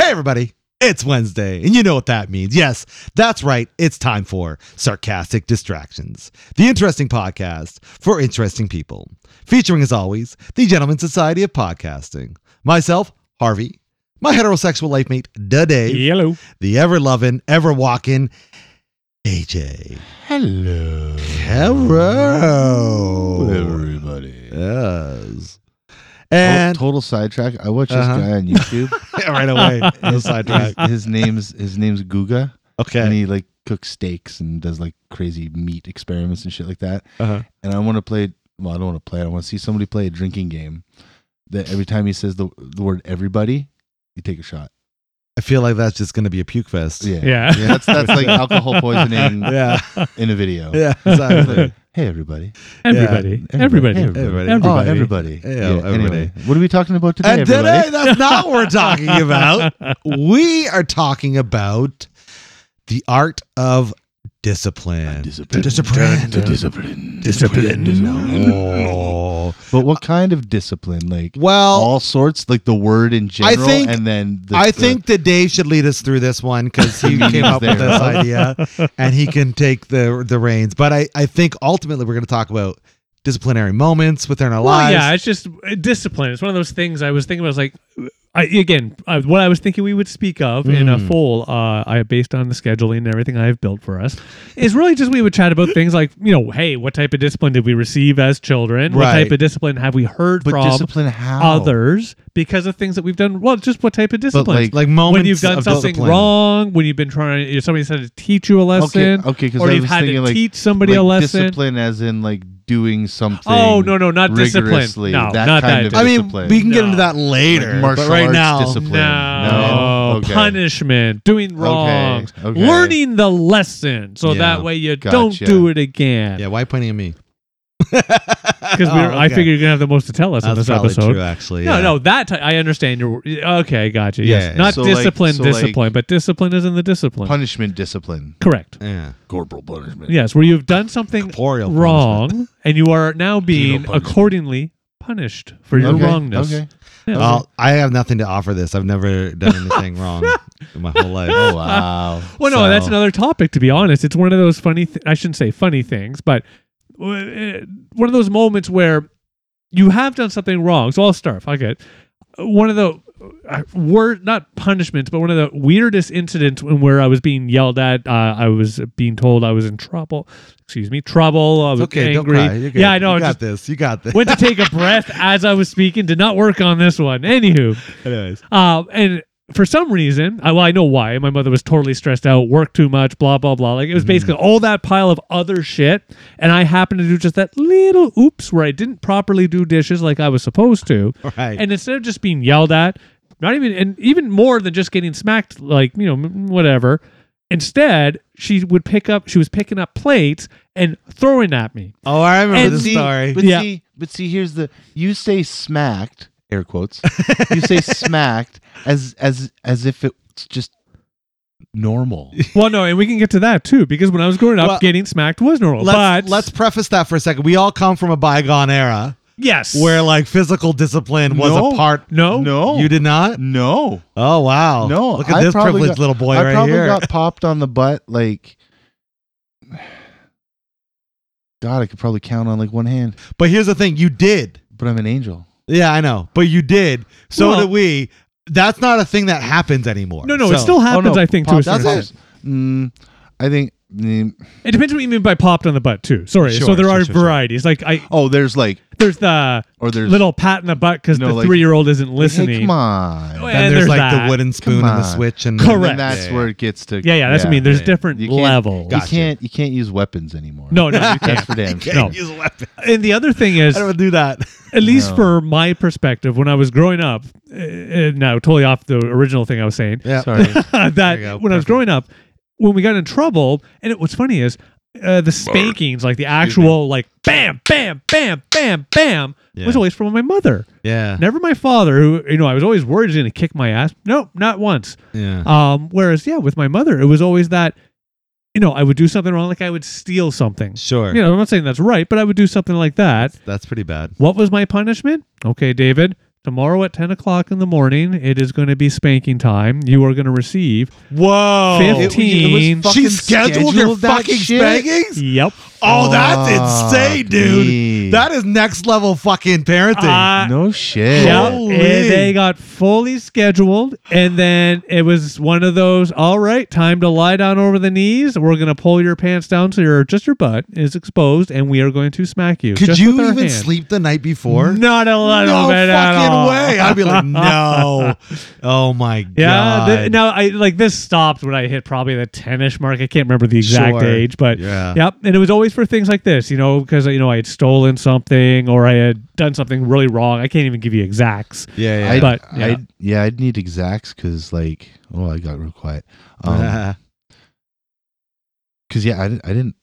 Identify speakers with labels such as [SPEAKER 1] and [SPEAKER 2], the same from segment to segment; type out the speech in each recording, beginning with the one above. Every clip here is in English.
[SPEAKER 1] everybody. It's Wednesday, and you know what that means. Yes, that's right. It's time for Sarcastic Distractions, the interesting podcast for interesting people. Featuring, as always, the Gentleman Society of Podcasting. Myself, Harvey, my heterosexual life mate, Da Dave,
[SPEAKER 2] Yellow.
[SPEAKER 1] the ever loving, ever walking AJ.
[SPEAKER 3] Hello,
[SPEAKER 1] Hello.
[SPEAKER 3] everybody.
[SPEAKER 1] Yes.
[SPEAKER 3] And
[SPEAKER 1] And
[SPEAKER 3] total sidetrack. I watch
[SPEAKER 1] Uh-huh.
[SPEAKER 3] this guy on YouTube.
[SPEAKER 1] right away, no sidetrack.
[SPEAKER 3] his, his name's his name's Guga, and
[SPEAKER 1] Okay.
[SPEAKER 3] he like cooks steaks and does like crazy meat experiments and shit like that.
[SPEAKER 1] Uh-huh.
[SPEAKER 3] And I want to play. Well, I don't want to play. it. I want to see somebody play a drinking game. That every time he says the the word everybody, you take a shot.
[SPEAKER 1] I feel like that's just going to be a puke fest.
[SPEAKER 3] Yeah,
[SPEAKER 2] Yeah.
[SPEAKER 3] that's that's like alcohol poisoning
[SPEAKER 1] Yeah.
[SPEAKER 3] in a video.
[SPEAKER 1] Yeah.
[SPEAKER 3] It's like,
[SPEAKER 1] Exactly.
[SPEAKER 3] hey everybody.
[SPEAKER 2] Everybody.
[SPEAKER 3] Yeah.
[SPEAKER 2] Everybody.
[SPEAKER 3] Everybody. Oh,
[SPEAKER 2] Everybody.
[SPEAKER 3] everybody.
[SPEAKER 1] Hey, oh, everybody.
[SPEAKER 3] Anyway, what are we talking about today?
[SPEAKER 1] and
[SPEAKER 3] everybody?
[SPEAKER 1] today, that's not what we're talking about. We are talking about the art of discipline.
[SPEAKER 3] Discipline.
[SPEAKER 1] Discipline.
[SPEAKER 3] Discipline.
[SPEAKER 1] Oh.
[SPEAKER 3] But what kind of discipline? Like
[SPEAKER 1] Well,
[SPEAKER 3] all sorts, like the word in general,
[SPEAKER 1] think-
[SPEAKER 3] and then the,
[SPEAKER 1] I
[SPEAKER 3] the-
[SPEAKER 1] think that Dave should lead us through this one because he
[SPEAKER 3] Meanings
[SPEAKER 1] came up with this
[SPEAKER 3] thereof.
[SPEAKER 1] idea and he can take the the reins. But I, I think ultimately we're going to talk about disciplinary moments within our
[SPEAKER 2] Well,
[SPEAKER 1] lives.
[SPEAKER 2] yeah, it's just uh, discipline. It's one of those things I was thinking about. It's like, I, again, I, what I was thinking we would speak of in a
[SPEAKER 3] Hmm.
[SPEAKER 1] Mm.
[SPEAKER 2] full, uh, I based on the scheduling and everything I've built for us, is really just we would chat about things like, you know, hey, what type of discipline did we receive as children? What
[SPEAKER 1] Right.
[SPEAKER 2] type of discipline have we heard
[SPEAKER 3] but
[SPEAKER 2] from
[SPEAKER 3] discipline how
[SPEAKER 2] others because of things that we've done? Well, just what type of
[SPEAKER 3] But
[SPEAKER 2] discipline?
[SPEAKER 3] like,
[SPEAKER 1] like moments
[SPEAKER 2] when you've done
[SPEAKER 1] of
[SPEAKER 2] something
[SPEAKER 1] discipline.
[SPEAKER 2] wrong, when you've been trying, if somebody's had to teach you a
[SPEAKER 3] okay,
[SPEAKER 2] lesson,
[SPEAKER 3] okay, because
[SPEAKER 2] or
[SPEAKER 3] I
[SPEAKER 2] you've
[SPEAKER 3] was
[SPEAKER 2] had
[SPEAKER 3] thinking
[SPEAKER 2] to
[SPEAKER 3] like,
[SPEAKER 2] teach somebody a
[SPEAKER 3] like
[SPEAKER 2] lesson.
[SPEAKER 3] discipline as in like doing something.
[SPEAKER 2] Oh no, no, not discipline.
[SPEAKER 3] rigorously,
[SPEAKER 2] No,
[SPEAKER 3] that
[SPEAKER 2] not
[SPEAKER 3] kind
[SPEAKER 2] that.
[SPEAKER 3] of
[SPEAKER 2] discipline.
[SPEAKER 1] I mean,
[SPEAKER 3] discipline.
[SPEAKER 1] we can get
[SPEAKER 2] No.
[SPEAKER 1] into that later.
[SPEAKER 3] Like martial
[SPEAKER 1] but right
[SPEAKER 3] arts
[SPEAKER 1] now,
[SPEAKER 3] discipline.
[SPEAKER 2] No,
[SPEAKER 3] Okay.
[SPEAKER 2] punishment, doing wrong,
[SPEAKER 3] okay.
[SPEAKER 2] learning the lesson, so
[SPEAKER 1] Yeah,
[SPEAKER 2] that way you
[SPEAKER 3] gotcha.
[SPEAKER 2] don't do it again.
[SPEAKER 1] yeah, why pointing at me?
[SPEAKER 2] Because
[SPEAKER 3] Oh,
[SPEAKER 2] I figured you're gonna have the most to tell us in
[SPEAKER 1] that's
[SPEAKER 2] this
[SPEAKER 1] probably
[SPEAKER 2] episode.
[SPEAKER 1] true, actually.
[SPEAKER 2] No,
[SPEAKER 1] yeah.
[SPEAKER 2] no, that t- I understand. You're okay. Gotcha.
[SPEAKER 1] Yeah,
[SPEAKER 2] yes,
[SPEAKER 1] yeah.
[SPEAKER 2] not
[SPEAKER 3] So, like-
[SPEAKER 2] discipline,
[SPEAKER 3] so, like-
[SPEAKER 2] discipline, but discipline is in the discipline.
[SPEAKER 3] punishment discipline,
[SPEAKER 2] Correct.
[SPEAKER 1] Yeah.
[SPEAKER 3] corporal punishment.
[SPEAKER 2] Yes, where you've done something
[SPEAKER 1] Corporeal punishment.
[SPEAKER 2] wrong and you are now being
[SPEAKER 3] punishment.
[SPEAKER 2] accordingly punished for your
[SPEAKER 3] Okay,
[SPEAKER 2] wrongness.
[SPEAKER 3] Okay.
[SPEAKER 2] Yes.
[SPEAKER 1] Well, I have nothing to offer this. I've never done anything wrong in my whole life.
[SPEAKER 3] Oh wow.
[SPEAKER 2] Well, no, that's
[SPEAKER 1] So-
[SPEAKER 2] another topic. To be honest, it's one of those funny. Th- I shouldn't say funny things, but uh, one of those moments where you have done something wrong. So I'll start. Fuck it. One of the uh, word not punishments, but one of the weirdest incidents when where I was being yelled at. Uh, I was being told I was in trouble. Excuse me, trouble. I was
[SPEAKER 1] It's okay,
[SPEAKER 2] angry.
[SPEAKER 1] don't cry. You're good.
[SPEAKER 2] Yeah, I know.
[SPEAKER 1] You
[SPEAKER 2] I
[SPEAKER 1] got
[SPEAKER 2] just
[SPEAKER 1] this. You got this.
[SPEAKER 2] went to take a breath as I was speaking. Did not work on this one. Anywho,
[SPEAKER 1] Anyways.
[SPEAKER 2] um, and for some reason, I, well, I know why. My mother was totally stressed out, worked too much, blah blah blah. Like it was basically all that pile of other shit, and I happened to do just that little oops where I didn't properly do dishes like I was supposed to.
[SPEAKER 1] Right.
[SPEAKER 2] And instead of just being yelled at, not even and even more than just getting smacked, like you know m- whatever. Instead, she would pick up. She was picking up plates and throwing at me.
[SPEAKER 1] oh, I remember
[SPEAKER 2] And
[SPEAKER 1] this
[SPEAKER 3] see,
[SPEAKER 1] story.
[SPEAKER 3] But
[SPEAKER 2] Yeah.
[SPEAKER 3] see, but see, here's the you say smacked air quotes. you say smacked as as as if it's just normal.
[SPEAKER 2] Well, no, and we can get to that too because when I was growing up,
[SPEAKER 1] Well,
[SPEAKER 2] getting smacked was normal.
[SPEAKER 1] Let's,
[SPEAKER 2] but
[SPEAKER 1] let's preface that for a second. We all come from a bygone era
[SPEAKER 2] yes,
[SPEAKER 1] where like physical discipline was
[SPEAKER 3] No.
[SPEAKER 1] a part.
[SPEAKER 2] no,
[SPEAKER 3] No,
[SPEAKER 1] You did not?
[SPEAKER 3] No,
[SPEAKER 1] Oh wow!
[SPEAKER 3] No,
[SPEAKER 1] look at
[SPEAKER 3] I
[SPEAKER 1] this
[SPEAKER 3] probably
[SPEAKER 1] privileged
[SPEAKER 3] got-
[SPEAKER 1] little boy
[SPEAKER 3] I
[SPEAKER 1] right
[SPEAKER 3] probably
[SPEAKER 1] here.
[SPEAKER 3] got popped on the butt like. God, I could probably count on like one hand,
[SPEAKER 1] But here's the thing: you did.
[SPEAKER 3] but I'm an angel.
[SPEAKER 1] Yeah, I know, but you did. So
[SPEAKER 2] Well-
[SPEAKER 1] did we. That's not a thing that happens anymore.
[SPEAKER 2] No, no,
[SPEAKER 1] So-
[SPEAKER 2] it still happens.
[SPEAKER 3] Oh, no,
[SPEAKER 2] I think to
[SPEAKER 3] pop-
[SPEAKER 2] a certain
[SPEAKER 1] does it?
[SPEAKER 2] extent.
[SPEAKER 3] Mm, I think. mm,
[SPEAKER 2] It depends what you mean by popped on the butt too. Sorry. so
[SPEAKER 3] Sure,
[SPEAKER 2] there
[SPEAKER 3] sure,
[SPEAKER 2] are
[SPEAKER 3] sure, sure.
[SPEAKER 2] varieties. Like I,
[SPEAKER 3] oh, there's like,
[SPEAKER 2] there's the
[SPEAKER 3] or there's
[SPEAKER 2] little pat in the butt because
[SPEAKER 3] No,
[SPEAKER 2] the
[SPEAKER 3] like-
[SPEAKER 2] three-year-old isn't
[SPEAKER 3] like, hey,
[SPEAKER 2] listening.
[SPEAKER 3] come on.
[SPEAKER 2] Oh, yeah,
[SPEAKER 1] And,
[SPEAKER 2] And
[SPEAKER 1] there's
[SPEAKER 2] there's
[SPEAKER 1] like the
[SPEAKER 2] that.
[SPEAKER 1] wooden spoon
[SPEAKER 3] Come
[SPEAKER 1] and the
[SPEAKER 3] on.
[SPEAKER 1] switch and
[SPEAKER 2] Correct.
[SPEAKER 3] And that's
[SPEAKER 1] Yeah.
[SPEAKER 3] where it gets to.
[SPEAKER 2] Yeah, yeah, that's what I mean. There's
[SPEAKER 1] yeah.
[SPEAKER 2] different
[SPEAKER 3] You can't-
[SPEAKER 2] levels.
[SPEAKER 1] Gotcha.
[SPEAKER 3] You can't you can't use weapons anymore.
[SPEAKER 2] No, no, you
[SPEAKER 3] that's
[SPEAKER 2] can't.
[SPEAKER 3] for damn
[SPEAKER 1] Okay,
[SPEAKER 3] sure.
[SPEAKER 2] No.
[SPEAKER 1] use a weapon.
[SPEAKER 2] and the other thing is,
[SPEAKER 1] I don't wanna do that.
[SPEAKER 2] at least
[SPEAKER 3] No.
[SPEAKER 2] for my perspective, when I was growing up, uh, uh, now totally off the original thing I was saying.
[SPEAKER 1] Yeah.
[SPEAKER 3] Sorry.
[SPEAKER 2] that when
[SPEAKER 1] you go.
[SPEAKER 2] I was growing up, when we got in trouble, and it, what's funny is uh, the spankings, like the actual like bam, bam, bam, bam, bam,
[SPEAKER 1] Yeah.
[SPEAKER 2] was always from my mother.
[SPEAKER 1] Yeah.
[SPEAKER 2] Never my father, who you know I was always worried was going to kick my ass. Nope, not once.
[SPEAKER 1] Yeah.
[SPEAKER 2] Um, whereas yeah, with my mother, it was always that, you know, I would do something wrong, like I would steal something.
[SPEAKER 1] Sure.
[SPEAKER 2] You know, I'm not saying that's right, but I would do something like that.
[SPEAKER 1] That's pretty bad.
[SPEAKER 2] What was my punishment? Okay, David, Tomorrow at 10 o'clock in the morning, it is going to be spanking time. You are going to receive.
[SPEAKER 1] Whoa.
[SPEAKER 2] Fifteen.
[SPEAKER 1] She scheduled your
[SPEAKER 3] that
[SPEAKER 1] fucking
[SPEAKER 3] shit?
[SPEAKER 1] spankings?
[SPEAKER 2] Yep.
[SPEAKER 1] Oh, that's
[SPEAKER 3] Fuck
[SPEAKER 1] insane, dude.
[SPEAKER 3] me.
[SPEAKER 1] That is next level fucking parenting.
[SPEAKER 2] Uh,
[SPEAKER 3] no shit.
[SPEAKER 2] Yeah,
[SPEAKER 1] Holy.
[SPEAKER 2] and they got fully scheduled, and then it was one of those. All right, time to lie down over the knees. We're gonna pull your pants down so your just your butt is exposed, and we are going to smack you.
[SPEAKER 1] Could
[SPEAKER 2] just
[SPEAKER 1] you
[SPEAKER 2] with our
[SPEAKER 1] even
[SPEAKER 2] hand.
[SPEAKER 1] sleep the night before?
[SPEAKER 2] Not a little
[SPEAKER 1] no
[SPEAKER 2] bit at
[SPEAKER 1] fucking
[SPEAKER 2] all.
[SPEAKER 1] way. I'd be like, no. Oh my
[SPEAKER 2] Yeah,
[SPEAKER 1] god.
[SPEAKER 2] th- no, I like this stopped when I hit probably the 10ish mark. I can't remember the exact
[SPEAKER 1] Sure.
[SPEAKER 2] age, but
[SPEAKER 1] Yeah.
[SPEAKER 2] yep. And it was always for things like this, you know, because you know I had stolen something or I had done something really wrong. I can't even give you exacts.
[SPEAKER 1] yeah, Um,
[SPEAKER 3] I'd,
[SPEAKER 2] But, yeah.
[SPEAKER 3] yeah. I'd, yeah, I'd need exacts because, like, oh, I got real quiet. Um,
[SPEAKER 1] yeah.
[SPEAKER 3] because yeah, I, di- I didn't,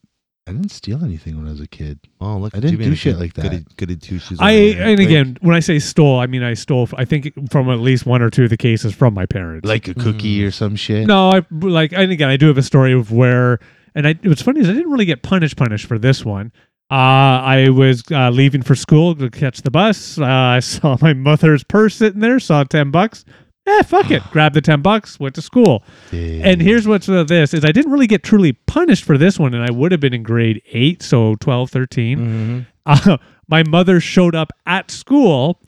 [SPEAKER 3] I didn't steal anything when I was a kid.
[SPEAKER 1] oh, look,
[SPEAKER 3] I
[SPEAKER 1] at
[SPEAKER 3] didn't
[SPEAKER 1] you being
[SPEAKER 3] do
[SPEAKER 1] a
[SPEAKER 3] shit
[SPEAKER 1] good-
[SPEAKER 3] like
[SPEAKER 1] good
[SPEAKER 3] that.
[SPEAKER 1] at- Good at two shoes.
[SPEAKER 2] I
[SPEAKER 1] on the other.
[SPEAKER 2] and
[SPEAKER 1] Like,
[SPEAKER 2] again, when I say stole, I mean I stole. f- I think from at least one or two of the cases from my parents.
[SPEAKER 3] Like a cookie or some shit.
[SPEAKER 2] Mm. no, I like and again I do have a story of where and I what's funny is I didn't really get punished punished for this one. Uh, I was uh, leaving for school to catch the bus. Uh, I saw my mother's purse sitting there. Saw ten bucks. Eh, fuck it. Grabbed the ten bucks. Went to school.
[SPEAKER 3] Dude.
[SPEAKER 2] And here's what's with this is I didn't really get truly punished for this one, and I would have been in grade eight, so 12, 13
[SPEAKER 3] Mm-hmm.
[SPEAKER 1] mhm.
[SPEAKER 2] uh, my mother showed up at school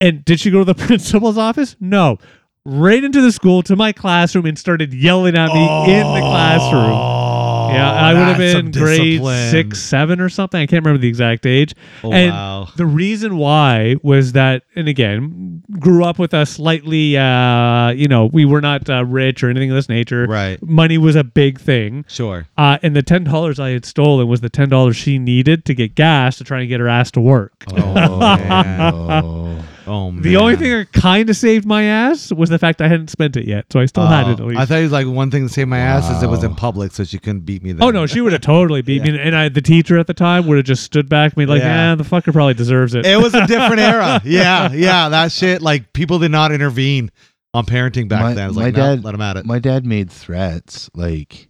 [SPEAKER 2] and did she go to the principal's office no right into the school to my classroom and started yelling at me in the classroom
[SPEAKER 1] Oh,
[SPEAKER 2] yeah i would have
[SPEAKER 1] that's
[SPEAKER 2] been
[SPEAKER 1] some
[SPEAKER 2] grade
[SPEAKER 1] discipline.
[SPEAKER 2] six seven or something i can't remember the exact age
[SPEAKER 1] Oh,
[SPEAKER 2] and
[SPEAKER 1] wow.
[SPEAKER 2] the reason why was that and again grew up with a slightly uh you know we were not uh, rich or anything of this nature
[SPEAKER 1] Right.
[SPEAKER 2] money was a big thing
[SPEAKER 1] Sure.
[SPEAKER 2] uh, and the ten dollars I had stolen was the ten dollars she needed to get gas to try and get her ass to work.
[SPEAKER 1] Oh, man.
[SPEAKER 2] Uh,
[SPEAKER 3] Oh.
[SPEAKER 1] Oh, man.
[SPEAKER 2] the only thing that kind of saved my ass was the fact I hadn't spent it yet, so I still had
[SPEAKER 1] Oh,
[SPEAKER 2] it at least.
[SPEAKER 1] I thought it was like one thing to save my ass is it was in
[SPEAKER 3] Wow.
[SPEAKER 1] public, so she couldn't beat me. Then.
[SPEAKER 2] oh no, she would have totally beat me, and I, the teacher at the time would have just stood back and be like,
[SPEAKER 1] Yeah.
[SPEAKER 2] "Yeah, the fucker probably deserves it."
[SPEAKER 1] it was a different era. Yeah, yeah, that shit. Like people did not intervene on parenting back
[SPEAKER 3] My-
[SPEAKER 1] then. It was
[SPEAKER 3] my
[SPEAKER 1] like,
[SPEAKER 3] dad-
[SPEAKER 1] no, let them at it.
[SPEAKER 3] my dad made threats like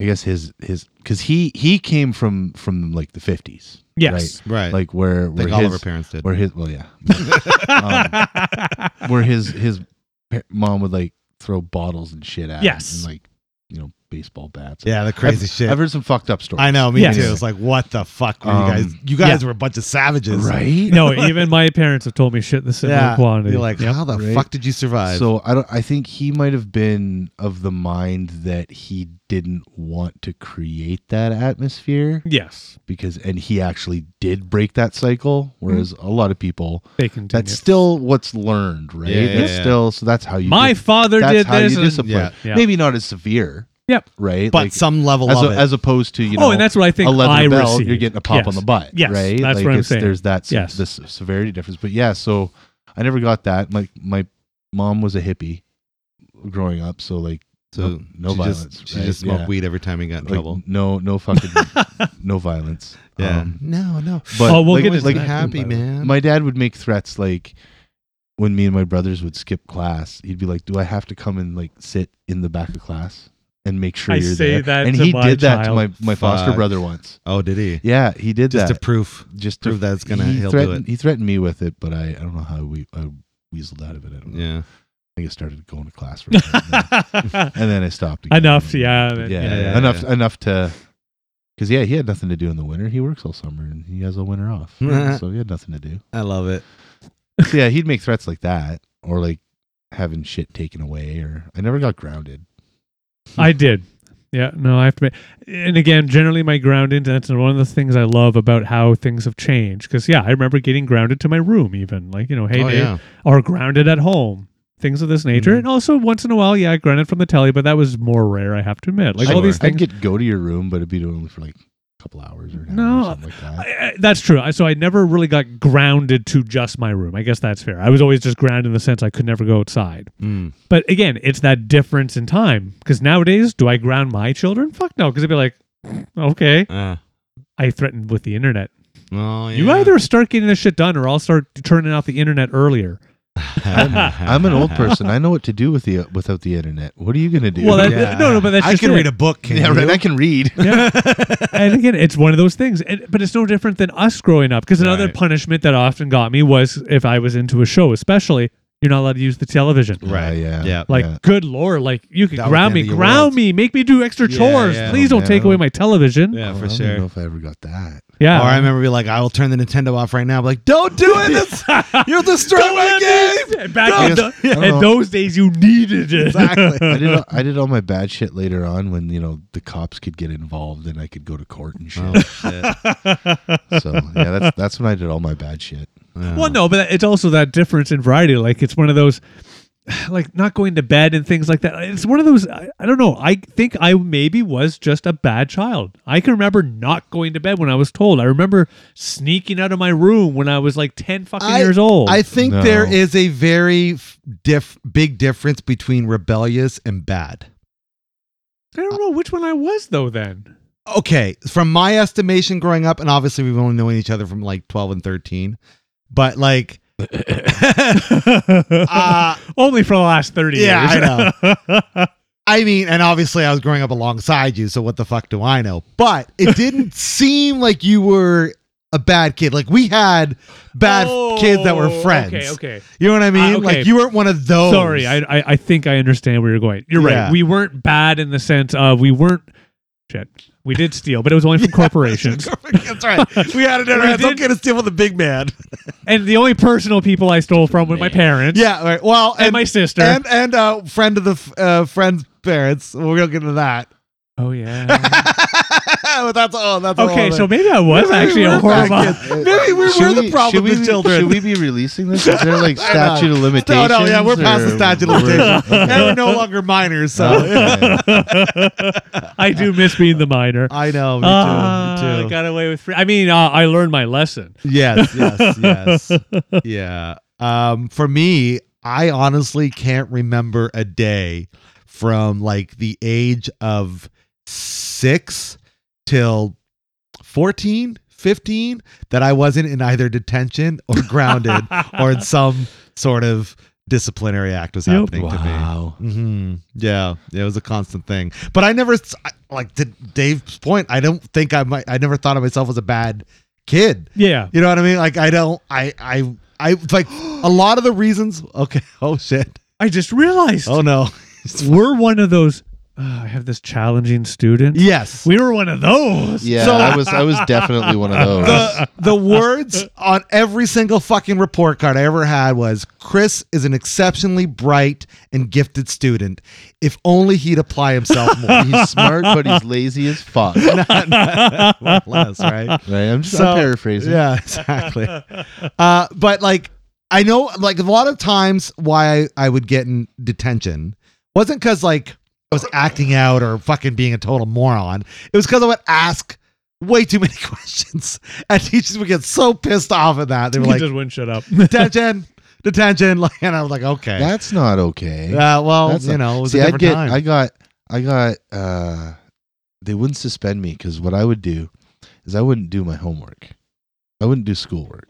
[SPEAKER 3] i guess his his because he he came from from like the 50s
[SPEAKER 2] yes.
[SPEAKER 1] right.
[SPEAKER 3] like where where
[SPEAKER 1] like all of our
[SPEAKER 3] his,
[SPEAKER 1] parents did.
[SPEAKER 3] where his well yeah where his his pa- mom would like throw bottles and shit at
[SPEAKER 2] Yes.
[SPEAKER 3] him and like you know baseball bats
[SPEAKER 1] yeah, the crazy shit.
[SPEAKER 3] i've heard some fucked up stories
[SPEAKER 1] I know, me
[SPEAKER 2] Yes.
[SPEAKER 1] too. It's like, what the fuck were
[SPEAKER 3] Um,
[SPEAKER 1] you guys? You guys were a bunch of savages,
[SPEAKER 3] right
[SPEAKER 2] no, even my parents have told me shit the similar
[SPEAKER 1] Yeah.
[SPEAKER 2] quantity.
[SPEAKER 1] You're like,
[SPEAKER 2] Yep.
[SPEAKER 1] how the
[SPEAKER 3] right.
[SPEAKER 1] fuck did you survive?
[SPEAKER 3] so i don't i think he might have been of the mind that he didn't want to create that atmosphere
[SPEAKER 2] yes,
[SPEAKER 3] because and he actually did break that cycle
[SPEAKER 2] Mm-hmm.
[SPEAKER 3] whereas a lot of people
[SPEAKER 2] they can.
[SPEAKER 3] that's still what's learned right
[SPEAKER 1] Yeah, yeah,
[SPEAKER 3] that's
[SPEAKER 1] yeah.
[SPEAKER 3] still so that's how you
[SPEAKER 2] my
[SPEAKER 3] did,
[SPEAKER 2] father
[SPEAKER 3] that's
[SPEAKER 2] did
[SPEAKER 3] how
[SPEAKER 2] this.
[SPEAKER 3] you
[SPEAKER 2] and-
[SPEAKER 3] discipline
[SPEAKER 1] Yeah.
[SPEAKER 2] Yeah.
[SPEAKER 3] maybe not as severe
[SPEAKER 2] Yep.
[SPEAKER 3] right
[SPEAKER 1] but
[SPEAKER 3] Like,
[SPEAKER 1] some level
[SPEAKER 3] as,
[SPEAKER 1] of
[SPEAKER 3] a-
[SPEAKER 1] it.
[SPEAKER 3] as opposed to you know
[SPEAKER 2] oh, and that's what I think
[SPEAKER 3] 11
[SPEAKER 2] I
[SPEAKER 3] to bell,
[SPEAKER 2] received.
[SPEAKER 3] you're getting a pop
[SPEAKER 2] Yes.
[SPEAKER 3] on the butt
[SPEAKER 2] Yes,
[SPEAKER 3] right
[SPEAKER 2] that's
[SPEAKER 3] like
[SPEAKER 2] what I'm
[SPEAKER 3] it's-
[SPEAKER 2] saying.
[SPEAKER 3] there's that
[SPEAKER 2] Yes.
[SPEAKER 3] yes. this severity difference but yeah so i never got that my my mom was a hippie growing up so like
[SPEAKER 1] so
[SPEAKER 3] no
[SPEAKER 1] she
[SPEAKER 3] violence,
[SPEAKER 1] Just, she
[SPEAKER 3] right?
[SPEAKER 1] just smoked
[SPEAKER 3] Yeah.
[SPEAKER 1] weed every time he got in
[SPEAKER 3] like
[SPEAKER 1] trouble.
[SPEAKER 3] no no fucking no violence
[SPEAKER 1] Yeah.
[SPEAKER 3] um,
[SPEAKER 1] no, no.
[SPEAKER 3] but
[SPEAKER 2] Oh, we'll
[SPEAKER 3] like,
[SPEAKER 2] get into
[SPEAKER 3] like
[SPEAKER 2] that.
[SPEAKER 1] happy man.
[SPEAKER 3] my dad would make threats like when me and my brothers would skip class he'd be like do i have to come and like sit in the back of class and make sure
[SPEAKER 2] I
[SPEAKER 3] you're
[SPEAKER 2] say
[SPEAKER 3] there
[SPEAKER 2] that
[SPEAKER 3] and
[SPEAKER 2] to
[SPEAKER 3] he
[SPEAKER 2] my
[SPEAKER 3] did that to
[SPEAKER 2] child.
[SPEAKER 3] my, my foster
[SPEAKER 1] Fuck.
[SPEAKER 3] brother once
[SPEAKER 1] oh, did he?
[SPEAKER 3] yeah he did
[SPEAKER 1] Just
[SPEAKER 3] that
[SPEAKER 1] a proof.
[SPEAKER 3] just
[SPEAKER 1] prove that it's gonna-
[SPEAKER 3] he
[SPEAKER 1] he'll do
[SPEAKER 3] threatened,
[SPEAKER 1] it.
[SPEAKER 3] he threatened me with it but i, I don't know how we i weaseled out of it i don't know
[SPEAKER 1] Yeah.
[SPEAKER 3] i think i started going to class for a minute, and then- and then i stopped again.
[SPEAKER 2] Enough, yeah,
[SPEAKER 3] yeah,
[SPEAKER 2] then- yeah,
[SPEAKER 1] yeah,
[SPEAKER 3] enough
[SPEAKER 1] yeah.
[SPEAKER 3] enough to because yeah he had nothing to do in the winter he works all summer and he has all winter off so he had nothing to do
[SPEAKER 1] I love it.
[SPEAKER 3] So, yeah, he'd make threats like that, or like having shit taken away, or I never got grounded.
[SPEAKER 2] I did. Yeah, no, I have to. Be, and again, generally my grounding. That's one of the things I love about how things have changed. Because yeah, I remember getting grounded to my room, even like you know, hey,
[SPEAKER 1] oh,
[SPEAKER 2] Dave,
[SPEAKER 1] yeah.
[SPEAKER 2] or grounded at home, things of this nature.
[SPEAKER 1] Mhm.
[SPEAKER 2] And also once in a while, yeah, I grounded from the telly, but that was more rare. I have to admit, like all
[SPEAKER 1] Sure.
[SPEAKER 2] these
[SPEAKER 3] I'd
[SPEAKER 2] things.
[SPEAKER 3] get go to your room, but it'd be only for like a couple hours or an hour
[SPEAKER 2] No,
[SPEAKER 3] or something like that.
[SPEAKER 2] I, I, that's true. I, so I never really got grounded to just my room. I guess that's fair. I was always just grounded in the sense I could never go outside.
[SPEAKER 1] Mm.
[SPEAKER 2] But again, it's that difference in time. Because nowadays, do I ground my children? Fuck no. Because they'd be like, "Mm, okay,
[SPEAKER 1] Uh,
[SPEAKER 2] I threatened with the internet.
[SPEAKER 1] oh, yeah.
[SPEAKER 2] You either start getting this shit done or I'll start turning off the internet earlier.
[SPEAKER 3] I'm, I'm an old person. I know what to do with the without the internet. What are you gonna do?
[SPEAKER 2] Well, that,
[SPEAKER 1] Yeah.
[SPEAKER 2] no, no, but that's
[SPEAKER 1] I
[SPEAKER 2] just
[SPEAKER 1] can
[SPEAKER 2] it.
[SPEAKER 1] read a book. Can
[SPEAKER 3] yeah,
[SPEAKER 1] you?
[SPEAKER 3] right. I can read.
[SPEAKER 2] and again, it's one of those things. And, but it's no different than us growing up. Because another
[SPEAKER 1] Right.
[SPEAKER 2] punishment that often got me was if I was into a show, especially, you're not allowed to use the television.
[SPEAKER 1] Right.
[SPEAKER 3] Uh, yeah.
[SPEAKER 1] Yeah.
[SPEAKER 2] Like,
[SPEAKER 3] Yeah.
[SPEAKER 2] good lord, like you can
[SPEAKER 1] That was
[SPEAKER 2] ground
[SPEAKER 1] the
[SPEAKER 2] me,
[SPEAKER 1] end of your
[SPEAKER 2] ground
[SPEAKER 1] world.
[SPEAKER 2] me, make me do extra
[SPEAKER 1] Yeah,
[SPEAKER 2] chores.
[SPEAKER 1] yeah.
[SPEAKER 2] Please don't
[SPEAKER 3] Yeah.
[SPEAKER 2] take away my television. Yeah.
[SPEAKER 1] yeah,
[SPEAKER 3] Oh,
[SPEAKER 1] for
[SPEAKER 3] I don't even know
[SPEAKER 1] sure.
[SPEAKER 3] if I ever got that.
[SPEAKER 1] Or I remember being like, I will turn the Nintendo off right now. I'm like, don't do it. It's- You're destroying
[SPEAKER 2] Don't
[SPEAKER 1] my
[SPEAKER 2] let me-
[SPEAKER 1] game.
[SPEAKER 2] Back
[SPEAKER 1] Don't-
[SPEAKER 2] in, the,
[SPEAKER 3] I don't
[SPEAKER 2] in
[SPEAKER 3] know.
[SPEAKER 2] those days, you needed it.
[SPEAKER 3] I did. All, I did all my bad shit later on when you know the cops could get involved and I could go to court and shit.
[SPEAKER 1] Oh, shit.
[SPEAKER 3] So yeah, that's that's when I did all my bad shit.
[SPEAKER 1] Yeah.
[SPEAKER 2] Well, no, but it's also that difference in variety. Like it's one of those, like not going to bed and things like that. It's one of those. I, I don't know. I think I maybe was just a bad child. I can remember not going to bed when I was told. I remember sneaking out of my room when I was like ten fucking
[SPEAKER 1] I-
[SPEAKER 2] years old.
[SPEAKER 1] I think
[SPEAKER 3] No.
[SPEAKER 1] there is a very f- diff- big difference between rebellious and bad.
[SPEAKER 2] I don't know which one I was though. Then
[SPEAKER 1] Okay, from my estimation growing up, and obviously we've only known each other from like 12 and 13, but like, uh,
[SPEAKER 2] only for the last thirty
[SPEAKER 1] yeah,
[SPEAKER 2] years.
[SPEAKER 1] I I mean, and obviously I was growing up alongside you, so what the fuck do I know? But it didn't seem like you were a bad kid. Like we had bad
[SPEAKER 2] Oh,
[SPEAKER 1] kids that were friends.
[SPEAKER 2] Okay, okay.
[SPEAKER 1] You know what I mean?
[SPEAKER 2] okay.
[SPEAKER 1] Like you weren't one of those.
[SPEAKER 2] Sorry, I, I I think I understand where you're going. You're
[SPEAKER 1] Yeah.
[SPEAKER 2] right. We weren't bad in the sense of we weren't shit. We did steal, but it was only from corporations.
[SPEAKER 1] That's right. We had it in our
[SPEAKER 2] We
[SPEAKER 1] heads.
[SPEAKER 2] did-
[SPEAKER 1] Don't get us deal with the big man.
[SPEAKER 2] And the only personal people I stole from were my parents.
[SPEAKER 1] Yeah. all Right. Well,
[SPEAKER 2] And, my sister.
[SPEAKER 1] and and uh, friend of the f- uh, friend's parents. We're gonna get into that.
[SPEAKER 2] oh yeah.
[SPEAKER 1] but that's all. That's a
[SPEAKER 2] okay,
[SPEAKER 1] whole
[SPEAKER 2] so
[SPEAKER 1] other-
[SPEAKER 2] maybe I was
[SPEAKER 1] Maybe
[SPEAKER 2] actually
[SPEAKER 1] we
[SPEAKER 2] a
[SPEAKER 1] were
[SPEAKER 2] horrible.
[SPEAKER 1] bad kids. Maybe we
[SPEAKER 3] uh, Should
[SPEAKER 1] were the
[SPEAKER 3] we-
[SPEAKER 1] problem
[SPEAKER 3] should
[SPEAKER 1] with
[SPEAKER 3] we-
[SPEAKER 1] children.
[SPEAKER 3] Should we be releasing this? Is there like
[SPEAKER 1] I know.
[SPEAKER 3] statute of
[SPEAKER 1] no,
[SPEAKER 3] limitations?
[SPEAKER 1] no, yeah, we're past the
[SPEAKER 3] or-
[SPEAKER 1] statute of limitations,
[SPEAKER 3] Okay.
[SPEAKER 1] and we're Uh, no longer minors. So
[SPEAKER 3] Okay.
[SPEAKER 2] I do miss being the minor.
[SPEAKER 1] I know. Oh, Me too.
[SPEAKER 2] Ah,
[SPEAKER 1] me too.
[SPEAKER 2] Got away with. Free- I mean, uh, I learned my lesson.
[SPEAKER 1] Yes. Yes. Yes. yeah. Um, for me, I honestly can't remember a day from like the age of six till 14, 15 that I wasn't in either detention or grounded or in some sort of disciplinary act was
[SPEAKER 2] Yep.
[SPEAKER 1] happening to me.
[SPEAKER 3] Wow.
[SPEAKER 1] hmm Yeah, it was a constant thing. But I never, I- like to Dave's point, I don't think I might. I never thought of myself as a bad kid.
[SPEAKER 2] yeah.
[SPEAKER 1] You know what I mean? Like I don't. I I I like a lot of the reasons. Okay. Oh shit.
[SPEAKER 2] I just realized
[SPEAKER 1] Oh no.
[SPEAKER 2] we're one of those. Uh, I have this challenging student.
[SPEAKER 1] yes.
[SPEAKER 2] We were one of those.
[SPEAKER 3] Yeah,
[SPEAKER 1] So-
[SPEAKER 3] I was I was definitely one of those.
[SPEAKER 1] the the words on every single fucking report card I ever had was Chris is an exceptionally bright and gifted student. If only he'd apply himself more.
[SPEAKER 3] he's smart, but he's lazy as fuck. Right?
[SPEAKER 1] More or less, right?
[SPEAKER 3] I'm just
[SPEAKER 1] So-
[SPEAKER 3] I'm paraphrasing.
[SPEAKER 1] Yeah, exactly. uh, but like, I know, like a lot of times, why I, I would get in detention wasn't because like I was acting out or fucking being a total moron. It was because I would ask way too many questions, and teachers would get so pissed off at that. They were
[SPEAKER 2] You
[SPEAKER 1] like,
[SPEAKER 2] just wouldn't shut up. Hmm.
[SPEAKER 1] "Detention, detention," like, and I was like, "Okay."
[SPEAKER 3] That's not okay.
[SPEAKER 1] uh, well,
[SPEAKER 3] That's
[SPEAKER 1] you
[SPEAKER 3] not-
[SPEAKER 1] know, it was
[SPEAKER 3] See,
[SPEAKER 1] a
[SPEAKER 3] I
[SPEAKER 1] different
[SPEAKER 3] get,
[SPEAKER 1] time.
[SPEAKER 3] I got, I got. uh They wouldn't suspend me because what I would do is I wouldn't do my homework. I wouldn't do schoolwork.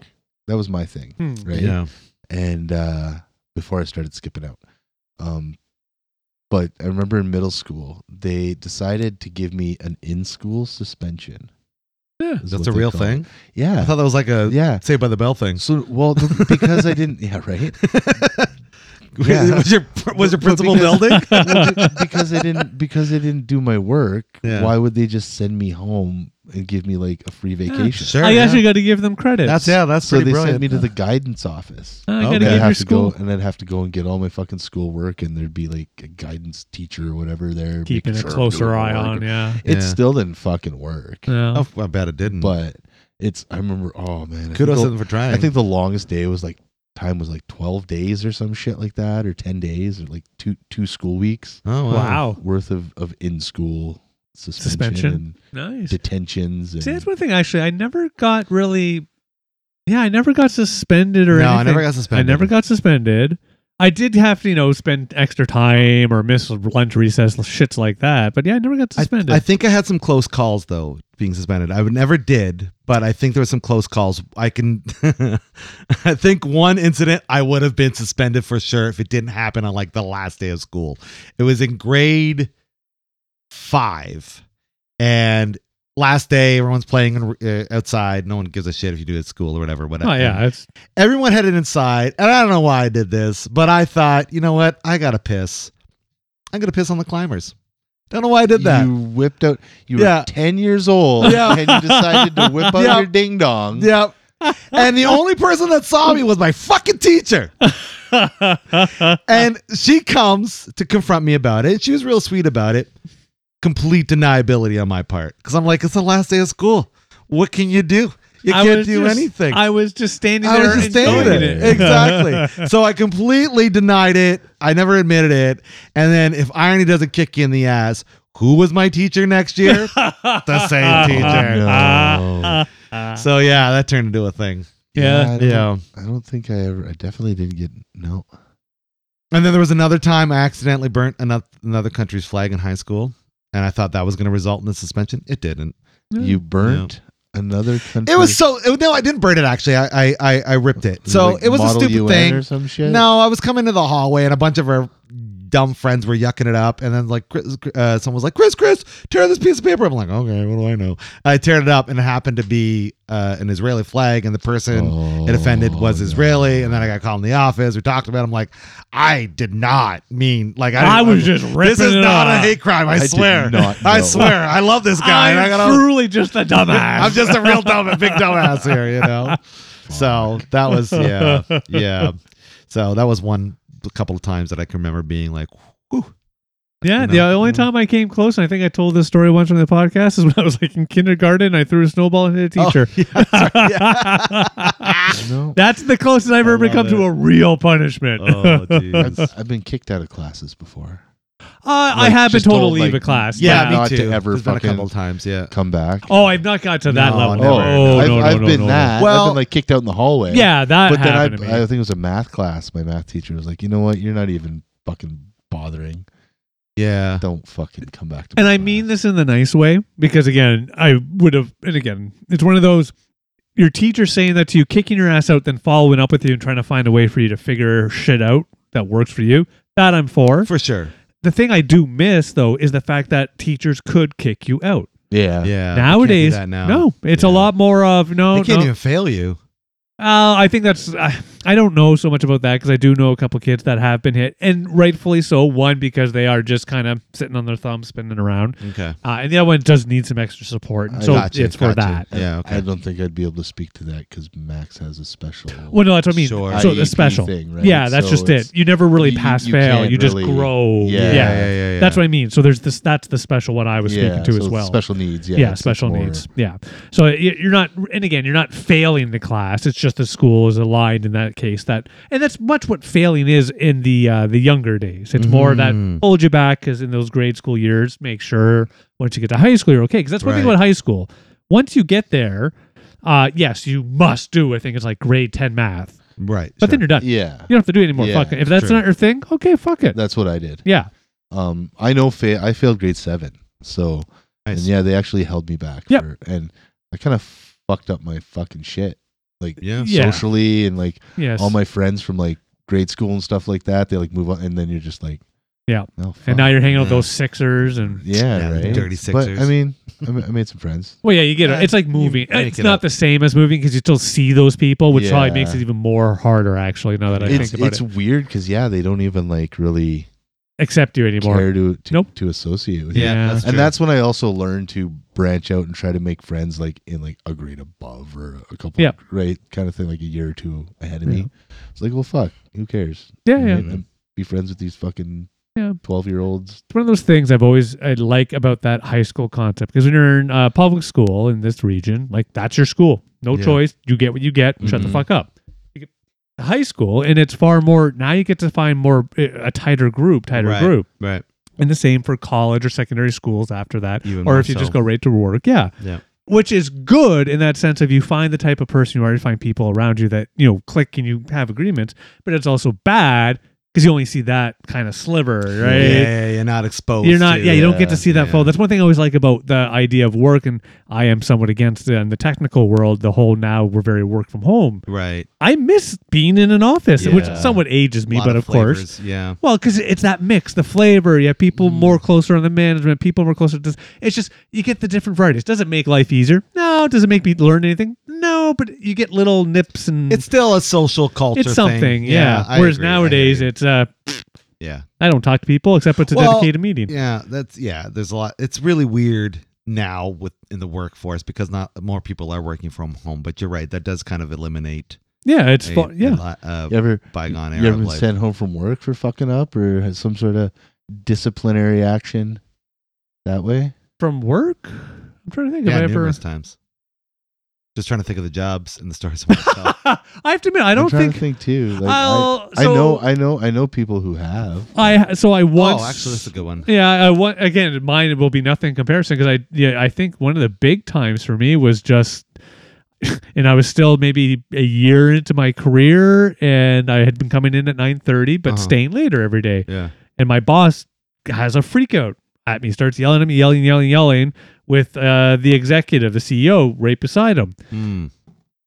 [SPEAKER 3] That was my thing,
[SPEAKER 2] Hmm.
[SPEAKER 3] right? And uh before I started skipping out, um, but I remember in middle school they decided to give me an in-school suspension.
[SPEAKER 2] Yeah.
[SPEAKER 3] is
[SPEAKER 1] that's
[SPEAKER 3] what
[SPEAKER 1] a
[SPEAKER 3] they
[SPEAKER 1] real
[SPEAKER 3] call it.
[SPEAKER 1] thing. I
[SPEAKER 3] Yeah,
[SPEAKER 1] thought that was like a
[SPEAKER 3] yeah.
[SPEAKER 1] Saved by the Bell thing.
[SPEAKER 3] So well, the- because I didn't. Yeah, right. Yeah.
[SPEAKER 1] was your was your
[SPEAKER 3] But- but
[SPEAKER 1] principal
[SPEAKER 3] because-
[SPEAKER 1] building?
[SPEAKER 3] Well, be- because I didn't because I didn't do my work.
[SPEAKER 1] Yeah.
[SPEAKER 3] Why would they just send me home and give me like a free vacation?
[SPEAKER 1] Sure.
[SPEAKER 2] I
[SPEAKER 1] yeah.
[SPEAKER 2] actually got to give them credit.
[SPEAKER 1] That's yeah. That's
[SPEAKER 3] So
[SPEAKER 1] pretty
[SPEAKER 3] they
[SPEAKER 1] brilliant. Uh,
[SPEAKER 3] sent me to the guidance office.
[SPEAKER 2] I gotta
[SPEAKER 1] Okay.
[SPEAKER 3] And
[SPEAKER 2] give
[SPEAKER 3] I'd
[SPEAKER 2] your
[SPEAKER 3] have to
[SPEAKER 2] school.
[SPEAKER 3] go, and I'd have to go and get all my fucking schoolwork, and there'd be like a guidance teacher or whatever there,
[SPEAKER 2] Keeping
[SPEAKER 3] making
[SPEAKER 2] a
[SPEAKER 3] sure I'm
[SPEAKER 2] closer
[SPEAKER 3] doing
[SPEAKER 2] eye
[SPEAKER 3] my work.
[SPEAKER 2] on. Yeah.
[SPEAKER 3] It
[SPEAKER 1] Yeah.
[SPEAKER 3] still didn't fucking work,
[SPEAKER 2] Yeah.
[SPEAKER 1] Oh, I bet it didn't.
[SPEAKER 3] but it's. I remember. Oh man, I
[SPEAKER 1] kudos to
[SPEAKER 3] think
[SPEAKER 1] them for trying.
[SPEAKER 3] the, I think the longest day was like time was like twelve days or some shit like that, or ten days, or like two two school weeks
[SPEAKER 1] Oh
[SPEAKER 2] wow.
[SPEAKER 3] worth of, of in school suspension,
[SPEAKER 2] Suspension.
[SPEAKER 3] and
[SPEAKER 2] Nice.
[SPEAKER 3] detentions. And
[SPEAKER 2] See, that's one thing. Actually, I never got really. Yeah, I never got suspended or
[SPEAKER 1] No, I
[SPEAKER 2] anything.
[SPEAKER 1] never got
[SPEAKER 2] I
[SPEAKER 1] suspended.
[SPEAKER 2] never got suspended. I did have to, you know, spend extra time or miss lunch recess, shits like that. But yeah, I never got
[SPEAKER 1] I,
[SPEAKER 2] suspended.
[SPEAKER 1] I think I had some close calls though being suspended. I would never did, but I think there were some close calls. I can, I think one incident I would have been suspended for sure if it didn't happen on like the last day of school. It was in grade five, and last day everyone's playing uh, outside. No one gives a shit if you do it at school or whatever. Whatever.
[SPEAKER 2] oh yeah, it's
[SPEAKER 1] everyone headed inside, and I don't know why I did this, but I thought, you know what? I gotta piss. I'm gonna piss on the climbers. Don't know why I did that.
[SPEAKER 3] You whipped out. You
[SPEAKER 1] Yeah.
[SPEAKER 3] were ten years old,
[SPEAKER 1] Yeah.
[SPEAKER 3] and you decided to whip out
[SPEAKER 1] Yeah.
[SPEAKER 3] your ding dong.
[SPEAKER 1] Yep. And the only person that saw me was my fucking teacher. And she comes to confront me about it. She was real sweet about it. Complete deniability on my part. Because I'm like, it's the last day of school. What can you do? You
[SPEAKER 2] I
[SPEAKER 1] can't
[SPEAKER 2] was
[SPEAKER 1] do
[SPEAKER 2] just-
[SPEAKER 1] anything.
[SPEAKER 2] I was just standing
[SPEAKER 1] I
[SPEAKER 2] there.
[SPEAKER 1] was just standing
[SPEAKER 2] enjoying
[SPEAKER 1] there. Exactly. so I completely denied it. I never admitted it. And then if irony doesn't kick you in the ass, who was my teacher next year? the same teacher.
[SPEAKER 2] Ah, No.
[SPEAKER 1] So yeah, that turned into a thing.
[SPEAKER 2] Yeah.
[SPEAKER 3] I don't-
[SPEAKER 1] Yeah.
[SPEAKER 3] I don't think I ever. I definitely didn't get no.
[SPEAKER 1] And then there was another time I accidentally burnt another, another country's flag in high school, and I thought that was going to result in a suspension. It didn't.
[SPEAKER 3] You burnt another country.
[SPEAKER 1] It was so it, no, I didn't burn it actually. I I I, I ripped it. So
[SPEAKER 3] like
[SPEAKER 1] it was a
[SPEAKER 3] Model
[SPEAKER 1] stupid
[SPEAKER 3] UN
[SPEAKER 1] thing.
[SPEAKER 3] or some shit.
[SPEAKER 1] No, I was coming to the hallway, and a bunch of our dumb friends were yucking it up, and then like Chris, uh, someone was like, "Chris, Chris, tear this piece of paper." I'm like, "Okay, what do I know?" I tear it up, and it happened to be uh, an Israeli flag, and the person it offended was
[SPEAKER 3] Oh,
[SPEAKER 1] Israeli, and then I got called in the office. We talked about. It. I'm like, I did not mean like I.
[SPEAKER 2] I
[SPEAKER 1] didn't-
[SPEAKER 2] was just ripping
[SPEAKER 1] This is
[SPEAKER 2] it
[SPEAKER 1] not a
[SPEAKER 2] off.
[SPEAKER 1] hate crime. I,
[SPEAKER 3] I did
[SPEAKER 1] swear.
[SPEAKER 3] not
[SPEAKER 1] I
[SPEAKER 3] know.
[SPEAKER 1] swear. I love this guy. and I
[SPEAKER 2] I'm
[SPEAKER 1] gotta,
[SPEAKER 2] truly just a dumbass.
[SPEAKER 1] I'm just a real dumb, a big dumbass here. You know. So that was yeah, yeah. So that was one a couple of times that I can remember being like, "Oh, Whew.
[SPEAKER 2] Yeah,
[SPEAKER 1] No.
[SPEAKER 2] the only
[SPEAKER 1] Mm.
[SPEAKER 2] time I came close, and I think I told this story once on the podcast, is when I was like in kindergarten and I threw a snowball and hit a
[SPEAKER 1] Oh,
[SPEAKER 2] teacher.
[SPEAKER 1] yeah, that's right, yeah.
[SPEAKER 3] No.
[SPEAKER 2] That's the closest I've
[SPEAKER 1] I
[SPEAKER 2] ever
[SPEAKER 1] love
[SPEAKER 2] come to
[SPEAKER 1] it.
[SPEAKER 2] a real punishment.
[SPEAKER 1] Oh, jeez.
[SPEAKER 3] I've, I've been kicked out of classes before.
[SPEAKER 2] Uh, I
[SPEAKER 3] Like,
[SPEAKER 2] have been
[SPEAKER 3] just
[SPEAKER 2] told to
[SPEAKER 3] told,
[SPEAKER 2] leave
[SPEAKER 3] like,
[SPEAKER 2] a class.
[SPEAKER 1] yeah,
[SPEAKER 3] Not
[SPEAKER 1] me
[SPEAKER 3] to
[SPEAKER 1] too.
[SPEAKER 3] ever
[SPEAKER 1] There's been a
[SPEAKER 3] fucking-
[SPEAKER 1] couple of times. Yeah.
[SPEAKER 3] Come back.
[SPEAKER 2] Oh, I've not got to that
[SPEAKER 1] No,
[SPEAKER 2] level.
[SPEAKER 1] never.
[SPEAKER 2] Oh, no,
[SPEAKER 3] I've,
[SPEAKER 2] no,
[SPEAKER 3] I've
[SPEAKER 2] no,
[SPEAKER 3] been
[SPEAKER 2] no, no.
[SPEAKER 3] that.
[SPEAKER 1] Well-
[SPEAKER 3] I've been like kicked out in the hallway.
[SPEAKER 2] Yeah, that
[SPEAKER 3] but then I,
[SPEAKER 2] happened to me.
[SPEAKER 3] I think it was a math class. My math teacher was like, you know what? You're not even fucking bothering.
[SPEAKER 1] Yeah.
[SPEAKER 3] Don't fucking come back to.
[SPEAKER 2] and
[SPEAKER 3] my
[SPEAKER 2] I mean
[SPEAKER 3] class."
[SPEAKER 2] this in the nice way because again, I would have. And again, it's one of those your teacher saying that to you, kicking your ass out, then following up with you and trying to find a way for you to figure shit out that works for you. That I'm for.
[SPEAKER 1] For sure.
[SPEAKER 2] The thing I do miss though is the fact that teachers could kick you out
[SPEAKER 3] Yeah.
[SPEAKER 1] Yeah.
[SPEAKER 2] nowadays.
[SPEAKER 1] we can't do that now.
[SPEAKER 2] No, it's a
[SPEAKER 1] Yeah.
[SPEAKER 2] lot more of no.
[SPEAKER 1] They can't
[SPEAKER 2] no.
[SPEAKER 1] even fail you.
[SPEAKER 2] Uh, I think that's. I, I don't know so much about that because I do know a couple kids that have been hit, and rightfully so. One because they are just kind of sitting on their thumbs, spinning around,
[SPEAKER 1] Okay.
[SPEAKER 2] uh, and the other one does need some extra support.
[SPEAKER 3] I
[SPEAKER 2] And so
[SPEAKER 1] gotcha,
[SPEAKER 2] it's for
[SPEAKER 1] gotcha.
[SPEAKER 2] that.
[SPEAKER 1] Yeah, okay.
[SPEAKER 3] I don't think I'd be able to speak to that because Max has a special.
[SPEAKER 2] Well, no, that's what I mean.
[SPEAKER 1] Sure.
[SPEAKER 2] So
[SPEAKER 3] IEP
[SPEAKER 2] the special,
[SPEAKER 3] E thing, right?
[SPEAKER 2] yeah, that's
[SPEAKER 3] So
[SPEAKER 2] just
[SPEAKER 3] it's-
[SPEAKER 2] it. You never really
[SPEAKER 3] you-
[SPEAKER 2] pass
[SPEAKER 3] you
[SPEAKER 2] fail.
[SPEAKER 3] can't
[SPEAKER 2] You just
[SPEAKER 3] really-
[SPEAKER 2] grow.
[SPEAKER 3] Yeah.
[SPEAKER 1] Yeah. Yeah. Yeah. yeah.
[SPEAKER 2] that's what I mean. So there's this. That's the special one I was
[SPEAKER 3] yeah,
[SPEAKER 2] speaking to
[SPEAKER 3] so
[SPEAKER 2] as
[SPEAKER 3] it's
[SPEAKER 2] well.
[SPEAKER 3] Special needs. Yeah.
[SPEAKER 2] yeah,
[SPEAKER 3] it's
[SPEAKER 2] special
[SPEAKER 3] more-
[SPEAKER 2] needs yeah so y- you're not and again you're not failing the class it's just the school is aligned in that case that and that's much what failing is in the uh, the younger days it's more that
[SPEAKER 3] Mm-hmm.
[SPEAKER 1] Mhm.
[SPEAKER 2] hold you back because in those grade school years make sure once you get to high school you're okay because that's one thing
[SPEAKER 1] Right.
[SPEAKER 2] about high school once you get there uh, yes you must do i think it's like grade 10 math
[SPEAKER 1] Right.
[SPEAKER 2] but then you're done
[SPEAKER 3] Yeah.
[SPEAKER 2] you don't have to do it anymore
[SPEAKER 3] Yeah,
[SPEAKER 2] fuck it. if that's
[SPEAKER 1] true.
[SPEAKER 2] not your thing okay fuck it
[SPEAKER 3] That's what I did.
[SPEAKER 2] yeah
[SPEAKER 3] Um, I know. Fa- I failed grade seven. So
[SPEAKER 1] Nice.
[SPEAKER 3] and yeah, they actually held me back.
[SPEAKER 2] Yep.
[SPEAKER 3] For, and I kind of fucked up my fucking shit. Like
[SPEAKER 1] Yeah.
[SPEAKER 2] Yeah.
[SPEAKER 3] socially and like
[SPEAKER 2] yes
[SPEAKER 3] all my friends from like grade school and stuff like that. They like move on, and then you're just like,
[SPEAKER 2] Yeah.
[SPEAKER 3] oh,
[SPEAKER 2] and now you're hanging out with
[SPEAKER 1] Yeah.
[SPEAKER 2] those sixers and
[SPEAKER 3] yeah,
[SPEAKER 1] Yeah, the
[SPEAKER 3] right?
[SPEAKER 1] dirty
[SPEAKER 3] But I
[SPEAKER 1] Sixers.
[SPEAKER 3] mean, I ma- I made some friends.
[SPEAKER 2] Well, yeah, you get
[SPEAKER 1] Yeah,
[SPEAKER 2] it. It's like
[SPEAKER 1] Uh, you
[SPEAKER 2] moving.
[SPEAKER 1] make
[SPEAKER 2] It's
[SPEAKER 1] it
[SPEAKER 2] not
[SPEAKER 1] up.
[SPEAKER 2] the same as moving because you still see those people, which probably
[SPEAKER 3] Yeah.
[SPEAKER 2] makes it even more harder. Actually, now that I
[SPEAKER 3] It's
[SPEAKER 2] think about
[SPEAKER 3] it's
[SPEAKER 2] it,
[SPEAKER 3] weird because yeah, they don't even like really
[SPEAKER 2] accept you anymore.
[SPEAKER 3] care to to,
[SPEAKER 2] Nope.
[SPEAKER 3] to associate with you.
[SPEAKER 1] Yeah,
[SPEAKER 2] Yeah.
[SPEAKER 1] that's
[SPEAKER 3] And
[SPEAKER 1] true.
[SPEAKER 3] that's when I also learned to branch out and try to make friends like in like a grade above or a couple
[SPEAKER 2] Yeah.
[SPEAKER 3] right kind of thing like a year or two ahead of
[SPEAKER 2] Yeah.
[SPEAKER 3] me. It's like, well fuck, who cares?
[SPEAKER 2] Yeah, yeah.
[SPEAKER 3] And- and be friends with these fucking
[SPEAKER 2] Yeah.
[SPEAKER 3] twelve year olds.
[SPEAKER 2] It's one of those things I've always I like about that high school concept because when you're in uh, public school in this region, like that's your school, no
[SPEAKER 1] Yeah. Mm-hmm.
[SPEAKER 2] choice. You get what you get. Shut the
[SPEAKER 3] Mhm.
[SPEAKER 2] fuck up. You get to high school, and it's far more. Now you get to find more uh, a tighter group, tighter
[SPEAKER 1] Right.
[SPEAKER 2] group,
[SPEAKER 1] Right.
[SPEAKER 2] and the same for college or secondary schools after that,
[SPEAKER 1] Even
[SPEAKER 2] or
[SPEAKER 1] more
[SPEAKER 2] if you
[SPEAKER 1] so.
[SPEAKER 2] just go right to work. Yeah.
[SPEAKER 1] Yeah.
[SPEAKER 2] which is good in that sense of you find the type of person you are, you find people around you that you know click and you have agreements. But it's also bad because you only see that kind of sliver, right?
[SPEAKER 1] Yeah, you're not exposed.
[SPEAKER 2] You're not,
[SPEAKER 1] to-
[SPEAKER 2] yeah, you don't get
[SPEAKER 3] yeah,
[SPEAKER 2] to see that
[SPEAKER 1] yeah.
[SPEAKER 2] full. That's one thing I always like about the idea of work, and I am somewhat against it. In the technical world, the whole now we're very work from home.
[SPEAKER 1] Right.
[SPEAKER 2] I miss being in an office, which
[SPEAKER 1] Yeah.
[SPEAKER 2] somewhat ages me,
[SPEAKER 1] Lot
[SPEAKER 2] but of course.
[SPEAKER 1] flavors, yeah.
[SPEAKER 2] Well, because it's that mix, the flavor. You have people
[SPEAKER 1] Mm.
[SPEAKER 2] more closer on the management, people more closer to this. It's just you get the different varieties. Does it make life easier? No. Does it make me learn anything? No. But you get little nips and
[SPEAKER 1] It's still a social culture.
[SPEAKER 2] it's something.
[SPEAKER 1] thing.
[SPEAKER 2] Yeah.
[SPEAKER 1] I
[SPEAKER 2] Whereas
[SPEAKER 1] agree, I
[SPEAKER 2] nowadays,
[SPEAKER 1] agree.
[SPEAKER 2] it's uh,
[SPEAKER 1] yeah,
[SPEAKER 2] I don't talk to people except it's a
[SPEAKER 1] Well,
[SPEAKER 2] dedicated meeting.
[SPEAKER 1] yeah, that's yeah. There's a lot. It's really weird now with in the workforce because not more people are working from home. But you're right. That does kind of eliminate.
[SPEAKER 2] Yeah, it's
[SPEAKER 1] a-
[SPEAKER 2] fu-
[SPEAKER 1] a
[SPEAKER 2] yeah.
[SPEAKER 1] lot of
[SPEAKER 3] You ever
[SPEAKER 1] bygone
[SPEAKER 3] you
[SPEAKER 1] era
[SPEAKER 3] ever
[SPEAKER 1] of
[SPEAKER 3] been
[SPEAKER 1] life.
[SPEAKER 3] sent home from work for fucking up or has some sort of disciplinary action that way?
[SPEAKER 2] From work, I'm trying to think
[SPEAKER 1] yeah,
[SPEAKER 2] if I ever.
[SPEAKER 1] numerous times. Just trying to think of the jobs and the stories. I wanna tell.
[SPEAKER 2] I have to admit, I
[SPEAKER 3] I'm
[SPEAKER 2] don't
[SPEAKER 3] trying
[SPEAKER 2] think,
[SPEAKER 3] to think too. Like, I,
[SPEAKER 2] I'll.
[SPEAKER 3] I
[SPEAKER 2] so
[SPEAKER 3] know, I know, I know people who have.
[SPEAKER 2] I so I once.
[SPEAKER 1] oh, actually, that's a good one.
[SPEAKER 2] Yeah, I want again. Mine will be nothing comparison because I yeah I think one of the big times for me was just, and I was still maybe a year into my career, and I had been coming in at nine thirty, but
[SPEAKER 1] Uh-huh.
[SPEAKER 2] staying later every day.
[SPEAKER 1] Yeah.
[SPEAKER 2] And my boss has a freak out at me, starts yelling at me, yelling, yelling, yelling, with uh, the executive, the CEO, right beside him.
[SPEAKER 1] Hmm.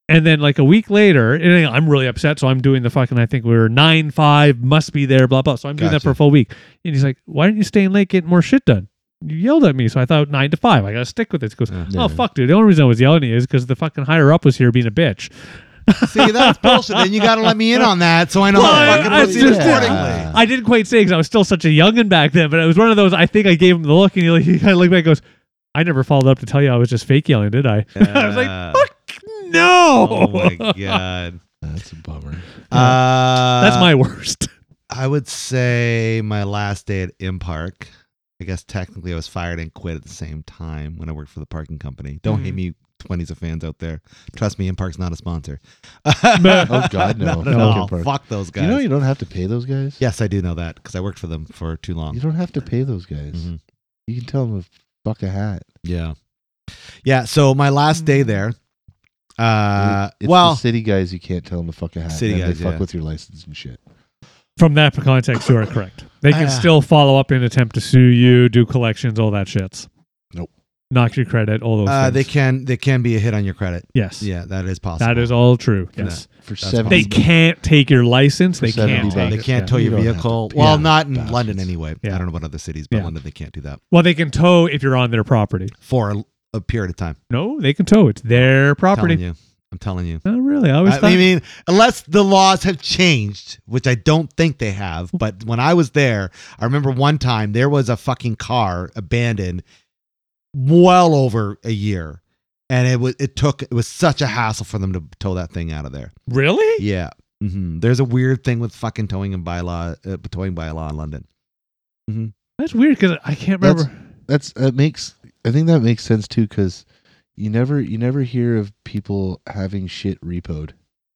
[SPEAKER 2] And then like a week later, and I'm really upset. So I'm doing the fucking, I think we were nine, five, must be there, blah, blah. So I'm doing that
[SPEAKER 1] Gotcha.
[SPEAKER 2] for a full week. And he's like, why aren't you staying late getting more shit done? You yelled at me. So I thought nine to five, I got to stick with this. He goes,
[SPEAKER 1] Yeah.
[SPEAKER 3] Yeah.
[SPEAKER 2] oh, fuck, dude. The only reason I was yelling at you is because the fucking higher up was here being a bitch.
[SPEAKER 1] See, that's bullshit. Then you got to let me in on that so I know
[SPEAKER 2] Well,
[SPEAKER 1] how
[SPEAKER 2] I-
[SPEAKER 1] to fucking
[SPEAKER 2] I
[SPEAKER 1] proceed
[SPEAKER 2] just-
[SPEAKER 1] accordingly.
[SPEAKER 2] I didn't quite say because I was still such a youngin' back then, but it was one of those. I think I gave him the look, and he, he kind of looked back and goes, I never followed up to tell you I was just fake yelling, did I? I was
[SPEAKER 1] Yeah.
[SPEAKER 2] like, fuck no.
[SPEAKER 1] Oh my god.
[SPEAKER 3] That's a bummer.
[SPEAKER 1] Uh,
[SPEAKER 2] That's my worst.
[SPEAKER 1] I would say my last day at Impark. I guess technically I was fired and quit at the same time when I worked for the parking company. Don't hate
[SPEAKER 2] Mhm.
[SPEAKER 1] me, twenties of fans out there. Trust me, Impark's not a sponsor.
[SPEAKER 2] Oh,
[SPEAKER 3] God, no.
[SPEAKER 1] Not at
[SPEAKER 3] Fuck
[SPEAKER 1] all.
[SPEAKER 3] Impark.
[SPEAKER 1] Fuck those guys.
[SPEAKER 3] You know, you don't have to pay those guys.
[SPEAKER 1] yes, I do know that because I worked for them for too long.
[SPEAKER 3] you don't have to pay those guys.
[SPEAKER 1] Mhm.
[SPEAKER 3] You can tell them to fuck a hat.
[SPEAKER 1] Yeah, yeah. So my last day there. Uh,
[SPEAKER 3] it's
[SPEAKER 1] well,
[SPEAKER 3] the city guys you can't tell them to fuck a hat.
[SPEAKER 1] City
[SPEAKER 3] and
[SPEAKER 1] guys,
[SPEAKER 3] they fuck
[SPEAKER 1] yeah.
[SPEAKER 3] with your license and shit.
[SPEAKER 2] From that context, you are correct. They can
[SPEAKER 1] Ah.
[SPEAKER 2] still follow up and attempt to sue you, do collections, all that shits.
[SPEAKER 3] Nope.
[SPEAKER 2] Knock your credit, all those
[SPEAKER 1] uh,
[SPEAKER 2] things.
[SPEAKER 1] they can they can be a hit on your credit.
[SPEAKER 2] yes.
[SPEAKER 1] Yeah, that is possible.
[SPEAKER 2] That is all true.
[SPEAKER 1] Yeah.
[SPEAKER 2] Yes.
[SPEAKER 3] For
[SPEAKER 1] That's
[SPEAKER 3] seven,
[SPEAKER 2] They can't take your license. They
[SPEAKER 3] Seventy
[SPEAKER 2] can't
[SPEAKER 3] bucks.
[SPEAKER 2] take
[SPEAKER 1] They
[SPEAKER 2] it.
[SPEAKER 1] can't
[SPEAKER 2] Yeah.
[SPEAKER 1] tow your
[SPEAKER 3] You don't have to
[SPEAKER 1] vehicle.
[SPEAKER 3] pay
[SPEAKER 1] Well,
[SPEAKER 3] them
[SPEAKER 1] not in
[SPEAKER 3] bastards.
[SPEAKER 1] London anyway.
[SPEAKER 2] Yeah.
[SPEAKER 1] I don't know about other cities, but
[SPEAKER 2] Yeah.
[SPEAKER 1] London they can't do that
[SPEAKER 2] Well, they can tow if you're on their property.
[SPEAKER 1] for a, a period of time.
[SPEAKER 2] No, they can tow. It's their
[SPEAKER 1] I'm
[SPEAKER 2] property.
[SPEAKER 1] telling you, I'm telling you.
[SPEAKER 2] Oh, really? I always
[SPEAKER 1] I,
[SPEAKER 2] thought.
[SPEAKER 1] I mean, unless the laws have changed, which I don't think they have. But when I was there, I remember one time there was a fucking car abandoned, well over a year, and it was it took it was such a hassle for them to tow that thing out of there.
[SPEAKER 2] really?
[SPEAKER 1] Yeah. hmm There's a weird thing with fucking towing and bylaw, uh, towing bylaw in London.
[SPEAKER 2] That's weird because I can't
[SPEAKER 3] That's-
[SPEAKER 2] remember.
[SPEAKER 3] That's that makes. I think that makes sense too, because you never you never hear of people having shit repoed.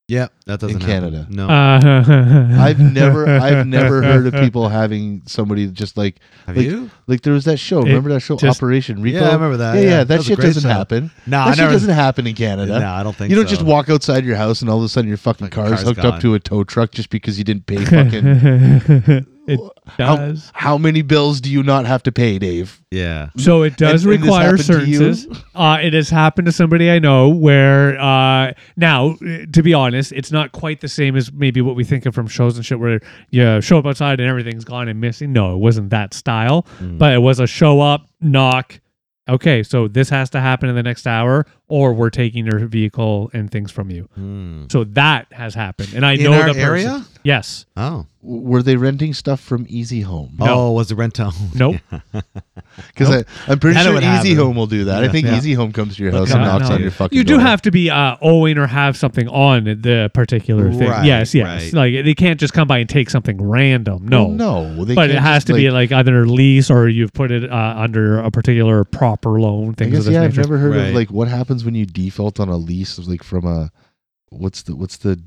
[SPEAKER 1] Yeah, that doesn't happen.
[SPEAKER 3] Canada.
[SPEAKER 1] No,
[SPEAKER 2] Uh,
[SPEAKER 3] I've never I've never heard of people having somebody just like
[SPEAKER 1] have
[SPEAKER 3] like-
[SPEAKER 1] you?
[SPEAKER 3] like there was that show.
[SPEAKER 2] It
[SPEAKER 3] remember that show
[SPEAKER 2] just-
[SPEAKER 3] Operation Repo?
[SPEAKER 1] Yeah, I remember that.
[SPEAKER 3] Yeah, yeah,
[SPEAKER 1] That
[SPEAKER 3] that
[SPEAKER 1] was a
[SPEAKER 3] shit
[SPEAKER 1] great
[SPEAKER 3] doesn't
[SPEAKER 1] show.
[SPEAKER 3] happen.
[SPEAKER 1] No,
[SPEAKER 3] that
[SPEAKER 1] I
[SPEAKER 3] shit
[SPEAKER 1] never.
[SPEAKER 3] doesn't happen in Canada.
[SPEAKER 1] no, I don't think
[SPEAKER 3] You don't
[SPEAKER 1] so.
[SPEAKER 3] just walk outside your house and all of a sudden your fucking
[SPEAKER 1] Like,
[SPEAKER 3] car's,
[SPEAKER 1] car's
[SPEAKER 3] hooked
[SPEAKER 1] gone.
[SPEAKER 3] up to a tow truck just because you didn't pay fucking.
[SPEAKER 2] it
[SPEAKER 3] How-
[SPEAKER 2] does.
[SPEAKER 3] How many bills do you not have to pay, Dave?
[SPEAKER 1] Yeah.
[SPEAKER 2] So it does
[SPEAKER 3] And- and this
[SPEAKER 2] require
[SPEAKER 3] happened to you?
[SPEAKER 2] assurances. Uh, it has happened to somebody I know where uh, now, uh, to be honest, it's not quite the same as maybe what we think of from shows and shit where you show up outside and everything's gone and missing. No, it wasn't that style,
[SPEAKER 1] Mm.
[SPEAKER 2] but it was a show up, knock. Okay, so this has to happen in the next hour, or we're taking your vehicle and things from you.
[SPEAKER 3] Mm.
[SPEAKER 1] Hmm.
[SPEAKER 2] So that has happened, and I
[SPEAKER 1] In
[SPEAKER 2] know
[SPEAKER 1] our
[SPEAKER 2] the person-
[SPEAKER 1] area?
[SPEAKER 2] Yes,
[SPEAKER 1] Oh.
[SPEAKER 3] W- Were they renting stuff from Easy Home?
[SPEAKER 2] No.
[SPEAKER 1] Oh, was the rent owned?
[SPEAKER 2] Nope.
[SPEAKER 3] Because
[SPEAKER 2] Nope.
[SPEAKER 3] I'm pretty
[SPEAKER 1] That
[SPEAKER 3] sure
[SPEAKER 1] would
[SPEAKER 3] Easy
[SPEAKER 1] happen.
[SPEAKER 3] Home will do that. I
[SPEAKER 1] Yeah.
[SPEAKER 3] think
[SPEAKER 1] Yeah.
[SPEAKER 3] Easy Home comes to your
[SPEAKER 1] They'll
[SPEAKER 3] house
[SPEAKER 2] come
[SPEAKER 3] and
[SPEAKER 2] out
[SPEAKER 3] knocks
[SPEAKER 2] and-
[SPEAKER 3] on your fucking.
[SPEAKER 2] you do
[SPEAKER 3] door.
[SPEAKER 2] have to be uh, owing or have something on the particular thing.
[SPEAKER 1] Right,
[SPEAKER 2] yes, yes.
[SPEAKER 1] right.
[SPEAKER 2] Like they can't just come by and take something random. No,
[SPEAKER 3] Well, no, they
[SPEAKER 2] but it
[SPEAKER 3] can't
[SPEAKER 2] has
[SPEAKER 3] just,
[SPEAKER 2] to be like either lease or you've put it uh, under a particular proper loan.
[SPEAKER 3] I
[SPEAKER 2] Things
[SPEAKER 3] guess
[SPEAKER 2] of this
[SPEAKER 3] yeah. I've
[SPEAKER 2] nature.
[SPEAKER 3] never heard
[SPEAKER 1] Right.
[SPEAKER 3] of like what happens when you default on a lease, like from a what's the what's the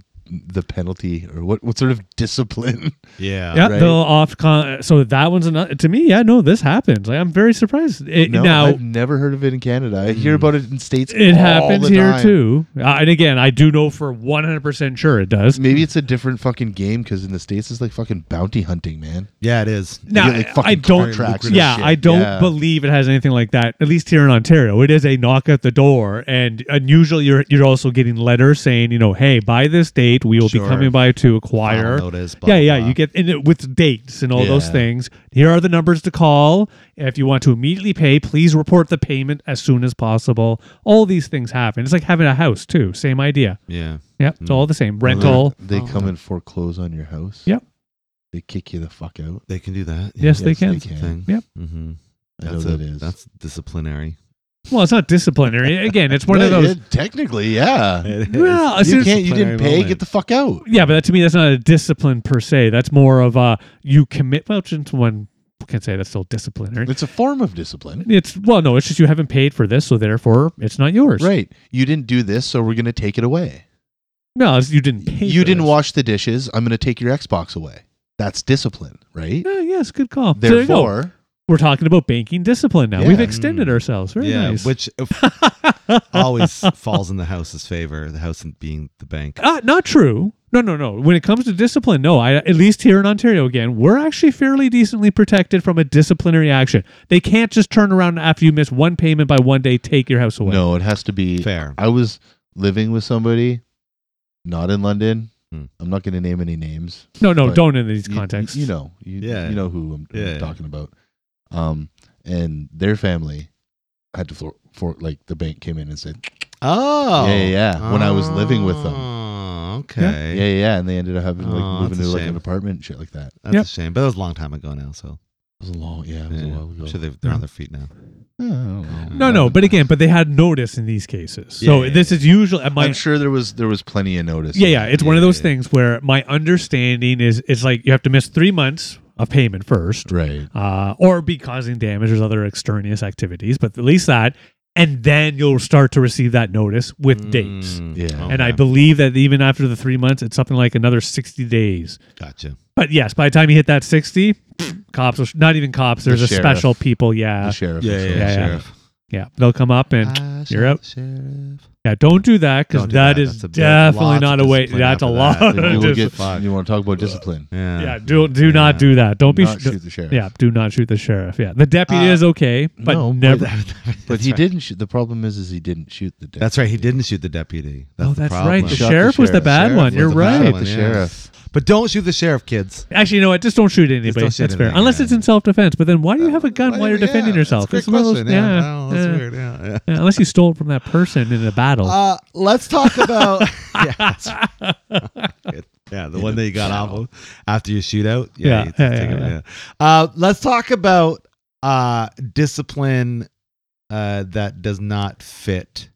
[SPEAKER 3] the penalty or what what sort of discipline?
[SPEAKER 1] Yeah.
[SPEAKER 2] yeah,
[SPEAKER 3] right.
[SPEAKER 2] they'll off. Con- so that one's another. To me, yeah, no, this happens. Like, I'm very surprised. It,
[SPEAKER 3] No,
[SPEAKER 2] Eh, now Hmm.
[SPEAKER 3] I've never heard of it in Canada. I hear
[SPEAKER 1] Mm.
[SPEAKER 3] about it in states.
[SPEAKER 2] it
[SPEAKER 3] all
[SPEAKER 2] happens
[SPEAKER 3] the
[SPEAKER 2] here
[SPEAKER 3] time.
[SPEAKER 2] too. Uh, and again, I do know for 100 percent sure it does.
[SPEAKER 3] Maybe it's a different fucking game because in the states it's like fucking bounty hunting, man.
[SPEAKER 1] Yeah, it is.
[SPEAKER 2] Now,
[SPEAKER 3] get, like, fucking
[SPEAKER 2] I don't.
[SPEAKER 3] contracts and
[SPEAKER 2] Yeah,
[SPEAKER 3] shit.
[SPEAKER 2] I don't
[SPEAKER 3] Yeah.
[SPEAKER 2] believe it has anything like that. At least here in Ontario, it is a knock at the door, and unusually, you're you're also getting letters saying, you know, hey, by this date, we will
[SPEAKER 1] Sure.
[SPEAKER 2] be coming by to acquire.
[SPEAKER 1] Final notice, blah,
[SPEAKER 2] yeah, yeah,
[SPEAKER 1] blah.
[SPEAKER 2] you get and it, with dates and all those
[SPEAKER 1] Yeah.
[SPEAKER 2] things. Here are the numbers to call if you want to immediately pay. Please report the payment as soon as possible. All these things happen. It's like having a house too. Same idea.
[SPEAKER 1] Yeah.
[SPEAKER 2] Yeah, it's all the same.
[SPEAKER 3] They-
[SPEAKER 2] Rental.
[SPEAKER 3] They
[SPEAKER 1] Oh.
[SPEAKER 3] come and foreclose on your house.
[SPEAKER 2] Yep.
[SPEAKER 3] They kick you the fuck out.
[SPEAKER 1] They can do that.
[SPEAKER 2] Yes, they can.
[SPEAKER 1] that's a thing.
[SPEAKER 2] Yep.
[SPEAKER 1] Mm-hmm.
[SPEAKER 3] I know
[SPEAKER 1] That's
[SPEAKER 3] that
[SPEAKER 1] a-
[SPEAKER 3] is.
[SPEAKER 1] That's disciplinary.
[SPEAKER 2] Well, it's not disciplinary. Again, it's one of
[SPEAKER 3] No,
[SPEAKER 2] those.
[SPEAKER 3] yeah, technically, yeah.
[SPEAKER 2] Well, as soon
[SPEAKER 3] You
[SPEAKER 2] as-
[SPEAKER 3] can't. You didn't pay. Get the fuck out.
[SPEAKER 2] Yeah, but that, to me, that's not a discipline per se. That's more of a you commit. Well, since one can say that's still disciplinary.
[SPEAKER 3] It's a form of discipline.
[SPEAKER 2] It's well, no, it's just you haven't paid for this, so therefore it's not yours.
[SPEAKER 3] Right. You didn't do this, so we're gonna take it away.
[SPEAKER 2] No, it's, you didn't pay.
[SPEAKER 3] You
[SPEAKER 2] for
[SPEAKER 3] didn't
[SPEAKER 2] this.
[SPEAKER 3] wash the dishes. I'm gonna take your Xbox away. That's discipline, right?
[SPEAKER 2] No, yes, good call. So there you go.
[SPEAKER 3] Therefore,
[SPEAKER 2] we're talking about banking discipline now.
[SPEAKER 3] Yeah.
[SPEAKER 2] We've extended
[SPEAKER 1] Mm.
[SPEAKER 2] ourselves. Very
[SPEAKER 1] yeah,
[SPEAKER 2] nice.
[SPEAKER 1] which uh, always falls in the house's favor. The house being the bank.
[SPEAKER 2] Uh, not true. No, no, no. When it comes to discipline, no. I at least here in Ontario again, we're actually fairly decently protected from a disciplinary action. They can't just turn around after you miss one payment by one day, take your house away.
[SPEAKER 3] no, it has to be.
[SPEAKER 1] Fair.
[SPEAKER 3] I was living with somebody, not in London.
[SPEAKER 1] Hmm.
[SPEAKER 3] I'm not gonna name any names.
[SPEAKER 2] no, no
[SPEAKER 3] But
[SPEAKER 2] don't in these
[SPEAKER 3] You-
[SPEAKER 2] contexts.
[SPEAKER 3] You, know, you,
[SPEAKER 1] Yeah.
[SPEAKER 3] you know who I'm, who I'm
[SPEAKER 1] Yeah.
[SPEAKER 3] talking about. Um, and their family had to for, for like the bank came in and said,
[SPEAKER 1] Oh.
[SPEAKER 3] Yeah, yeah, yeah. When I was living with them.
[SPEAKER 1] Oh,
[SPEAKER 3] yeah,
[SPEAKER 1] okay.
[SPEAKER 3] yeah, yeah, and they ended up having like
[SPEAKER 1] Oh,
[SPEAKER 3] moving to
[SPEAKER 1] that's a
[SPEAKER 3] like an
[SPEAKER 1] shame.
[SPEAKER 3] apartment and shit like that. It
[SPEAKER 1] That's
[SPEAKER 2] Yep.
[SPEAKER 1] a shame, but that was a long time ago now. So
[SPEAKER 3] was a long, yeah, it was
[SPEAKER 1] Yeah.
[SPEAKER 3] a while ago.
[SPEAKER 1] I'm sure they've, they're on their feet now.
[SPEAKER 3] I don't know.
[SPEAKER 2] No, no, but again, but they had notice in these cases. So
[SPEAKER 1] Yeah.
[SPEAKER 2] this is usual. At my,
[SPEAKER 3] I'm sure there was there was plenty of notice.
[SPEAKER 2] yeah, yeah, it's one of
[SPEAKER 1] Yeah,
[SPEAKER 2] those
[SPEAKER 1] yeah.
[SPEAKER 2] things where my understanding is it's like you have to miss three months of payment first,
[SPEAKER 3] right.
[SPEAKER 2] uh, or be causing damage or other extraneous activities, but at least that, and then you'll start to receive that notice with dates.
[SPEAKER 1] Mm,
[SPEAKER 3] Yeah.
[SPEAKER 2] And I
[SPEAKER 1] okay.
[SPEAKER 2] believe that even after the three months, it's something like another sixty days.
[SPEAKER 1] gotcha.
[SPEAKER 2] But yes, by the time you hit that sixty, cops, will, not even cops,
[SPEAKER 3] The
[SPEAKER 2] there's a
[SPEAKER 3] sheriff.
[SPEAKER 2] special people. Yeah,
[SPEAKER 3] the sheriff.
[SPEAKER 1] Yeah,
[SPEAKER 3] was
[SPEAKER 1] yeah,
[SPEAKER 3] the
[SPEAKER 2] yeah.
[SPEAKER 3] sheriff.
[SPEAKER 2] yeah, they'll come up and.
[SPEAKER 1] Ah,
[SPEAKER 2] you're out.
[SPEAKER 1] Sheriff.
[SPEAKER 2] Yeah, don't do that because
[SPEAKER 1] Don't do that.
[SPEAKER 2] that is
[SPEAKER 1] That's a bit-
[SPEAKER 2] definitely
[SPEAKER 1] lots
[SPEAKER 2] not
[SPEAKER 1] of
[SPEAKER 2] a way.
[SPEAKER 1] discipline
[SPEAKER 2] That's a
[SPEAKER 1] after
[SPEAKER 2] lot.
[SPEAKER 1] that.
[SPEAKER 2] Of
[SPEAKER 1] You
[SPEAKER 3] You, will
[SPEAKER 2] dis-
[SPEAKER 1] Just-
[SPEAKER 3] get,
[SPEAKER 1] Fuck.
[SPEAKER 3] you want to talk about discipline?
[SPEAKER 1] Yeah.
[SPEAKER 2] yeah, do do not do that. Don't be.
[SPEAKER 3] Not
[SPEAKER 2] sh-
[SPEAKER 3] shoot the sheriff.
[SPEAKER 2] yeah, do not shoot the sheriff. Yeah, the deputy
[SPEAKER 3] Uh,
[SPEAKER 2] is okay, but
[SPEAKER 3] no, but-
[SPEAKER 2] never.
[SPEAKER 3] but he
[SPEAKER 1] right.
[SPEAKER 3] didn't. shoot. The problem is, is he didn't shoot the.
[SPEAKER 1] That's right. He
[SPEAKER 3] deputy.
[SPEAKER 1] didn't shoot the deputy. That's
[SPEAKER 2] oh,
[SPEAKER 1] the
[SPEAKER 2] that's
[SPEAKER 1] problem.
[SPEAKER 2] right. The
[SPEAKER 3] Shot the
[SPEAKER 2] sheriff was the
[SPEAKER 3] sheriff.
[SPEAKER 2] bad
[SPEAKER 1] Sheriff
[SPEAKER 2] one.
[SPEAKER 1] was
[SPEAKER 2] You're
[SPEAKER 1] the
[SPEAKER 2] right.
[SPEAKER 1] bad
[SPEAKER 3] Shot
[SPEAKER 1] one,
[SPEAKER 3] the
[SPEAKER 1] yeah.
[SPEAKER 3] sheriff.
[SPEAKER 1] But don't shoot the sheriff, kids.
[SPEAKER 2] Actually, you know what? Just don't shoot anybody.
[SPEAKER 1] don't shoot
[SPEAKER 2] that's fair.
[SPEAKER 1] anybody,
[SPEAKER 2] Unless
[SPEAKER 1] yeah. Uh,
[SPEAKER 2] it's in self defense, but then why do you have a gun
[SPEAKER 3] Why
[SPEAKER 2] while
[SPEAKER 3] do
[SPEAKER 2] you're
[SPEAKER 3] you-
[SPEAKER 2] defending
[SPEAKER 3] yeah,
[SPEAKER 2] yourself?
[SPEAKER 3] that's a
[SPEAKER 2] one
[SPEAKER 3] great
[SPEAKER 2] of those-
[SPEAKER 3] question,
[SPEAKER 1] Yeah,
[SPEAKER 2] yeah,
[SPEAKER 1] no, that's
[SPEAKER 2] yeah.
[SPEAKER 1] weird. Yeah, yeah.
[SPEAKER 2] Yeah, unless you stole it from that person in a battle.
[SPEAKER 1] Uh, let's talk about yeah, that's right. yeah, the one that you got off of after your shootout.
[SPEAKER 2] Yeah,
[SPEAKER 1] you just
[SPEAKER 2] yeah,
[SPEAKER 1] take
[SPEAKER 2] yeah,
[SPEAKER 1] it, Uh, let's talk about uh, discipline uh, that does not fit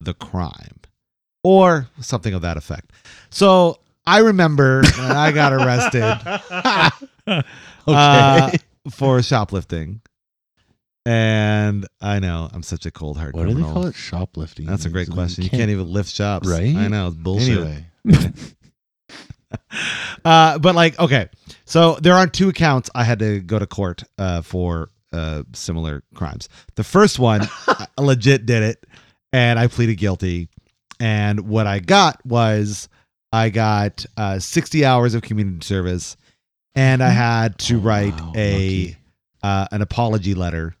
[SPEAKER 1] the crime or something of that effect. So I remember when I got arrested. uh, for shoplifting. And I know I'm such a cold hard
[SPEAKER 3] Why do they
[SPEAKER 1] criminal.
[SPEAKER 3] call it shoplifting?
[SPEAKER 1] That's a great
[SPEAKER 3] It's like
[SPEAKER 1] question. You can't even lift shops,
[SPEAKER 3] Right?
[SPEAKER 1] I know it's bullshit.
[SPEAKER 3] Anyway,
[SPEAKER 1] Uh, but like, okay, so there are two accounts I had to go to court uh, for uh, similar crimes. The first one, I legit did it, and I pleaded guilty. And what I got was I got uh, 60 hours of community service, and I had to
[SPEAKER 3] Oh,
[SPEAKER 1] write
[SPEAKER 3] wow,
[SPEAKER 1] a
[SPEAKER 3] lucky.
[SPEAKER 1] uh, an apology letter.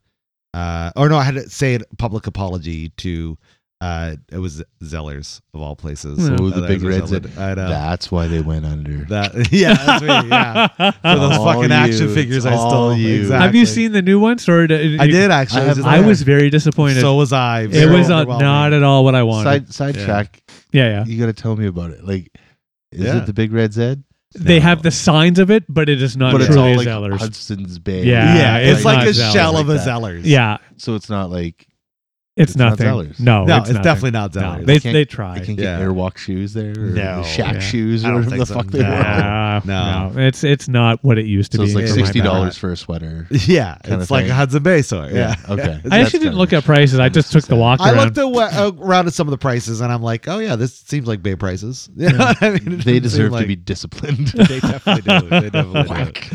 [SPEAKER 1] Uh, or no, I had to say a public apology to uh, it was Zellers of all places.
[SPEAKER 2] Yeah.
[SPEAKER 3] Oh, the
[SPEAKER 1] Uh,
[SPEAKER 3] big
[SPEAKER 1] that was
[SPEAKER 3] reds
[SPEAKER 1] Zeller- I know.
[SPEAKER 3] that's why they went under.
[SPEAKER 1] That yeah, that's me. Yeah. For those
[SPEAKER 3] All
[SPEAKER 1] fucking
[SPEAKER 3] you.
[SPEAKER 1] action
[SPEAKER 3] It's
[SPEAKER 1] figures I
[SPEAKER 3] all
[SPEAKER 1] stole.
[SPEAKER 3] you.
[SPEAKER 1] Exactly.
[SPEAKER 2] Have you seen the new one? Sorry, to,
[SPEAKER 1] I did actually.
[SPEAKER 3] I
[SPEAKER 1] was
[SPEAKER 3] have-
[SPEAKER 1] just
[SPEAKER 2] I
[SPEAKER 1] there.
[SPEAKER 2] was very disappointed.
[SPEAKER 1] so was I.
[SPEAKER 2] it
[SPEAKER 1] Very
[SPEAKER 2] was uh,
[SPEAKER 1] overwhelming.
[SPEAKER 2] not at all what I wanted.
[SPEAKER 3] Side sidetrack.
[SPEAKER 2] yeah, yeah.
[SPEAKER 3] You got to tell me about it. Like, is
[SPEAKER 1] Yeah.
[SPEAKER 3] it the big red Zed?
[SPEAKER 2] They
[SPEAKER 1] No.
[SPEAKER 2] have the signs of it, but it is not
[SPEAKER 3] but it's all
[SPEAKER 2] truly
[SPEAKER 3] like
[SPEAKER 2] Zellers.
[SPEAKER 3] Hudson's Bay.
[SPEAKER 2] Yeah,
[SPEAKER 1] Yeah, it's
[SPEAKER 2] it's
[SPEAKER 1] like
[SPEAKER 2] not
[SPEAKER 1] a
[SPEAKER 2] Zellers
[SPEAKER 1] shell
[SPEAKER 3] like
[SPEAKER 1] of a
[SPEAKER 3] that.
[SPEAKER 1] Zellers.
[SPEAKER 2] yeah,
[SPEAKER 3] So it's not like
[SPEAKER 2] It's,
[SPEAKER 3] It's not
[SPEAKER 2] nothing.
[SPEAKER 3] Zeller's.
[SPEAKER 2] no,
[SPEAKER 1] no, it's,
[SPEAKER 2] it's, nothing.
[SPEAKER 1] definitely not
[SPEAKER 2] No,
[SPEAKER 1] Zeller's.
[SPEAKER 2] they
[SPEAKER 3] They can't-
[SPEAKER 2] they
[SPEAKER 3] I
[SPEAKER 2] try.
[SPEAKER 3] can get
[SPEAKER 1] Yeah.
[SPEAKER 3] Airwalk shoes there, or
[SPEAKER 1] No.
[SPEAKER 3] the Shack
[SPEAKER 1] Yeah.
[SPEAKER 3] shoes,
[SPEAKER 1] I
[SPEAKER 3] or
[SPEAKER 1] don't
[SPEAKER 3] whatever
[SPEAKER 1] think
[SPEAKER 3] the
[SPEAKER 1] so.
[SPEAKER 3] fuck they
[SPEAKER 1] No.
[SPEAKER 3] were.
[SPEAKER 2] Nah,
[SPEAKER 1] No.
[SPEAKER 2] no. it's it's not what it used to
[SPEAKER 3] So
[SPEAKER 2] be.
[SPEAKER 3] it's like
[SPEAKER 1] Yeah.
[SPEAKER 2] in my
[SPEAKER 3] sixty dollars
[SPEAKER 2] mind.
[SPEAKER 3] for a sweater.
[SPEAKER 1] yeah,
[SPEAKER 3] Kinda
[SPEAKER 1] it's like a
[SPEAKER 3] thing.
[SPEAKER 1] Hudson Bay sweater. Yeah.
[SPEAKER 3] Yeah, okay.
[SPEAKER 2] I
[SPEAKER 3] That's
[SPEAKER 2] actually didn't
[SPEAKER 3] kinda
[SPEAKER 2] look at prices. I just took the
[SPEAKER 3] sad.
[SPEAKER 2] walk
[SPEAKER 1] I
[SPEAKER 2] around.
[SPEAKER 1] looked at what, around at some of the prices, and I'm like, oh yeah, this seems like Bay prices. You know what I mean? It didn't
[SPEAKER 3] They
[SPEAKER 1] seem
[SPEAKER 3] deserve to
[SPEAKER 1] like-
[SPEAKER 3] be Oh disciplined.
[SPEAKER 1] They definitely do. They definitely do.
[SPEAKER 3] Whack.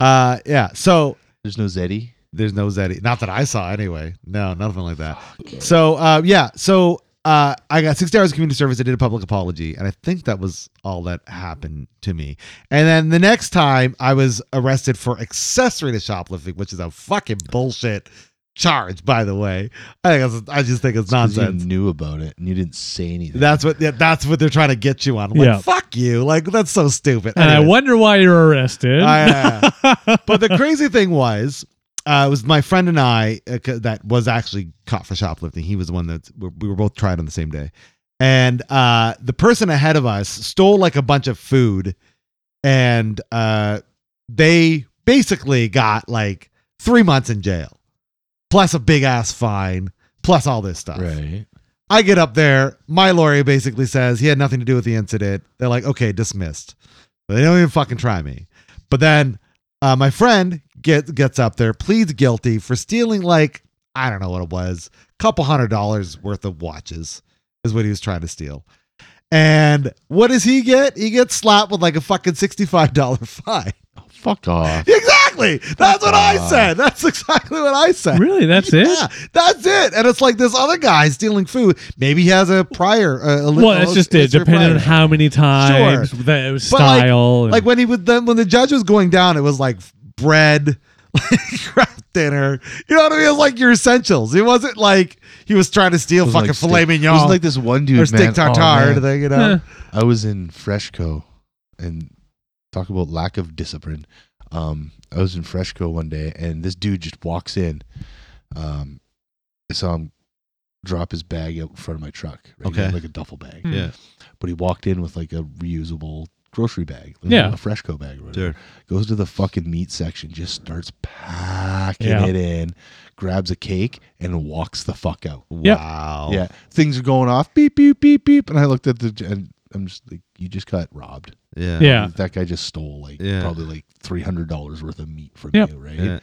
[SPEAKER 1] Uh, yeah. So
[SPEAKER 3] There's no Zeddy.
[SPEAKER 1] there's no Zeddy. Not that I saw anyway. No, nothing like that. So uh, yeah. So uh, I got 60 hours of community service. I did a public apology, and I think that was all that happened to me. And then the next time I was arrested for accessory to shoplifting, which is a fucking bullshit charge, by the way. I think it's, I just think it's
[SPEAKER 3] 'Cause
[SPEAKER 1] nonsense.
[SPEAKER 3] You knew about it and you didn't say anything.
[SPEAKER 1] That's what yeah, that's what they're trying to get you on. Like,
[SPEAKER 2] Yeah.
[SPEAKER 1] fuck you. Like that's so stupid.
[SPEAKER 2] and I
[SPEAKER 1] Anyway.
[SPEAKER 2] wonder why you're arrested.
[SPEAKER 1] I, uh, but the crazy thing was, uh, it was my friend and I uh, c- that was actually caught for shoplifting. He was the one that we were both tried on the same day, and uh, the person ahead of us stole like a bunch of food, and uh, they basically got like three months in jail, plus a big ass fine, plus all this stuff.
[SPEAKER 3] right.
[SPEAKER 1] I get up there. My lawyer basically says he had nothing to do with the incident. They're like, okay, dismissed. But they don't even fucking try me. But then uh, my friend get, gets up there, pleads guilty for stealing, like, I don't know what it was, a couple hundred dollars worth of watches is what he was trying to steal. And what does he get? He gets slapped with like a fucking $65 fine.
[SPEAKER 3] Oh, fuck off.
[SPEAKER 1] exactly. That's what I said. That's exactly what I said.
[SPEAKER 2] really? That's it?
[SPEAKER 1] Yeah, that's it. And it's like this other guy stealing food. Maybe he has a prior. uh, A, a li-
[SPEAKER 2] Well, that's
[SPEAKER 1] a
[SPEAKER 2] just it.
[SPEAKER 1] history
[SPEAKER 2] Depending
[SPEAKER 1] prior.
[SPEAKER 2] on how many times, the style.
[SPEAKER 1] Like when he would then when the judge was going down, it was like bread, like craft dinner. You know what I mean? It was like your essentials. It wasn't like he was trying to steal
[SPEAKER 3] It was
[SPEAKER 1] fucking
[SPEAKER 3] like
[SPEAKER 1] filet
[SPEAKER 3] steak-
[SPEAKER 1] mignon
[SPEAKER 3] It was like this one dude,
[SPEAKER 1] or steak
[SPEAKER 3] man. Oh,
[SPEAKER 1] tartare. or
[SPEAKER 3] man.
[SPEAKER 1] anything, you know?
[SPEAKER 2] Huh.
[SPEAKER 3] I was in Freshco and talk about lack of discipline. Um, I was in Freshco one day and this dude just walks in. Um, I saw him drop his bag out in front of my truck. right? He had,
[SPEAKER 1] Okay.
[SPEAKER 3] Like a duffel bag.
[SPEAKER 2] Hmm.
[SPEAKER 1] Yeah.
[SPEAKER 3] But he walked in with like a reusable grocery bag. like
[SPEAKER 2] Yeah.
[SPEAKER 3] A Freshco bag or whatever. Goes to the fucking meat section, just starts packing
[SPEAKER 2] Yeah.
[SPEAKER 3] it in, grabs a cake and walks the fuck out.
[SPEAKER 2] Yep.
[SPEAKER 1] Wow.
[SPEAKER 2] Oh.
[SPEAKER 3] Yeah, things are going off. Beep beep beep beep. And I looked at the and I'm just like, you just got robbed.
[SPEAKER 1] Yeah.
[SPEAKER 2] yeah.
[SPEAKER 3] That guy just stole like
[SPEAKER 1] Yeah.
[SPEAKER 3] probably like three hundred dollars worth of meat from
[SPEAKER 2] Yep.
[SPEAKER 3] you, right?
[SPEAKER 1] Yeah.
[SPEAKER 3] And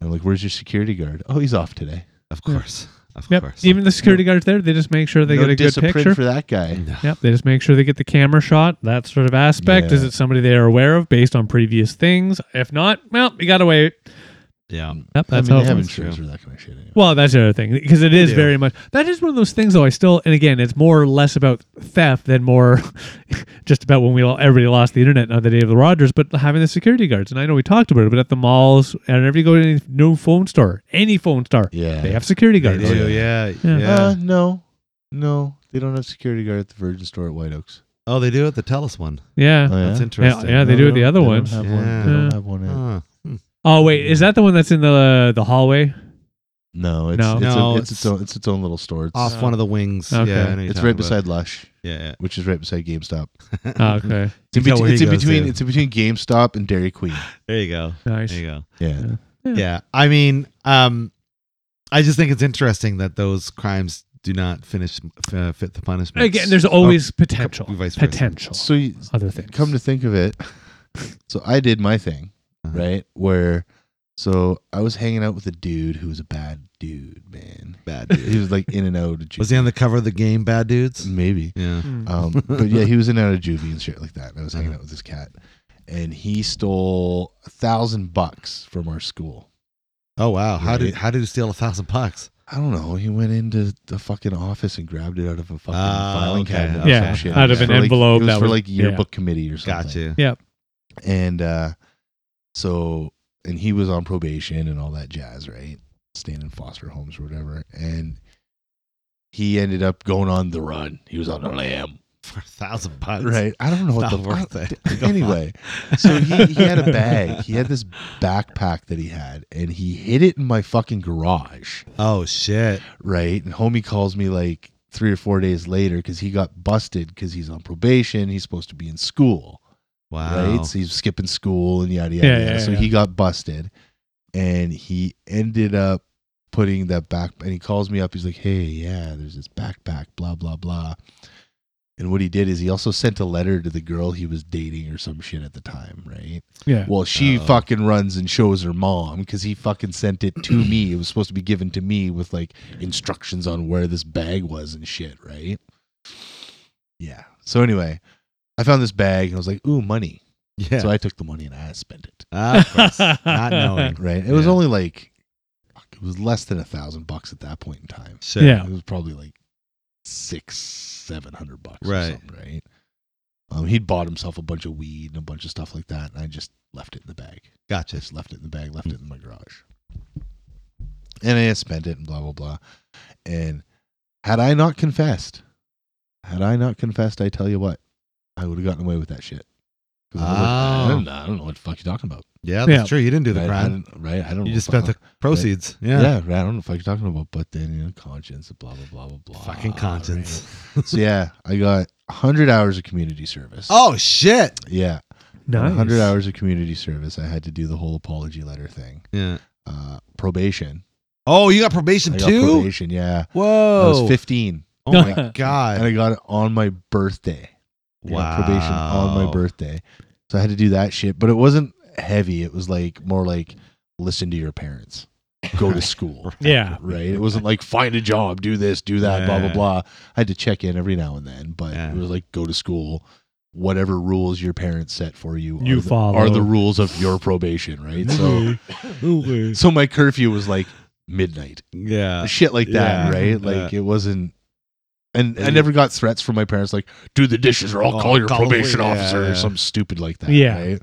[SPEAKER 3] I'm like, where's your security guard? Oh, he's off today.
[SPEAKER 1] Of course. Of
[SPEAKER 2] Yep.
[SPEAKER 1] course.
[SPEAKER 2] Even the security guards there, they just make sure they
[SPEAKER 3] no
[SPEAKER 2] get a good
[SPEAKER 3] discipline
[SPEAKER 2] picture.
[SPEAKER 3] for that guy.
[SPEAKER 2] Yep. They just make sure they get the camera shot, that sort of aspect. Is
[SPEAKER 3] Yeah.
[SPEAKER 2] it somebody they are aware of based on previous things? If not, well, you got to wait.
[SPEAKER 1] yeah.
[SPEAKER 2] Yep,
[SPEAKER 3] I
[SPEAKER 2] that's
[SPEAKER 3] mean,
[SPEAKER 2] how
[SPEAKER 3] they
[SPEAKER 2] it
[SPEAKER 3] have
[SPEAKER 2] works.
[SPEAKER 3] insurance for that kind of shit anyway.
[SPEAKER 2] Well, that's the other thing because it is
[SPEAKER 1] do.
[SPEAKER 2] very much that is one of those things though. I still and again, it's more or less about theft than more just about when we all everybody lost the internet on the day of the Rogers. But having the security guards and I know we talked about it, but at the malls and whenever you go to any new phone store, any phone store,
[SPEAKER 3] Yeah.
[SPEAKER 2] they have security guards.
[SPEAKER 3] do.
[SPEAKER 1] Oh, yeah.
[SPEAKER 2] Yeah.
[SPEAKER 3] Uh, no, no, they don't have security guard at the Virgin store at White Oaks.
[SPEAKER 1] oh, they do it. The Telus one.
[SPEAKER 2] Yeah.
[SPEAKER 1] That's
[SPEAKER 3] Oh, yeah? No,
[SPEAKER 2] yeah,
[SPEAKER 1] interesting.
[SPEAKER 2] yeah, they do it the other
[SPEAKER 3] don't
[SPEAKER 2] ones.
[SPEAKER 3] have one.
[SPEAKER 1] Yeah.
[SPEAKER 3] They
[SPEAKER 2] Yeah.
[SPEAKER 3] don't have one. at-
[SPEAKER 1] Huh.
[SPEAKER 2] Oh wait, is that the one that's in the the hallway?
[SPEAKER 3] No, it's
[SPEAKER 2] No.
[SPEAKER 3] It's,
[SPEAKER 1] No,
[SPEAKER 3] a, it's, its
[SPEAKER 1] it's-
[SPEAKER 3] own it's its own little store. It's,
[SPEAKER 1] off
[SPEAKER 2] Uh,
[SPEAKER 1] one of the wings.
[SPEAKER 2] okay.
[SPEAKER 1] Yeah, I know you're
[SPEAKER 3] it's
[SPEAKER 1] talking
[SPEAKER 3] right
[SPEAKER 1] about.
[SPEAKER 3] beside Lush,
[SPEAKER 1] Yeah,
[SPEAKER 3] which is right beside GameStop.
[SPEAKER 1] yeah.
[SPEAKER 2] Oh, okay,
[SPEAKER 3] It's in,
[SPEAKER 1] You tell
[SPEAKER 3] bet-
[SPEAKER 1] where
[SPEAKER 3] it's
[SPEAKER 1] he
[SPEAKER 3] in
[SPEAKER 1] goes
[SPEAKER 3] between.
[SPEAKER 1] to.
[SPEAKER 3] It's in between GameStop and Dairy Queen.
[SPEAKER 1] There you go.
[SPEAKER 2] nice.
[SPEAKER 1] There you go.
[SPEAKER 3] Yeah,
[SPEAKER 2] Yeah.
[SPEAKER 1] Yeah. I mean, um, I just think it's interesting that those crimes do not finish uh, fit the punishment.
[SPEAKER 2] Again, there's always potential,
[SPEAKER 1] vice versa.
[SPEAKER 2] potential.
[SPEAKER 3] So you,
[SPEAKER 2] Other things.
[SPEAKER 3] come to think of it, so I did my thing,
[SPEAKER 1] Uh-huh.
[SPEAKER 3] right? Where, so I was hanging out with a dude who was a bad dude, man.
[SPEAKER 1] bad.
[SPEAKER 3] He
[SPEAKER 1] Dude.
[SPEAKER 3] was like in and out of juvie.
[SPEAKER 1] Oh, Was he on the cover of the game, Bad Dudes?
[SPEAKER 3] Maybe.
[SPEAKER 1] Yeah.
[SPEAKER 2] Mm.
[SPEAKER 3] Um, but yeah, he was in and out of juvie and shit like that. And I was hanging
[SPEAKER 1] Uh-huh.
[SPEAKER 3] out with this cat, and he stole a thousand bucks from our school.
[SPEAKER 1] Oh wow. How did
[SPEAKER 3] Right.
[SPEAKER 1] how did he steal a thousand bucks?
[SPEAKER 3] I don't know. He went into the fucking office and grabbed it out of a fucking
[SPEAKER 1] Ah,
[SPEAKER 3] filing
[SPEAKER 1] okay,
[SPEAKER 3] cabinet. or
[SPEAKER 1] Yeah,
[SPEAKER 3] some shit.
[SPEAKER 1] out of
[SPEAKER 3] It was
[SPEAKER 1] an
[SPEAKER 3] for, like-
[SPEAKER 2] envelope
[SPEAKER 3] It was
[SPEAKER 2] that
[SPEAKER 3] for
[SPEAKER 2] was-
[SPEAKER 3] like
[SPEAKER 2] yeah.
[SPEAKER 3] yearbook committee or something.
[SPEAKER 1] Gotcha.
[SPEAKER 3] and uh so and he was on probation and all that jazz right staying in foster homes or whatever and he ended up going on the run he was on the lam
[SPEAKER 1] For a thousand bucks,
[SPEAKER 3] right i don't know
[SPEAKER 1] It's
[SPEAKER 3] what the
[SPEAKER 1] not
[SPEAKER 3] fuck
[SPEAKER 1] worth it.
[SPEAKER 3] anyway so he, he had a bag he had this backpack that he had and he hid it in my fucking garage
[SPEAKER 1] Oh shit.
[SPEAKER 3] right? And homie calls me like three or four days later because he got busted because he's on probation. He's supposed to be in school,
[SPEAKER 1] Wow.
[SPEAKER 3] right? So he's skipping school and yada yada.
[SPEAKER 2] Yeah,
[SPEAKER 3] yada.
[SPEAKER 2] yeah,
[SPEAKER 3] so
[SPEAKER 2] yeah.
[SPEAKER 3] he got busted, and he ended up putting that back and he calls me up he's like hey yeah there's this backpack blah blah blah and what he did is he also sent a letter to the girl he was dating or some shit at the time right
[SPEAKER 2] Yeah.
[SPEAKER 3] well she
[SPEAKER 1] Oh.
[SPEAKER 3] fucking runs and shows her mom because he fucking sent it to me it was supposed to be given to me with like instructions on where this bag was and shit right yeah so anyway i found this bag and i was like ooh money
[SPEAKER 1] Yeah.
[SPEAKER 3] so i took the money and i spent it
[SPEAKER 1] Ah, of course. Not knowing.
[SPEAKER 3] right? It was
[SPEAKER 1] Yeah.
[SPEAKER 3] only like fuck, it was less than a thousand bucks at that point in time.
[SPEAKER 1] Sure.
[SPEAKER 2] Yeah.
[SPEAKER 3] It was probably like six, seven hundred bucks,
[SPEAKER 1] Right.
[SPEAKER 3] Or something, right? Um, he'd bought himself a bunch of weed and a bunch of stuff like that, and I just left it in the bag.
[SPEAKER 1] Gotcha.
[SPEAKER 3] Just left it in the bag, left it in my garage, and I spent it and blah blah blah. And had I not confessed, had I not confessed, I tell you what, I would have gotten away with that shit. 'Cause I was like, I,
[SPEAKER 1] Oh.
[SPEAKER 3] don't, know- I don't know what the fuck you're talking about.
[SPEAKER 1] Yeah, that's
[SPEAKER 2] Yeah.
[SPEAKER 1] true. You didn't do the
[SPEAKER 3] right? I
[SPEAKER 1] crime.
[SPEAKER 3] don't, right? I don't.
[SPEAKER 1] You
[SPEAKER 3] know
[SPEAKER 1] just
[SPEAKER 3] if I-
[SPEAKER 1] spent the proceeds. Yeah.
[SPEAKER 3] yeah, right. I don't know if I was talking about, but then you know, conscience, blah blah blah blah blah.
[SPEAKER 1] Fucking conscience.
[SPEAKER 3] right? so yeah, I got hundred hours of community service.
[SPEAKER 1] Oh shit.
[SPEAKER 3] yeah,
[SPEAKER 2] Nice.
[SPEAKER 3] hundred hours of community service. I had to do the whole apology letter thing.
[SPEAKER 1] Yeah.
[SPEAKER 3] Uh, probation.
[SPEAKER 1] Oh, you got probation
[SPEAKER 3] I got
[SPEAKER 1] too?
[SPEAKER 3] probation. Yeah,
[SPEAKER 1] Whoa.
[SPEAKER 3] I was fifteen,
[SPEAKER 1] Oh my god.
[SPEAKER 3] and I got it on my birthday. I got probation on my
[SPEAKER 1] Wow.
[SPEAKER 3] birthday. So I had to do that shit, but it wasn't heavy. It was like more like listen to your parents, go to school.
[SPEAKER 2] Yeah.
[SPEAKER 3] right? It wasn't like find a job, do this, do that, blah blah
[SPEAKER 1] Yeah.
[SPEAKER 3] blah. I had to check in every now and then, but
[SPEAKER 1] Yeah.
[SPEAKER 3] it was like go to school. Whatever rules your parents set for you,
[SPEAKER 2] You
[SPEAKER 3] are the,
[SPEAKER 2] follow.
[SPEAKER 3] are the rules of your probation, right? So, so my curfew was like midnight,
[SPEAKER 1] yeah.
[SPEAKER 3] shit like that,
[SPEAKER 1] Uh, yeah, uh,
[SPEAKER 3] right? Like it wasn't, and I never got threats from my parents like do the dishes or I'll
[SPEAKER 1] Oh,
[SPEAKER 3] call your
[SPEAKER 1] call the
[SPEAKER 3] probation
[SPEAKER 1] police. Yeah,
[SPEAKER 3] officer
[SPEAKER 1] yeah.
[SPEAKER 3] or some stupid like that,
[SPEAKER 2] Yeah.
[SPEAKER 3] right?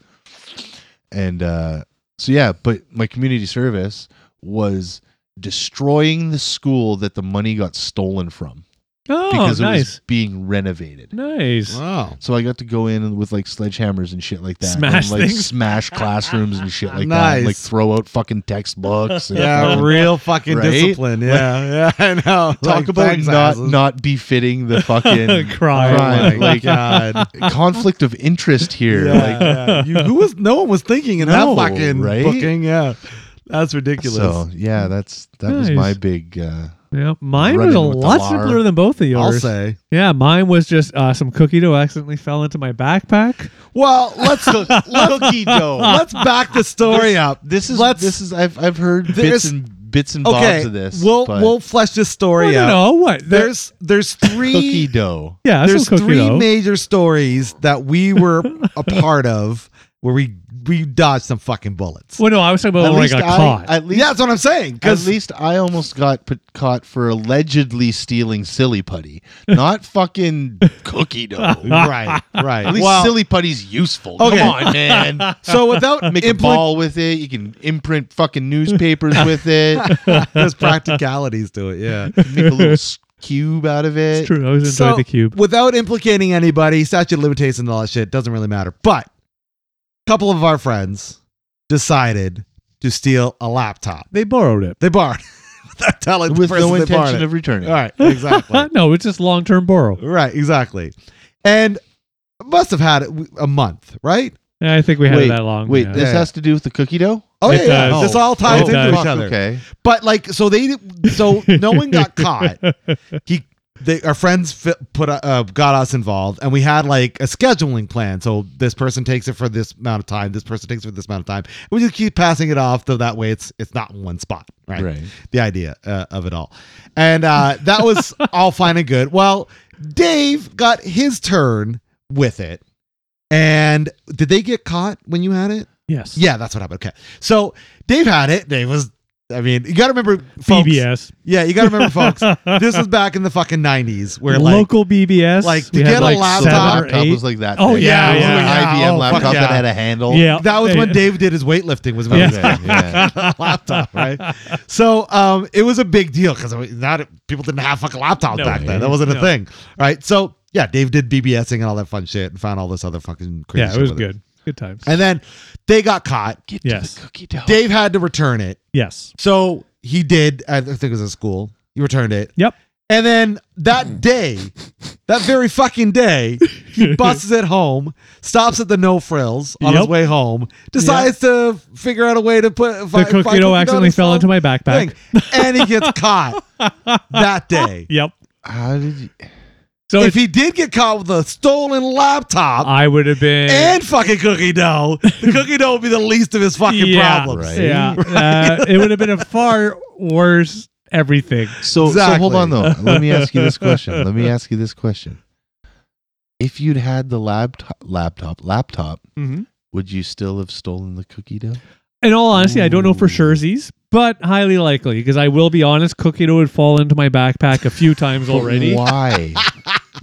[SPEAKER 3] And uh, so yeah, but my community service was destroying the school that the money got stolen from
[SPEAKER 2] Oh,
[SPEAKER 3] because it was
[SPEAKER 2] nice.
[SPEAKER 3] being renovated.
[SPEAKER 2] Nice.
[SPEAKER 1] Wow.
[SPEAKER 3] So I got to go in and with like sledgehammers and shit like that,
[SPEAKER 2] Smash
[SPEAKER 3] and, like
[SPEAKER 2] things?
[SPEAKER 3] smash classrooms and shit like that,
[SPEAKER 1] Nice.
[SPEAKER 3] and, like throw out fucking textbooks. And
[SPEAKER 1] Yeah,
[SPEAKER 3] fucking-
[SPEAKER 1] real fucking
[SPEAKER 3] Right?
[SPEAKER 1] discipline. Yeah, yeah, I know.
[SPEAKER 3] Talk
[SPEAKER 1] Like,
[SPEAKER 3] about
[SPEAKER 1] thanks,
[SPEAKER 3] not
[SPEAKER 1] asses.
[SPEAKER 3] not befitting the fucking
[SPEAKER 2] Crime.
[SPEAKER 1] Oh
[SPEAKER 3] crime.
[SPEAKER 1] my
[SPEAKER 3] Like
[SPEAKER 1] god.
[SPEAKER 3] conflict of interest here.
[SPEAKER 1] Yeah,
[SPEAKER 3] Like
[SPEAKER 1] yeah. You- who was no one was thinking in
[SPEAKER 3] No,
[SPEAKER 1] that fucking
[SPEAKER 3] right?
[SPEAKER 1] booking. Yeah, that's ridiculous.
[SPEAKER 3] so, yeah, that's that was
[SPEAKER 2] Nice.
[SPEAKER 3] my big. Uh,
[SPEAKER 2] Yeah, mine
[SPEAKER 3] Running
[SPEAKER 2] was a
[SPEAKER 3] with the
[SPEAKER 2] lot
[SPEAKER 3] lar.
[SPEAKER 2] simpler than both of
[SPEAKER 1] I'll
[SPEAKER 2] yours.
[SPEAKER 1] say.
[SPEAKER 2] Yeah, mine was just uh, some cookie dough accidentally fell into my backpack.
[SPEAKER 1] Well, let's
[SPEAKER 3] Cookie dough.
[SPEAKER 1] let's back the story up.
[SPEAKER 3] This is
[SPEAKER 1] Let's-
[SPEAKER 3] this is I've I've heard
[SPEAKER 1] There's-
[SPEAKER 3] bits and bits and
[SPEAKER 1] Okay,
[SPEAKER 3] bobs of this.
[SPEAKER 1] we'll
[SPEAKER 3] but
[SPEAKER 1] we'll flesh this
[SPEAKER 2] I
[SPEAKER 1] story
[SPEAKER 2] don't
[SPEAKER 1] out.
[SPEAKER 2] know what. There-
[SPEAKER 1] There's there's
[SPEAKER 3] cookie
[SPEAKER 1] three
[SPEAKER 3] dough.
[SPEAKER 2] yeah,
[SPEAKER 1] there's
[SPEAKER 2] some cookie
[SPEAKER 1] three
[SPEAKER 2] dough.
[SPEAKER 1] major stories that we were a part of where we we dodged some fucking bullets.
[SPEAKER 2] well, no, I was talking about
[SPEAKER 3] at
[SPEAKER 2] when I
[SPEAKER 3] least
[SPEAKER 2] got
[SPEAKER 3] I
[SPEAKER 2] caught.
[SPEAKER 3] at least
[SPEAKER 1] Yeah, that's what I'm saying.
[SPEAKER 3] at
[SPEAKER 1] Because
[SPEAKER 3] least I almost got put, caught for allegedly stealing silly putty, not fucking cookie dough.
[SPEAKER 1] right, right.
[SPEAKER 3] At least
[SPEAKER 1] well,
[SPEAKER 3] silly putty's useful.
[SPEAKER 1] Okay.
[SPEAKER 3] Come on, man.
[SPEAKER 1] so without
[SPEAKER 3] Make a
[SPEAKER 1] impl-
[SPEAKER 3] ball with it. You can imprint fucking newspapers with it.
[SPEAKER 1] there's practicalities to it. Yeah.
[SPEAKER 3] Make a little s- cube out of it.
[SPEAKER 2] It's true. I was inside
[SPEAKER 1] So,
[SPEAKER 2] the cube.
[SPEAKER 1] Without implicating anybody, statute of limitations and all that shit doesn't really matter. But a couple of our friends decided to steal a laptop.
[SPEAKER 2] They borrowed it.
[SPEAKER 1] They borrowed it without telling the
[SPEAKER 3] With
[SPEAKER 1] person
[SPEAKER 3] no
[SPEAKER 1] they borrowed
[SPEAKER 3] intention
[SPEAKER 1] it.
[SPEAKER 3] of returning.
[SPEAKER 2] Oh,
[SPEAKER 1] all right, exactly.
[SPEAKER 2] no, it's just long term borrow.
[SPEAKER 1] right, exactly. And must have had it w- a month, right?
[SPEAKER 2] Yeah, I think we had
[SPEAKER 3] wait,
[SPEAKER 2] it that long.
[SPEAKER 3] Wait,
[SPEAKER 2] yeah.
[SPEAKER 3] this
[SPEAKER 1] Yeah.
[SPEAKER 3] has to do with the cookie dough?
[SPEAKER 1] Oh
[SPEAKER 2] It
[SPEAKER 1] yeah, yeah,
[SPEAKER 2] does.
[SPEAKER 1] this all ties
[SPEAKER 2] Oh, it
[SPEAKER 1] into
[SPEAKER 2] does.
[SPEAKER 1] each other.
[SPEAKER 3] Okay.
[SPEAKER 1] But like, so they, so no one got caught. He, they, our friends fi- put uh, uh, got us involved, and we had like a scheduling plan. So this person takes it for this amount of time. This person takes it for this amount of time. And we just keep passing it off, though that way it's it's not in one spot, right?
[SPEAKER 3] Right.
[SPEAKER 1] The idea uh, of it all, and uh, that was all fine and good. Well, Dave got his turn with it, and did they get caught when you had it?
[SPEAKER 2] yes.
[SPEAKER 1] Yeah, that's what happened. Okay. So Dave had it. Dave was, I mean, you got to remember, folks.
[SPEAKER 2] BBS.
[SPEAKER 1] Yeah, you got to remember, folks. This was back in the fucking 90s where, like,
[SPEAKER 2] local BBS.
[SPEAKER 1] like, to
[SPEAKER 2] we had
[SPEAKER 1] get a
[SPEAKER 2] like
[SPEAKER 1] laptop-
[SPEAKER 3] the
[SPEAKER 2] seven or
[SPEAKER 3] laptop
[SPEAKER 2] eight.
[SPEAKER 3] was like that.
[SPEAKER 2] Oh,
[SPEAKER 3] big.
[SPEAKER 2] yeah,
[SPEAKER 3] It was
[SPEAKER 2] yeah.
[SPEAKER 3] an
[SPEAKER 1] Yeah,
[SPEAKER 3] IBM
[SPEAKER 1] oh, fuck
[SPEAKER 3] laptop
[SPEAKER 1] yeah.
[SPEAKER 3] that had a handle.
[SPEAKER 2] yeah,
[SPEAKER 1] that was when
[SPEAKER 2] Oh, Yeah.
[SPEAKER 1] Dave did his weightlifting, was when
[SPEAKER 2] Yeah.
[SPEAKER 1] he had
[SPEAKER 3] Yeah.
[SPEAKER 1] a laptop, right? So um, it was a big deal because not people didn't have fucking laptops
[SPEAKER 2] No
[SPEAKER 1] back
[SPEAKER 2] way.
[SPEAKER 1] then. That wasn't
[SPEAKER 2] No.
[SPEAKER 1] a thing, right? So yeah, Dave did BBSing and all that fun shit and found all this other fucking crazy.
[SPEAKER 2] Yeah, it
[SPEAKER 1] shit
[SPEAKER 2] was
[SPEAKER 1] with
[SPEAKER 2] good. Good times.
[SPEAKER 1] And then they got caught.
[SPEAKER 3] Get
[SPEAKER 2] Yes.
[SPEAKER 3] to the cookie dough.
[SPEAKER 1] Dave had to return it,
[SPEAKER 2] yes.
[SPEAKER 1] so he did. I think it was at school. He returned it.
[SPEAKER 2] Yep.
[SPEAKER 1] And then
[SPEAKER 2] Mm.
[SPEAKER 1] that day, that very fucking day, he buses at home, stops at the No Frills on his
[SPEAKER 2] Yep.
[SPEAKER 1] way home, decides to figure out a way to put
[SPEAKER 2] the coquito accidentally fell into my backpack.
[SPEAKER 1] and he gets caught that day.
[SPEAKER 2] Yep.
[SPEAKER 3] How did you?
[SPEAKER 2] So
[SPEAKER 1] if
[SPEAKER 2] if
[SPEAKER 1] he did get caught with a stolen laptop
[SPEAKER 2] I would have been.
[SPEAKER 1] and fucking cookie dough, the cookie dough would be the least of his fucking
[SPEAKER 2] yeah,
[SPEAKER 1] problems.
[SPEAKER 3] Right.
[SPEAKER 2] Yeah, uh, it would have been a far worse everything.
[SPEAKER 3] So, so hold
[SPEAKER 1] Exactly.
[SPEAKER 3] on though. Let me ask you this question. Let me ask you this question. If you'd had the laptop, laptop, laptop, would you still have stolen the cookie dough?
[SPEAKER 2] In all honesty, I don't know for
[SPEAKER 3] Ooh.
[SPEAKER 2] surezies, but highly likely because I will be honest, coquito would fall into my backpack a few times
[SPEAKER 3] But
[SPEAKER 2] already.
[SPEAKER 3] Why?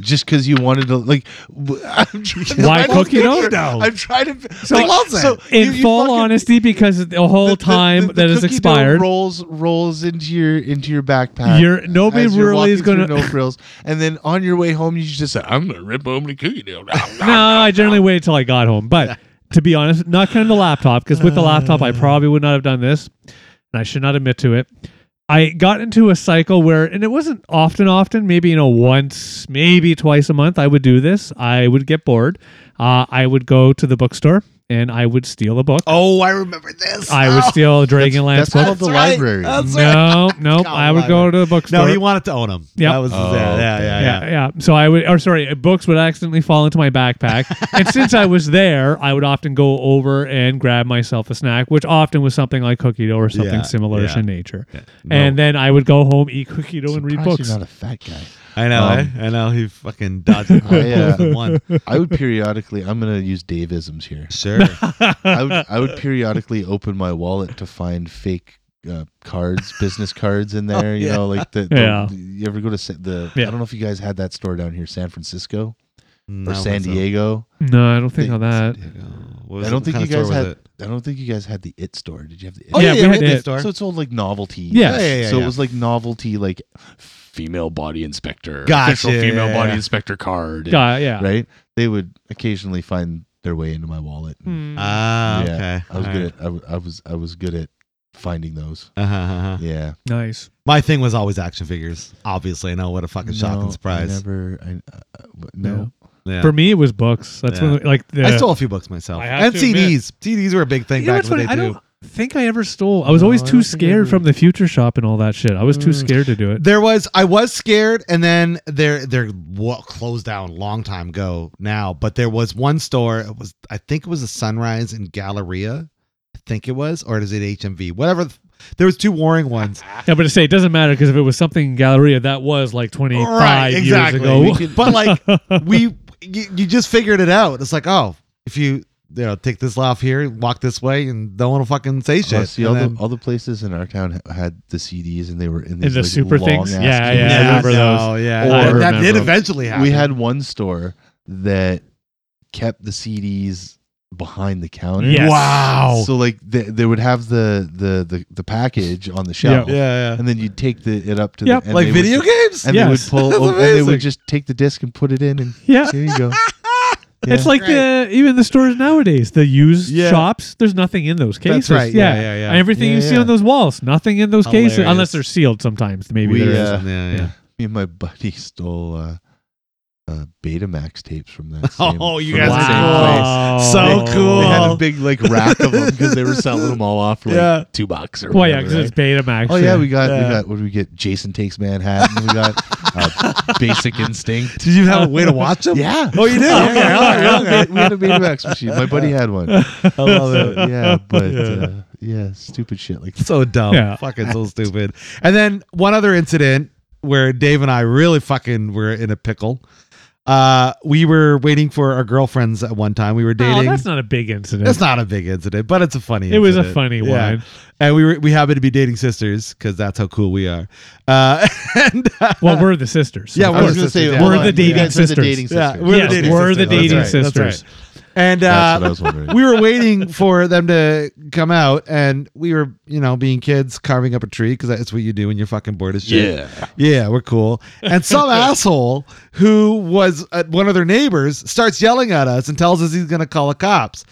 [SPEAKER 3] Just because you wanted to like? w- I'm trying to
[SPEAKER 2] Why
[SPEAKER 3] find a
[SPEAKER 2] cookie dough?
[SPEAKER 3] picture.
[SPEAKER 1] Dough.
[SPEAKER 3] I'm trying to.
[SPEAKER 2] So-
[SPEAKER 3] like,
[SPEAKER 1] I love that.
[SPEAKER 3] So
[SPEAKER 2] In
[SPEAKER 3] you- you
[SPEAKER 2] full
[SPEAKER 3] fucking-
[SPEAKER 2] honesty, because the whole
[SPEAKER 3] the- the-
[SPEAKER 2] time
[SPEAKER 3] the
[SPEAKER 2] that has
[SPEAKER 3] cookie dough
[SPEAKER 2] expired,
[SPEAKER 3] rolls rolls into your into your backpack.
[SPEAKER 2] you're nobody
[SPEAKER 3] as you're
[SPEAKER 2] really is
[SPEAKER 3] walking
[SPEAKER 2] gonna.
[SPEAKER 3] through no frills, and then on your way home, you just say, "I'm gonna rip open the cookie dough."
[SPEAKER 2] no, I generally waited till I got home. But to be honest, not counting the laptop, because with the laptop,
[SPEAKER 1] Uh.
[SPEAKER 2] I probably would not have done this, and I should not admit to it. I got into a cycle where, and it wasn't often, often, maybe you know once, maybe twice a month, I would do this. I would get bored. Uh, I would go to the bookstore and I would steal a book.
[SPEAKER 1] Oh, I remember this.
[SPEAKER 2] I would
[SPEAKER 1] Oh.
[SPEAKER 2] steal a Dragonlance
[SPEAKER 3] that's
[SPEAKER 2] book.
[SPEAKER 3] called the
[SPEAKER 1] right.
[SPEAKER 3] library.
[SPEAKER 1] That's right.
[SPEAKER 2] No, no, I would go to the bookstore.
[SPEAKER 1] No, he wanted to own him.
[SPEAKER 2] Yep.
[SPEAKER 1] That was yeah,
[SPEAKER 3] Oh,
[SPEAKER 1] yeah,
[SPEAKER 3] okay.
[SPEAKER 1] yeah,
[SPEAKER 2] yeah, yeah. So I would, or sorry, books would accidentally fall into my backpack. and since I was there, I would often go over and grab myself a snack, which often was something like cookie dough or something
[SPEAKER 1] Yeah,
[SPEAKER 2] similar
[SPEAKER 1] yeah.
[SPEAKER 2] in nature.
[SPEAKER 1] No.
[SPEAKER 2] And then I would go home, eat cookie dough, and read
[SPEAKER 3] Surprised
[SPEAKER 2] books.
[SPEAKER 3] You're not a fat guy.
[SPEAKER 1] I know,
[SPEAKER 3] Um,
[SPEAKER 1] eh? I know. He fucking dodged it.
[SPEAKER 3] I, uh,
[SPEAKER 1] Both in one.
[SPEAKER 3] I would periodically. I'm gonna use Daveisms here.
[SPEAKER 1] Sure.
[SPEAKER 3] I would, I would periodically open my wallet to find fake uh, cards, business cards in there. you
[SPEAKER 1] Oh, yeah.
[SPEAKER 3] know, like the, the-
[SPEAKER 2] Yeah.
[SPEAKER 3] You ever go to Sa- the?
[SPEAKER 2] Yeah.
[SPEAKER 3] I don't know if you guys had that store down here, San Francisco
[SPEAKER 1] No,
[SPEAKER 3] or San
[SPEAKER 1] that's a-
[SPEAKER 3] Diego.
[SPEAKER 2] no, I don't think
[SPEAKER 3] They-
[SPEAKER 2] on that.
[SPEAKER 1] Oh, What was it?
[SPEAKER 3] I don't
[SPEAKER 1] What kind
[SPEAKER 3] think you
[SPEAKER 1] of store
[SPEAKER 3] guys
[SPEAKER 1] was
[SPEAKER 3] had.
[SPEAKER 1] it?
[SPEAKER 3] I don't think you guys had the It store. Did you have the It?
[SPEAKER 1] Oh yeah,
[SPEAKER 2] Yeah, we
[SPEAKER 1] we
[SPEAKER 2] had
[SPEAKER 1] had
[SPEAKER 2] it.
[SPEAKER 1] this store.
[SPEAKER 3] So it's all like novelty.
[SPEAKER 2] Yeah.
[SPEAKER 1] Yeah, yeah, yeah,
[SPEAKER 3] so
[SPEAKER 1] yeah.
[SPEAKER 3] it was like novelty, like female body inspector, official
[SPEAKER 1] Gotcha.
[SPEAKER 3] female body inspector card, and-
[SPEAKER 2] Yeah, yeah.
[SPEAKER 3] right? They would occasionally find their way into my wallet.
[SPEAKER 2] Hmm.
[SPEAKER 1] Ah,
[SPEAKER 3] Yeah.
[SPEAKER 1] okay.
[SPEAKER 3] I was
[SPEAKER 1] All
[SPEAKER 3] good
[SPEAKER 1] right.
[SPEAKER 3] at I, w- I was I was good at finding those.
[SPEAKER 1] Uh-huh, uh-huh.
[SPEAKER 3] Yeah.
[SPEAKER 2] nice.
[SPEAKER 1] My thing was always action figures. Obviously, I know what a fucking
[SPEAKER 3] No,
[SPEAKER 1] shocking
[SPEAKER 3] I
[SPEAKER 1] surprise.
[SPEAKER 3] never I uh, uh, w- no.
[SPEAKER 1] Yeah.
[SPEAKER 2] For me, it was books. That's
[SPEAKER 1] Yeah.
[SPEAKER 2] when, like, the,
[SPEAKER 1] I stole a few books myself
[SPEAKER 2] I have
[SPEAKER 1] and
[SPEAKER 2] to admit-
[SPEAKER 1] CDs. CDs were a big thing
[SPEAKER 2] You know
[SPEAKER 1] back
[SPEAKER 2] what's
[SPEAKER 1] in the
[SPEAKER 2] funny?
[SPEAKER 1] day
[SPEAKER 2] I
[SPEAKER 1] too.
[SPEAKER 2] don't think I ever stole. I was
[SPEAKER 3] No,
[SPEAKER 2] always
[SPEAKER 3] I
[SPEAKER 2] too
[SPEAKER 3] don't think I
[SPEAKER 2] scared
[SPEAKER 3] ever-
[SPEAKER 2] from the future shop and all that shit. I was too
[SPEAKER 3] Mm.
[SPEAKER 2] scared to do it.
[SPEAKER 1] There was I was scared, and then there there wa- closed down long time ago now. But there was one store. It was I think it was a Sunrise in Galleria. I think it was, or is it HMV? Whatever. the f- There was two warring ones.
[SPEAKER 2] Yeah, but to say it doesn't matter because if it was something in Galleria, that was like 25
[SPEAKER 1] Right, exactly.
[SPEAKER 2] years ago.
[SPEAKER 1] but like we, you, you just figured it out. It's like oh, if you you know take this off here, walk this way, and no one will fucking say shit.
[SPEAKER 3] Oh, see, all,
[SPEAKER 1] And then-
[SPEAKER 3] the, all the places in our town ha- had the CDs and they were in
[SPEAKER 2] In
[SPEAKER 3] these
[SPEAKER 2] the
[SPEAKER 3] like,
[SPEAKER 2] super
[SPEAKER 3] long
[SPEAKER 2] things?
[SPEAKER 3] ass
[SPEAKER 2] Yeah,
[SPEAKER 3] cases.
[SPEAKER 2] yeah, I remember
[SPEAKER 1] no, yeah,
[SPEAKER 3] Or-
[SPEAKER 1] that, that
[SPEAKER 2] remember
[SPEAKER 1] did
[SPEAKER 2] them.
[SPEAKER 1] eventually happen.
[SPEAKER 3] We had one store that kept the CDs behind the counter.
[SPEAKER 2] Yes.
[SPEAKER 1] wow.
[SPEAKER 3] So like they, they would have the, the the the package on the shelf,
[SPEAKER 1] yeah, yeah.
[SPEAKER 3] and then you'd take the it up to
[SPEAKER 2] Yep.
[SPEAKER 3] the, and
[SPEAKER 1] like
[SPEAKER 3] they would
[SPEAKER 1] video
[SPEAKER 3] ju-
[SPEAKER 1] games.
[SPEAKER 3] and they would
[SPEAKER 2] Yes.
[SPEAKER 3] pull
[SPEAKER 1] That's
[SPEAKER 3] over, and they
[SPEAKER 1] amazing.
[SPEAKER 3] would just take the disc and put it in, and
[SPEAKER 2] Yeah.
[SPEAKER 3] there you go. Yeah.
[SPEAKER 2] It's like the even the stores nowadays, the used
[SPEAKER 1] Yeah.
[SPEAKER 2] shops, there's nothing in those cases.
[SPEAKER 1] That's right. Yeah, yeah, yeah.
[SPEAKER 2] Everything
[SPEAKER 3] Yeah,
[SPEAKER 2] you see
[SPEAKER 3] yeah.
[SPEAKER 2] on those walls, nothing in those cases,
[SPEAKER 1] Hilarious.
[SPEAKER 2] unless they're sealed sometimes. Maybe
[SPEAKER 3] We,
[SPEAKER 2] there is.
[SPEAKER 3] uh,
[SPEAKER 1] yeah, yeah.
[SPEAKER 3] me and my buddy stole uh, uh, Betamax tapes from that. Same,
[SPEAKER 1] Oh, you
[SPEAKER 3] from
[SPEAKER 1] guys
[SPEAKER 3] that
[SPEAKER 1] are
[SPEAKER 3] same
[SPEAKER 1] cool.
[SPEAKER 3] place.
[SPEAKER 1] So cool.
[SPEAKER 3] They had a big like rack of them because they were selling them all off for like
[SPEAKER 1] Yeah.
[SPEAKER 3] two bucks or.
[SPEAKER 2] Well, yeah, because
[SPEAKER 3] whatever,
[SPEAKER 2] it's Betamax.
[SPEAKER 3] right? Oh yeah, we got
[SPEAKER 1] Yeah.
[SPEAKER 3] we got what did we get? Jason Takes Manhattan. We got uh, Basic Instinct.
[SPEAKER 1] Did you have a way to watch them?
[SPEAKER 3] Yeah.
[SPEAKER 1] Oh, you did.
[SPEAKER 3] Yeah,
[SPEAKER 1] Okay, all right,
[SPEAKER 2] Oh,
[SPEAKER 3] yeah, we had-
[SPEAKER 1] okay.
[SPEAKER 3] We had a Betamax machine. My buddy had one.
[SPEAKER 1] I love it.
[SPEAKER 3] Yeah, but
[SPEAKER 1] Yeah.
[SPEAKER 3] yeah, uh, yeah stupid shit like
[SPEAKER 1] So dumb.
[SPEAKER 2] Yeah.
[SPEAKER 1] Fucking so stupid. And then one other incident where Dave and I really fucking were in a pickle. Uh, we were waiting for our girlfriends at one time. We were
[SPEAKER 2] Oh,
[SPEAKER 1] dating.
[SPEAKER 2] that's not a big incident.
[SPEAKER 1] That's not a big incident, but it's a funny.
[SPEAKER 2] it was a
[SPEAKER 1] incident.
[SPEAKER 2] funny
[SPEAKER 1] Yeah.
[SPEAKER 2] one.
[SPEAKER 1] and we were we happened to be dating sisters because that's how cool we are. Uh, and uh,
[SPEAKER 2] Well, we're the sisters.
[SPEAKER 1] Yeah,
[SPEAKER 2] of
[SPEAKER 1] we're
[SPEAKER 2] course.
[SPEAKER 1] the sisters, yeah.
[SPEAKER 2] We're
[SPEAKER 3] hold
[SPEAKER 2] the
[SPEAKER 3] on,
[SPEAKER 2] dating
[SPEAKER 3] you guys are the
[SPEAKER 2] sisters.
[SPEAKER 3] dating
[SPEAKER 1] Yeah,
[SPEAKER 3] sisters.
[SPEAKER 1] we're
[SPEAKER 2] Yes,
[SPEAKER 1] the dating
[SPEAKER 2] we're the
[SPEAKER 1] sisters.
[SPEAKER 2] dating
[SPEAKER 1] That's right, that's
[SPEAKER 2] sisters.
[SPEAKER 1] right. And
[SPEAKER 3] That's what I
[SPEAKER 1] uh,
[SPEAKER 3] was wondering.
[SPEAKER 1] we were waiting for them to come out, and we were, you know, being kids, carving up a tree because that's what you do when you're fucking bored as shit. Yeah, we're cool. And some asshole who was uh, one of their neighbors starts yelling at us and tells us he's going to call the cops.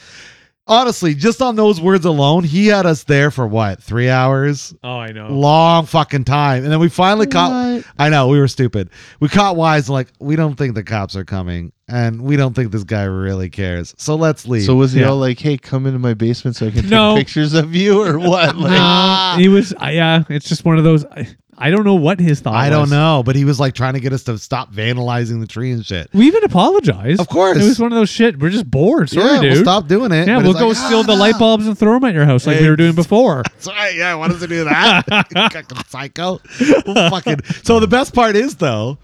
[SPEAKER 1] honestly, just on those words alone, he had us there for what three hours,
[SPEAKER 2] Oh, I know.
[SPEAKER 1] long fucking time, and then we finally caught. I know we were stupid. We caught wise and like we don't think the cops are coming, and we don't think this guy really cares. So let's leave.
[SPEAKER 3] So was he
[SPEAKER 2] Yeah.
[SPEAKER 3] all like, "Hey, come into my basement so I can take
[SPEAKER 2] No.
[SPEAKER 3] pictures of you," or what? Like,
[SPEAKER 1] Ah.
[SPEAKER 2] He was, I- yeah. It's just one of those. I, I don't know what his thought.
[SPEAKER 1] I
[SPEAKER 2] was.
[SPEAKER 1] don't know, but he was like trying to get us to stop vandalizing the tree and shit.
[SPEAKER 2] We even apologized.
[SPEAKER 1] Of course.
[SPEAKER 2] it was one of those shit. We're just bored. Sorry,
[SPEAKER 1] yeah,
[SPEAKER 2] dude.
[SPEAKER 1] We'll stop doing it.
[SPEAKER 2] yeah,
[SPEAKER 1] but
[SPEAKER 2] we'll
[SPEAKER 1] it's
[SPEAKER 2] go
[SPEAKER 1] like,
[SPEAKER 2] steal
[SPEAKER 1] "Ah,
[SPEAKER 2] the light bulbs and throw them at your house like we were doing before.
[SPEAKER 1] That's right. Yeah, why does it do that? fucking psycho. Well, fucking. So the best part is though.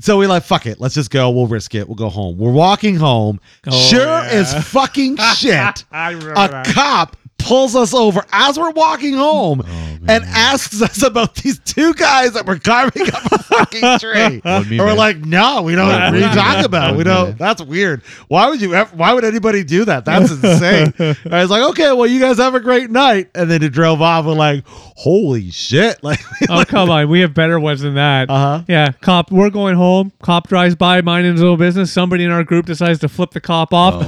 [SPEAKER 1] So we like fuck it. Let's just go. We'll risk it. We'll go home. We're walking home.
[SPEAKER 2] Oh,
[SPEAKER 1] sure
[SPEAKER 2] yeah.
[SPEAKER 1] as fucking shit.
[SPEAKER 2] I remember
[SPEAKER 1] a cop pulls us over as we're walking home and asks us about these two guys that were carving up a fucking tree.
[SPEAKER 3] One
[SPEAKER 1] and
[SPEAKER 3] mean
[SPEAKER 1] we're
[SPEAKER 3] man.
[SPEAKER 1] like, no, we don't. What are you
[SPEAKER 3] One mean
[SPEAKER 1] talking
[SPEAKER 3] man.
[SPEAKER 1] about? We
[SPEAKER 3] One mean man.
[SPEAKER 1] don't. That's weird. Why would you? ever- Why would anybody do that? That's insane. I was like, okay, well, you guys have a great night, and then it drove off. We're like, holy shit! Like,
[SPEAKER 2] Oh come on, we have better ones than that.
[SPEAKER 1] Uh-huh.
[SPEAKER 2] Yeah, cop. We're going home. Cop drives by, minding his own business. Somebody in our group decides to flip the cop off.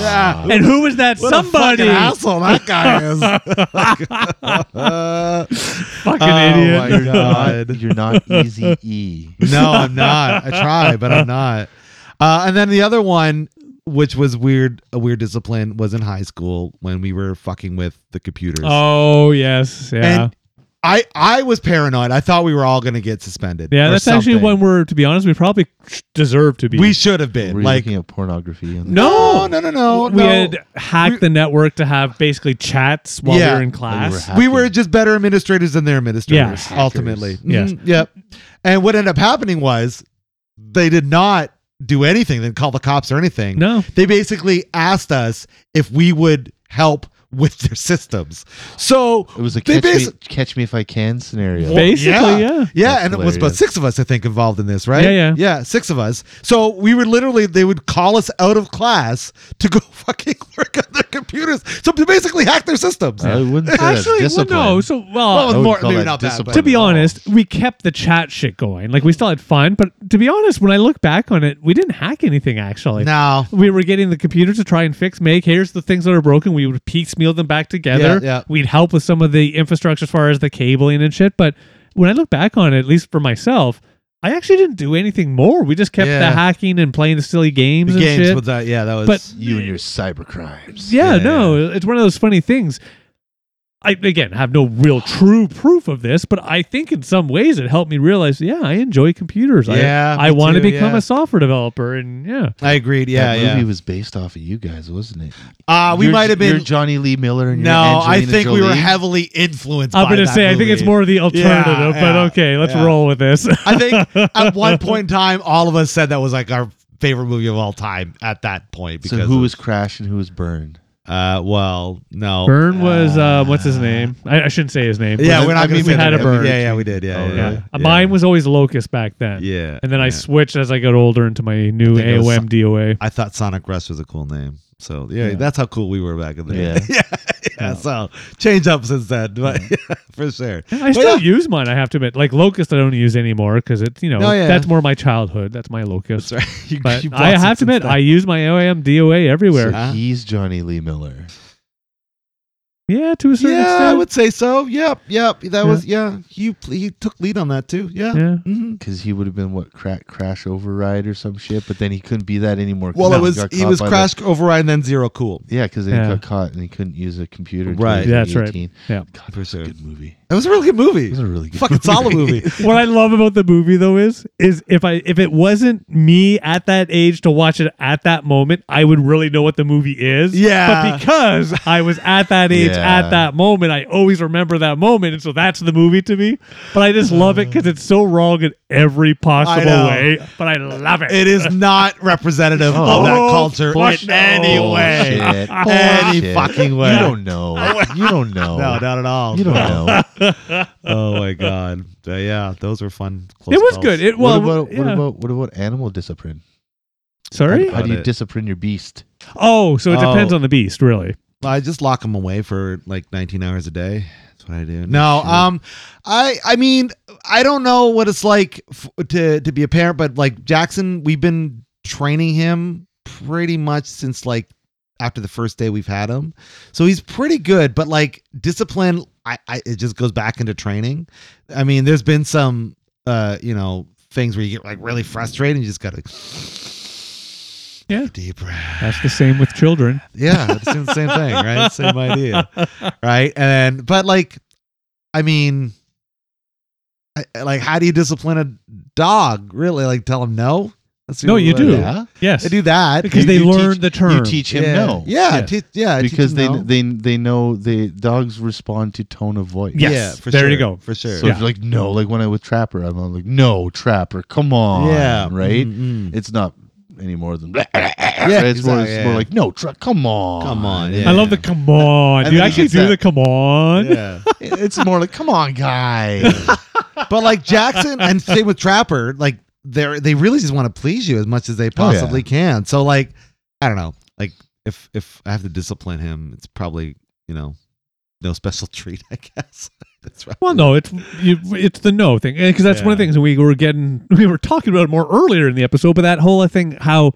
[SPEAKER 1] yeah.
[SPEAKER 2] And who was that?
[SPEAKER 1] Oh. What a
[SPEAKER 2] Somebody.
[SPEAKER 1] fucking asshole that guy is.
[SPEAKER 2] Fucking
[SPEAKER 1] Oh,
[SPEAKER 2] idiot.
[SPEAKER 1] my
[SPEAKER 3] you're not,
[SPEAKER 1] God.
[SPEAKER 3] you're not easy E.
[SPEAKER 1] No, I'm not. I try, but I'm not. Uh, and then the other one, which was weird, a weird discipline, was in high school when we were fucking with the computers.
[SPEAKER 2] Oh yes, yeah,
[SPEAKER 1] And I I was paranoid. I thought we were all going to get suspended.
[SPEAKER 2] yeah.
[SPEAKER 1] or
[SPEAKER 2] That's actually
[SPEAKER 1] something.
[SPEAKER 2] one where, to be honest, we probably deserve to be.
[SPEAKER 1] we should have
[SPEAKER 3] Were
[SPEAKER 1] been
[SPEAKER 3] you
[SPEAKER 1] like.
[SPEAKER 3] looking at pornography? And
[SPEAKER 2] no,
[SPEAKER 1] no, no, no.
[SPEAKER 2] we
[SPEAKER 1] no.
[SPEAKER 2] had hacked the network to have basically chats while
[SPEAKER 1] Yeah.
[SPEAKER 2] we were in
[SPEAKER 3] Like we were
[SPEAKER 2] class.
[SPEAKER 1] We were just better administrators than their administrators,
[SPEAKER 3] Yeah.
[SPEAKER 1] ultimately.
[SPEAKER 2] Yes.
[SPEAKER 1] Mhm, yep. And what ended up happening was they did not do anything, they didn't call the cops or anything.
[SPEAKER 2] no,
[SPEAKER 1] They basically asked us if we would help with their systems. So
[SPEAKER 3] It was a
[SPEAKER 1] They
[SPEAKER 3] catch me,
[SPEAKER 1] basi-
[SPEAKER 3] catch me if I can scenario.
[SPEAKER 1] Well,
[SPEAKER 2] basically,
[SPEAKER 1] yeah.
[SPEAKER 2] yeah. yeah.
[SPEAKER 1] yeah,
[SPEAKER 3] That's
[SPEAKER 1] and it was about
[SPEAKER 3] hilarious.
[SPEAKER 1] six of us, I think, involved in this, right?
[SPEAKER 2] Yeah, yeah.
[SPEAKER 1] yeah, six of us. So we were literally they would call us out of class to go fucking work on their computers, so to basically hack their systems.
[SPEAKER 3] I wouldn't say that's
[SPEAKER 2] Actually, well,
[SPEAKER 3] discipline.
[SPEAKER 2] no. So, well,
[SPEAKER 1] Well,
[SPEAKER 3] I wouldn't
[SPEAKER 1] more-
[SPEAKER 3] call
[SPEAKER 1] maybe
[SPEAKER 3] that
[SPEAKER 1] not that,
[SPEAKER 3] discipline
[SPEAKER 1] but-
[SPEAKER 2] to be
[SPEAKER 3] at all.
[SPEAKER 2] honest, we kept the chat shit going. Like we still had fun, but to be honest, when I look back on it, we didn't hack anything actually.
[SPEAKER 1] Now,
[SPEAKER 2] We were getting the computer to try and fix, make. Here's the things that are broken. We would piecemeal them back
[SPEAKER 1] Yeah,
[SPEAKER 2] together.
[SPEAKER 1] yeah.
[SPEAKER 2] We'd help with some of the infrastructure as far as the cabling and shit. But when I look back on it, at least for myself, I actually didn't do anything more. We just kept
[SPEAKER 1] Yeah.
[SPEAKER 2] the hacking and playing the silly games
[SPEAKER 1] the
[SPEAKER 2] and
[SPEAKER 1] games
[SPEAKER 2] shit.
[SPEAKER 1] with that, yeah, that was.
[SPEAKER 2] But-
[SPEAKER 3] you and your cyber crimes.
[SPEAKER 2] Yeah, no, it's one of those funny things. I again have no real true proof of this, but I think in some ways it helped me realize, yeah, I enjoy computers.
[SPEAKER 1] Yeah,
[SPEAKER 2] I, I
[SPEAKER 1] me
[SPEAKER 2] want to
[SPEAKER 1] too,
[SPEAKER 2] become
[SPEAKER 1] yeah.
[SPEAKER 2] a software developer, and yeah,
[SPEAKER 1] I agreed. Yeah,
[SPEAKER 3] that movie
[SPEAKER 1] yeah.
[SPEAKER 3] was based off of you guys, wasn't it?
[SPEAKER 1] Uh, we
[SPEAKER 3] You're-
[SPEAKER 1] might have
[SPEAKER 3] You're
[SPEAKER 1] been.
[SPEAKER 3] Johnny Lee Miller and you're
[SPEAKER 1] No, I
[SPEAKER 3] Angelina
[SPEAKER 1] think we were
[SPEAKER 3] Jolie.
[SPEAKER 1] heavily influenced.
[SPEAKER 2] I'm
[SPEAKER 1] by
[SPEAKER 2] gonna
[SPEAKER 1] that
[SPEAKER 2] say I think it's
[SPEAKER 1] movie.
[SPEAKER 2] more of the alternative, but
[SPEAKER 1] yeah,
[SPEAKER 2] okay, let's
[SPEAKER 1] yeah.
[SPEAKER 2] roll with this.
[SPEAKER 1] I think at one point in time, all of us said that was like our favorite movie of all time. At that point,
[SPEAKER 3] So
[SPEAKER 1] because
[SPEAKER 3] who
[SPEAKER 1] of-
[SPEAKER 3] was crashed and who was burned?
[SPEAKER 1] Uh, well, no,
[SPEAKER 2] Byrne was uh, what's his name? I, I shouldn't say his name.
[SPEAKER 1] Yeah,
[SPEAKER 3] Was it-
[SPEAKER 1] we're
[SPEAKER 3] I
[SPEAKER 1] not
[SPEAKER 3] mean,
[SPEAKER 1] going to
[SPEAKER 3] we
[SPEAKER 1] say
[SPEAKER 2] had
[SPEAKER 1] that.
[SPEAKER 2] a bird.
[SPEAKER 1] Yeah, yeah, we did. Yeah,
[SPEAKER 3] Oh,
[SPEAKER 1] yeah,
[SPEAKER 2] yeah. Uh,
[SPEAKER 3] really?
[SPEAKER 1] yeah.
[SPEAKER 2] mine was always Locust back then.
[SPEAKER 1] Yeah,
[SPEAKER 2] and then I
[SPEAKER 1] yeah.
[SPEAKER 2] switched as I got older into my new
[SPEAKER 1] think it was
[SPEAKER 2] AOM DOA.
[SPEAKER 1] I thought Sonic Rush was a cool name. So yeah,
[SPEAKER 3] Yeah.
[SPEAKER 1] that's how cool we were back in the day.
[SPEAKER 3] Yeah.
[SPEAKER 1] Yeah. yeah, So change up since then, but for sure.
[SPEAKER 2] I
[SPEAKER 1] But
[SPEAKER 2] still
[SPEAKER 1] yeah.
[SPEAKER 2] use mine. I have to admit, like locust, I don't use anymore because it's you know
[SPEAKER 1] No, Oh, yeah.
[SPEAKER 2] that's more my childhood. That's my locust.
[SPEAKER 1] That's right. You,
[SPEAKER 2] But
[SPEAKER 1] you bought
[SPEAKER 2] I
[SPEAKER 1] some
[SPEAKER 2] have to admit,
[SPEAKER 1] since
[SPEAKER 2] I
[SPEAKER 1] then.
[SPEAKER 2] use my OAM DOA everywhere.
[SPEAKER 3] So
[SPEAKER 1] Huh?
[SPEAKER 3] he's Johnny Lee Miller.
[SPEAKER 2] yeah, to a
[SPEAKER 1] yeah,
[SPEAKER 2] certain
[SPEAKER 1] I
[SPEAKER 2] extent.
[SPEAKER 1] would say so. Yep, yep. That was yeah. You he took lead on that too. Yeah.
[SPEAKER 2] yeah.
[SPEAKER 1] Mhm.
[SPEAKER 3] Because he would have been what crack crash override or some shit, but then he couldn't be that anymore. 'cause
[SPEAKER 1] Well,
[SPEAKER 3] then
[SPEAKER 1] it was
[SPEAKER 3] got
[SPEAKER 1] he
[SPEAKER 3] caught
[SPEAKER 1] was
[SPEAKER 3] by the-
[SPEAKER 1] Crash Override and then Zero Cool.
[SPEAKER 3] yeah, because then
[SPEAKER 2] Yeah.
[SPEAKER 3] he got caught and he couldn't use a computer. until
[SPEAKER 1] Right.
[SPEAKER 3] he
[SPEAKER 2] Yeah,
[SPEAKER 3] was
[SPEAKER 2] that's right.
[SPEAKER 3] 18.
[SPEAKER 2] Yeah.
[SPEAKER 3] God, it was
[SPEAKER 1] For sure.
[SPEAKER 3] a good movie.
[SPEAKER 1] It was a really good
[SPEAKER 3] It
[SPEAKER 1] movie.
[SPEAKER 3] was a really good
[SPEAKER 1] Fucking
[SPEAKER 3] movie.
[SPEAKER 1] solid movie.
[SPEAKER 2] What I love about the movie though is is if I if it wasn't me at that age to watch it at that moment, I would really know what the movie is.
[SPEAKER 1] Yeah.
[SPEAKER 2] But because I was at that age
[SPEAKER 3] Yeah.
[SPEAKER 2] at that moment, I always remember that moment, and so that's the movie to me. But I just love it because it's so wrong in every possible
[SPEAKER 1] know.
[SPEAKER 2] way. But I love it.
[SPEAKER 1] It is not representative of that
[SPEAKER 2] Oh,
[SPEAKER 1] culture
[SPEAKER 2] fuck
[SPEAKER 1] in
[SPEAKER 2] no.
[SPEAKER 1] any way.
[SPEAKER 3] Bullshit.
[SPEAKER 1] Any
[SPEAKER 3] Bullshit.
[SPEAKER 1] fucking way.
[SPEAKER 3] Oh, You don't know. You don't know.
[SPEAKER 1] No, not at all.
[SPEAKER 3] You don't
[SPEAKER 1] No.
[SPEAKER 3] know.
[SPEAKER 1] oh my god. But yeah, those were fun. Close
[SPEAKER 2] It was
[SPEAKER 1] calls.
[SPEAKER 2] good. It
[SPEAKER 3] What
[SPEAKER 2] well.
[SPEAKER 3] about what
[SPEAKER 2] yeah.
[SPEAKER 3] about what about animal discipline?
[SPEAKER 2] Sorry.
[SPEAKER 3] How do
[SPEAKER 1] Got
[SPEAKER 3] you
[SPEAKER 1] it.
[SPEAKER 3] discipline your beast?
[SPEAKER 2] Oh, so it
[SPEAKER 1] Oh.
[SPEAKER 2] depends on the beast, really.
[SPEAKER 1] I just lock them away for like 19 hours a day. That's what I do. No, um, I I mean I don't know what it's like f- to to be a parent, but like Jackson, we've been training him pretty much since like after the first day we've had him. So he's pretty good, but like discipline, I, I it just goes back into training. I mean, there's been some uh, you know, things where you get like really frustrated and you just gotta
[SPEAKER 2] Yeah.
[SPEAKER 1] deep breath.
[SPEAKER 2] That's the same with children.
[SPEAKER 1] Yeah, it's the same thing, right? Same idea, right? And then, but like, I mean, I, I- like, how do you discipline a dog? Really, like, tell him no. That's
[SPEAKER 2] No, you do.
[SPEAKER 1] Yeah,
[SPEAKER 2] Yes.
[SPEAKER 1] I do that
[SPEAKER 2] Because
[SPEAKER 3] You-
[SPEAKER 2] they
[SPEAKER 3] you
[SPEAKER 2] learn
[SPEAKER 3] teach-
[SPEAKER 2] the term.
[SPEAKER 3] You teach him
[SPEAKER 1] yeah.
[SPEAKER 3] no.
[SPEAKER 1] Yeah,
[SPEAKER 2] Yeah.
[SPEAKER 1] yeah, yeah I teach
[SPEAKER 3] Because
[SPEAKER 1] him
[SPEAKER 3] they,
[SPEAKER 1] no.
[SPEAKER 3] they they know the dogs respond to tone of voice.
[SPEAKER 2] Yes.
[SPEAKER 1] yeah, for
[SPEAKER 2] there you
[SPEAKER 1] sure,
[SPEAKER 2] go.
[SPEAKER 1] for sure.
[SPEAKER 3] So
[SPEAKER 2] Yeah.
[SPEAKER 3] if you're like no, like when I was Trapper, I'm all like no Trapper, come on,
[SPEAKER 1] yeah,
[SPEAKER 3] right?
[SPEAKER 2] Mm-hmm.
[SPEAKER 1] Mm, mm.
[SPEAKER 3] It's not any more than yeah. It's, more,
[SPEAKER 1] exactly,
[SPEAKER 3] it's
[SPEAKER 1] yeah.
[SPEAKER 3] more like no Trap, come on,
[SPEAKER 1] Come on, yeah.
[SPEAKER 2] I love the come on.
[SPEAKER 1] And
[SPEAKER 2] Do you
[SPEAKER 1] then he
[SPEAKER 2] actually
[SPEAKER 1] gets
[SPEAKER 2] do
[SPEAKER 1] that-
[SPEAKER 2] the come on?
[SPEAKER 1] Yeah.
[SPEAKER 3] It's more like come on, guy.
[SPEAKER 1] but like Jackson and same with Trapper, like they're they really just want to please you as much as they
[SPEAKER 3] Oh, yeah.
[SPEAKER 1] possibly can. So like I don't know, like if if I have to discipline him, it's probably you know no special treat, I guess. That's right.
[SPEAKER 2] Well, no, it's you, it's the no thing because that's one of the
[SPEAKER 1] Yeah.
[SPEAKER 2] things we were getting we were talking about it more earlier in the episode. But that whole thing, how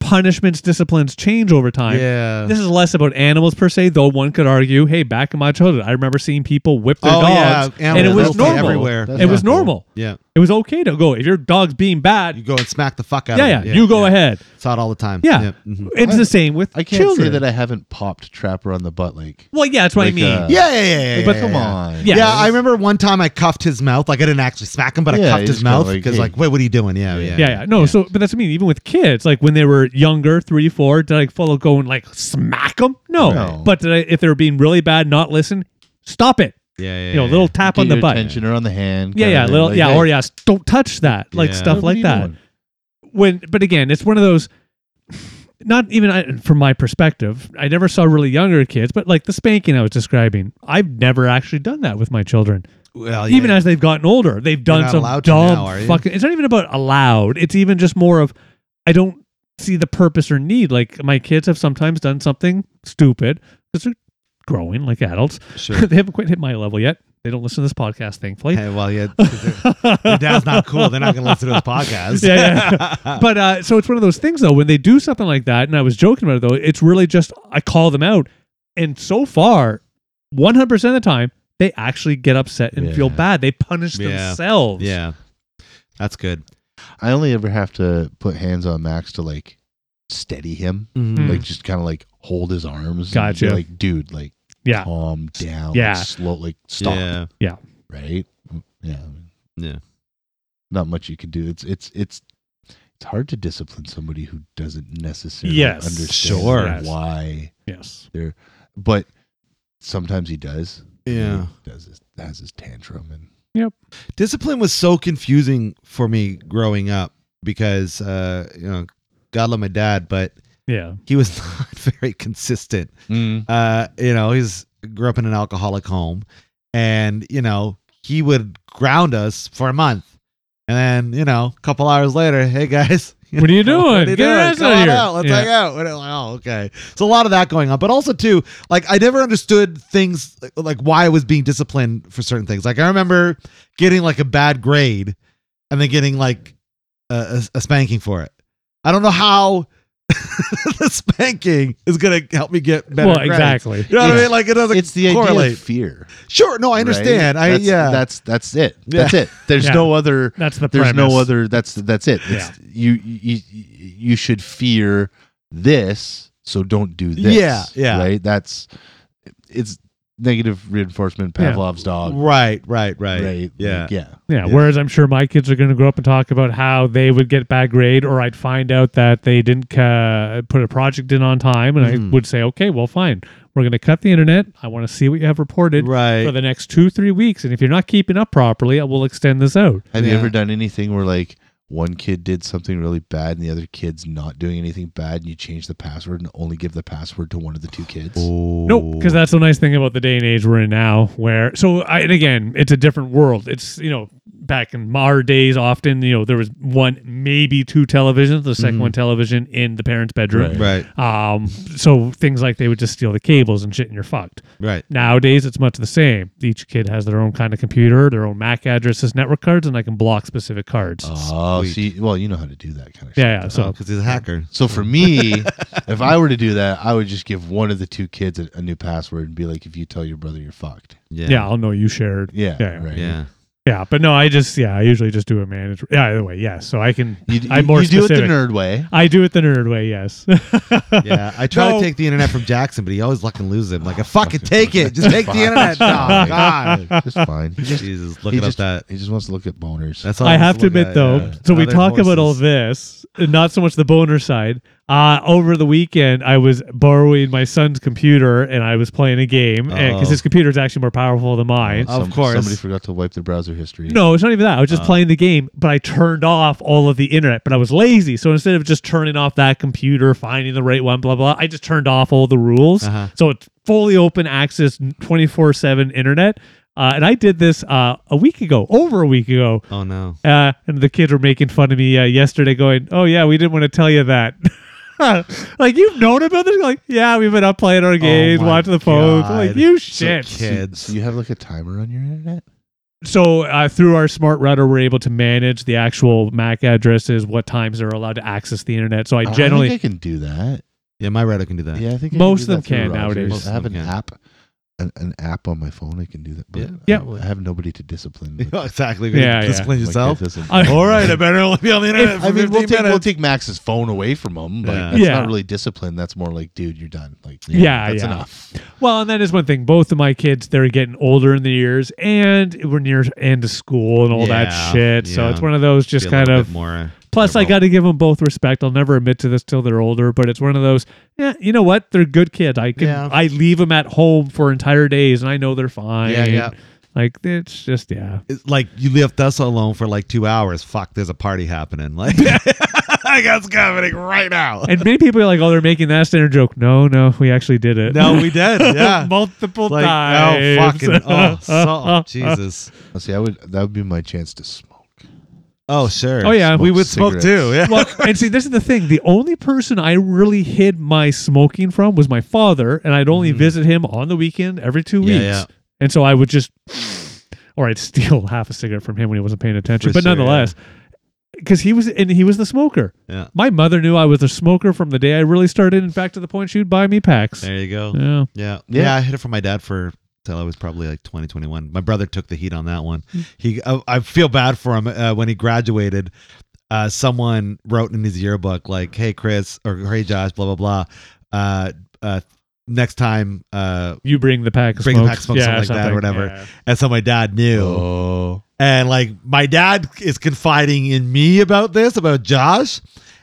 [SPEAKER 2] punishments, disciplines change over time.
[SPEAKER 1] Yeah.
[SPEAKER 2] This is less about animals per se, though. One could argue, hey, back in my childhood, I remember seeing people whip their
[SPEAKER 1] oh
[SPEAKER 2] dogs,
[SPEAKER 1] yeah,
[SPEAKER 2] and it
[SPEAKER 1] animals
[SPEAKER 2] was
[SPEAKER 1] will be
[SPEAKER 2] normal.
[SPEAKER 1] everywhere.
[SPEAKER 3] That's
[SPEAKER 2] It was
[SPEAKER 3] not cool.
[SPEAKER 2] normal.
[SPEAKER 1] Yeah,
[SPEAKER 2] It was okay to go if your dog's being bad.
[SPEAKER 1] you go and smack the fuck out.
[SPEAKER 2] yeah,
[SPEAKER 1] of
[SPEAKER 2] yeah,
[SPEAKER 1] him.
[SPEAKER 2] you go ahead.
[SPEAKER 1] Saw it all the time.
[SPEAKER 2] Yeah.
[SPEAKER 1] mhm.
[SPEAKER 2] It's
[SPEAKER 3] I-
[SPEAKER 2] the same with
[SPEAKER 3] I can't
[SPEAKER 2] children.
[SPEAKER 3] say that I haven't popped Trapper on the butt. Like,
[SPEAKER 2] well, yeah, that's what I
[SPEAKER 3] Like,
[SPEAKER 2] mean.
[SPEAKER 3] uh,
[SPEAKER 1] yeah, yeah, yeah, yeah,
[SPEAKER 3] but
[SPEAKER 1] yeah,
[SPEAKER 3] come
[SPEAKER 1] yeah.
[SPEAKER 3] on,
[SPEAKER 2] Yeah.
[SPEAKER 1] Yeah, I remember one time I cuffed his mouth. Like I didn't actually smack him, but
[SPEAKER 3] Yeah,
[SPEAKER 1] I cuffed
[SPEAKER 3] you
[SPEAKER 1] his
[SPEAKER 3] just go
[SPEAKER 1] mouth
[SPEAKER 3] like,
[SPEAKER 1] because
[SPEAKER 3] hey.
[SPEAKER 1] like, what, what are you doing? Yeah, yeah,
[SPEAKER 2] yeah, yeah. No, so but that's what I mean. Even with kids, like when they were younger, three, four, did I follow go and like smack them? No,
[SPEAKER 3] No.
[SPEAKER 2] but did I, if they were being really bad, not listen, stop it.
[SPEAKER 1] yeah, yeah,
[SPEAKER 2] You know,
[SPEAKER 1] yeah.
[SPEAKER 2] little tap
[SPEAKER 3] Get
[SPEAKER 2] on the
[SPEAKER 3] your
[SPEAKER 2] butt.
[SPEAKER 3] attention or on the hand.
[SPEAKER 2] Yeah,
[SPEAKER 3] kinda
[SPEAKER 2] yeah,
[SPEAKER 3] thing.
[SPEAKER 2] little,
[SPEAKER 3] Like,
[SPEAKER 2] yeah,
[SPEAKER 3] hey,
[SPEAKER 2] or yeah, s- don't touch that, like
[SPEAKER 1] Yeah.
[SPEAKER 2] stuff
[SPEAKER 3] what are
[SPEAKER 2] like
[SPEAKER 3] you
[SPEAKER 2] that.
[SPEAKER 3] doing?
[SPEAKER 2] When, but again, it's one of those. Not even I, from my perspective, I never saw really younger kids, but like the spanking I was describing, I've never actually done that with my children.
[SPEAKER 1] Well,
[SPEAKER 2] Even as they've gotten older, they've done
[SPEAKER 1] not
[SPEAKER 2] some
[SPEAKER 1] allowed to
[SPEAKER 2] dumb
[SPEAKER 1] now, are you?
[SPEAKER 2] fucking. It's not even about allowed. It's even just more of I don't see the purpose or need. Like my kids have sometimes done something stupid because they're growing like adults.
[SPEAKER 1] sure.
[SPEAKER 2] they haven't quite hit my level yet. They don't listen to this podcast, thankfully.
[SPEAKER 1] Hey, well, yeah, 'cause they're- your dad's not cool. They're not going to listen to his podcast.
[SPEAKER 2] Yeah, but uh, so it's one of those things though. When they do something like that, and I was joking about it though, it's really just I call them out, and so far, one hundred percent of the time, they actually get upset and feel
[SPEAKER 3] Yeah.
[SPEAKER 2] bad. They punish
[SPEAKER 1] Yeah.
[SPEAKER 2] themselves.
[SPEAKER 1] yeah, that's good.
[SPEAKER 3] I only ever have to put hands on Max to like steady him,
[SPEAKER 2] Mm.
[SPEAKER 3] like just kind of like hold his arms. and
[SPEAKER 2] Gotcha.
[SPEAKER 3] be Like, dude, like
[SPEAKER 1] Oh.
[SPEAKER 2] yeah.
[SPEAKER 3] calm down. like,
[SPEAKER 2] Yeah.
[SPEAKER 3] slow. Like stop.
[SPEAKER 1] Yeah.
[SPEAKER 3] Right. Mm, Yeah. I mean,
[SPEAKER 1] Yeah.
[SPEAKER 3] Not much you can do. It's it's it's it's hard to discipline somebody who doesn't necessarily
[SPEAKER 2] Yes.
[SPEAKER 3] understand
[SPEAKER 1] Sure.
[SPEAKER 2] Yes.
[SPEAKER 3] why,
[SPEAKER 2] Yes.
[SPEAKER 3] but sometimes he does.
[SPEAKER 1] Yeah.
[SPEAKER 3] He does his, has his tantrum and
[SPEAKER 1] Discipline was so confusing for me growing up because, uh, you know, God love my dad, but
[SPEAKER 2] Yeah.
[SPEAKER 1] he was not very consistent. Uh, you know, he's grew up in an alcoholic home, and you know he would ground us for a month, and then you know a couple hours later, hey guys,
[SPEAKER 2] What are you doing?
[SPEAKER 1] What are you
[SPEAKER 2] Get your
[SPEAKER 1] doing?
[SPEAKER 2] ass
[SPEAKER 1] Come
[SPEAKER 2] out
[SPEAKER 1] on
[SPEAKER 2] of here.
[SPEAKER 1] out. Let's
[SPEAKER 2] Yeah.
[SPEAKER 1] hang out. We're like, oh, okay. So a lot of that going on, but also too, like I never understood things like, like why I was being disciplined for certain things. Like I remember getting like a bad grade, and then getting like a, a, a spanking for it. I don't know how the spanking is gonna help me get better.
[SPEAKER 2] Well,
[SPEAKER 1] grades.
[SPEAKER 2] exactly.
[SPEAKER 1] You know what I
[SPEAKER 3] It's-
[SPEAKER 1] mean? Like it doesn't.
[SPEAKER 3] it's the idea
[SPEAKER 1] correlate.
[SPEAKER 3] of fear.
[SPEAKER 1] Sure. No, I understand.
[SPEAKER 3] right?
[SPEAKER 1] I
[SPEAKER 3] that's,
[SPEAKER 1] yeah.
[SPEAKER 3] That's that's it.
[SPEAKER 1] Yeah.
[SPEAKER 3] That's it. There's
[SPEAKER 2] Yeah.
[SPEAKER 3] no other.
[SPEAKER 2] That's the
[SPEAKER 3] There's
[SPEAKER 2] premise.
[SPEAKER 3] no other. That's that's it. It's, you, you you should fear this, so don't do this.
[SPEAKER 1] Yeah, yeah.
[SPEAKER 3] Right. That's it's negative reinforcement.
[SPEAKER 2] Yeah.
[SPEAKER 3] Pavlov's dog.
[SPEAKER 1] right. Right. Right.
[SPEAKER 3] Right.
[SPEAKER 1] Yeah.
[SPEAKER 3] Like, yeah.
[SPEAKER 1] Yeah.
[SPEAKER 2] Yeah, whereas I'm sure my kids are going to grow up and talk about how they would get bad grade, or I'd find out that they didn't uh, put a project in on time, and I
[SPEAKER 1] Mhm.
[SPEAKER 2] would say, okay, well, fine, we're going to cut the internet. I want to see what you have reported
[SPEAKER 1] Right.
[SPEAKER 2] for the next two, three weeks, and if you're not keeping up properly, I will extend this out.
[SPEAKER 3] Have you
[SPEAKER 1] Yeah.
[SPEAKER 3] ever done anything where like one kid did something really bad and the other kid's not doing anything bad, and you change the password and only give the password to one of the two kids?
[SPEAKER 2] No, Nope, because that's the nice thing about the day and age we're in now. Where so, I, and again, it's a different world. It's you know, back in our days, often you know there was one, maybe two televisions. The 2nd
[SPEAKER 1] Mhm.
[SPEAKER 2] one television in the parents' bedroom.
[SPEAKER 1] Right.
[SPEAKER 2] Um, so things like they would just steal the cables and shit, and you're fucked.
[SPEAKER 1] Right.
[SPEAKER 2] Nowadays, it's much the same. Each kid has their own kind of computer, their own MAC addresses, network cards, and I can block specific cards.
[SPEAKER 3] Oh,
[SPEAKER 1] Sweet.
[SPEAKER 3] see, well, you know how to do that kind of shit. Oh,
[SPEAKER 2] yeah,
[SPEAKER 1] So
[SPEAKER 2] yeah. So
[SPEAKER 1] because he's a hacker.
[SPEAKER 3] So for me, if I were to do that, I would just give one of the two kids a, a new password and be like, "If you tell your brother, you're fucked."
[SPEAKER 1] Yeah.
[SPEAKER 2] yeah. I'll know you shared.
[SPEAKER 3] Yeah,
[SPEAKER 2] Yeah,
[SPEAKER 3] right.
[SPEAKER 1] Yeah.
[SPEAKER 2] Yeah, but no, I just yeah, I usually just do a manager. Yeah, either way, yes. So I can.
[SPEAKER 3] You, you,
[SPEAKER 2] I'm more
[SPEAKER 3] you do it the
[SPEAKER 2] specific.
[SPEAKER 3] nerd way.
[SPEAKER 2] I do it the nerd way. Yes.
[SPEAKER 1] Yeah. I try
[SPEAKER 2] No.
[SPEAKER 1] to take the internet from Jackson, but he always fucking loses it. I'm like, fucking take it. Just take the internet. Oh,
[SPEAKER 3] Fine.
[SPEAKER 1] God.
[SPEAKER 3] Just fine. He just,
[SPEAKER 1] Jesus,
[SPEAKER 3] he
[SPEAKER 1] looking
[SPEAKER 3] just-
[SPEAKER 1] up that.
[SPEAKER 3] he just wants to look at boners.
[SPEAKER 1] That's all
[SPEAKER 2] I
[SPEAKER 1] he
[SPEAKER 2] have
[SPEAKER 1] wants
[SPEAKER 2] to
[SPEAKER 1] look
[SPEAKER 2] admit
[SPEAKER 1] at,
[SPEAKER 2] though,
[SPEAKER 1] yeah.
[SPEAKER 2] so we
[SPEAKER 1] Other
[SPEAKER 2] talk about all
[SPEAKER 1] voices.
[SPEAKER 2] this, and not so much the boner side. Uh, over the weekend, I was borrowing my son's computer and I was playing a game because
[SPEAKER 1] Uh-oh.
[SPEAKER 2] his computer is actually more powerful than mine.
[SPEAKER 1] of course.
[SPEAKER 3] somebody forgot to wipe their browser history.
[SPEAKER 2] No, it's not even that. I was just
[SPEAKER 1] uh.
[SPEAKER 3] Oh.
[SPEAKER 2] playing the game, but I turned off all of the internet. But I was lazy, so instead of just turning off that computer, finding the right one, blah blah, I just turned off all the rules.
[SPEAKER 1] Uh-huh.
[SPEAKER 2] So it's fully open access, twenty four seven internet. Uh, and I did this uh, a week ago, over a week ago.
[SPEAKER 1] Oh no.
[SPEAKER 2] Uh, and the kids were making fun of me uh, yesterday, going, "Oh yeah, we didn't want to tell you that." like you've known about this? Like yeah, we've been up playing our games,
[SPEAKER 1] my
[SPEAKER 2] watching the phone.
[SPEAKER 1] God.
[SPEAKER 2] Like you
[SPEAKER 1] So cute.
[SPEAKER 2] shit.
[SPEAKER 3] So-
[SPEAKER 1] Kids.
[SPEAKER 3] So, you have like a timer on your internet?
[SPEAKER 2] So uh, through our smart router, we're able to manage the actual MAC addresses, what times they're allowed to access the internet. So I
[SPEAKER 3] Oh,
[SPEAKER 2] generally,
[SPEAKER 3] I, think I can do that.
[SPEAKER 1] Yeah, my router can do that.
[SPEAKER 3] Yeah, I think I
[SPEAKER 2] Most
[SPEAKER 3] can do
[SPEAKER 2] of
[SPEAKER 3] that
[SPEAKER 2] them
[SPEAKER 3] through
[SPEAKER 2] can
[SPEAKER 3] routers.
[SPEAKER 2] nowadays.
[SPEAKER 3] I have an
[SPEAKER 1] Most of them can.
[SPEAKER 3] app, an, an app on my phone. I can do that. But
[SPEAKER 1] Yeah.
[SPEAKER 3] I-
[SPEAKER 2] Yeah.
[SPEAKER 3] I, have nobody to discipline. with.
[SPEAKER 1] Yeah, exactly. You're gonna
[SPEAKER 2] Yeah, yeah.
[SPEAKER 1] Discipline
[SPEAKER 3] My kid
[SPEAKER 1] yourself.
[SPEAKER 3] doesn't-
[SPEAKER 2] I- All
[SPEAKER 1] better only be on the
[SPEAKER 2] internet
[SPEAKER 3] I mean, we'll take, we'll take Max's phone away from him. Like,
[SPEAKER 1] Yeah.
[SPEAKER 3] that's
[SPEAKER 2] Yeah.
[SPEAKER 3] not really discipline. That's more like, dude, you're done. Like,
[SPEAKER 2] Yeah,
[SPEAKER 3] that's
[SPEAKER 2] yeah.
[SPEAKER 3] enough.
[SPEAKER 2] well, and that is one thing. Both of my kids, they're getting older in the years, and we're near end of school and all
[SPEAKER 1] Yeah,
[SPEAKER 2] that shit. So
[SPEAKER 1] yeah.
[SPEAKER 2] it's one of those just kind of.
[SPEAKER 1] more.
[SPEAKER 2] Plus, I
[SPEAKER 1] liberal.
[SPEAKER 2] got to give them both respect. I'll never admit to this till they're older, but it's one of those. Yeah, you know what? They're good kids. I can.
[SPEAKER 1] Yeah.
[SPEAKER 2] I leave them at home for entire days, and I know they're fine.
[SPEAKER 1] Yeah, yeah.
[SPEAKER 2] Like it's just yeah.
[SPEAKER 1] It's like you left us alone for like two hours. Fuck, there's a party happening. Like I got it's happening right now.
[SPEAKER 2] and many people are like, "Oh, they're making that standard joke." No, no, we actually did it.
[SPEAKER 1] No, we did. Yeah.
[SPEAKER 2] multiple
[SPEAKER 1] Like,
[SPEAKER 2] times.
[SPEAKER 1] oh fucking oh, so, oh Jesus.
[SPEAKER 3] Let's See, I would that would be my chance to smoke.
[SPEAKER 1] Oh sure.
[SPEAKER 2] Oh, yeah.
[SPEAKER 1] We would smoke
[SPEAKER 3] cigarettes.
[SPEAKER 1] too. Yeah.
[SPEAKER 2] well, and see, this is the thing. The only person I really hid my smoking from was my father, and I'd only
[SPEAKER 1] Mhm.
[SPEAKER 2] visit him on the weekend every two
[SPEAKER 1] Yeah,
[SPEAKER 2] weeks.
[SPEAKER 1] yeah.
[SPEAKER 2] And so I would just, or I'd steal half a cigarette from him when he wasn't paying attention.
[SPEAKER 1] For
[SPEAKER 2] but
[SPEAKER 1] sure, yeah.
[SPEAKER 2] nonetheless, because he was, and he was the smoker.
[SPEAKER 1] Yeah.
[SPEAKER 2] My mother knew I was a smoker from the day I really started. In fact, to the point she'd buy me packs.
[SPEAKER 1] There you go.
[SPEAKER 2] Yeah.
[SPEAKER 1] Yeah.
[SPEAKER 3] Yeah.
[SPEAKER 1] yeah. I hid it from my dad for till I was probably like 20, 21. My brother took the heat on that one. He, I, I feel bad for him uh, when he graduated. Uh, someone wrote in his yearbook like, "Hey Chris" or "Hey Josh," blah blah blah. Uh, uh, next time, uh,
[SPEAKER 2] you bring the pack of
[SPEAKER 1] Bring the
[SPEAKER 2] smokes.
[SPEAKER 1] pack of smokes,
[SPEAKER 2] yeah,
[SPEAKER 1] something like that or whatever.
[SPEAKER 2] yeah.
[SPEAKER 1] and so my dad knew,
[SPEAKER 3] Oh,
[SPEAKER 1] and like my dad is confiding in me about this about Josh.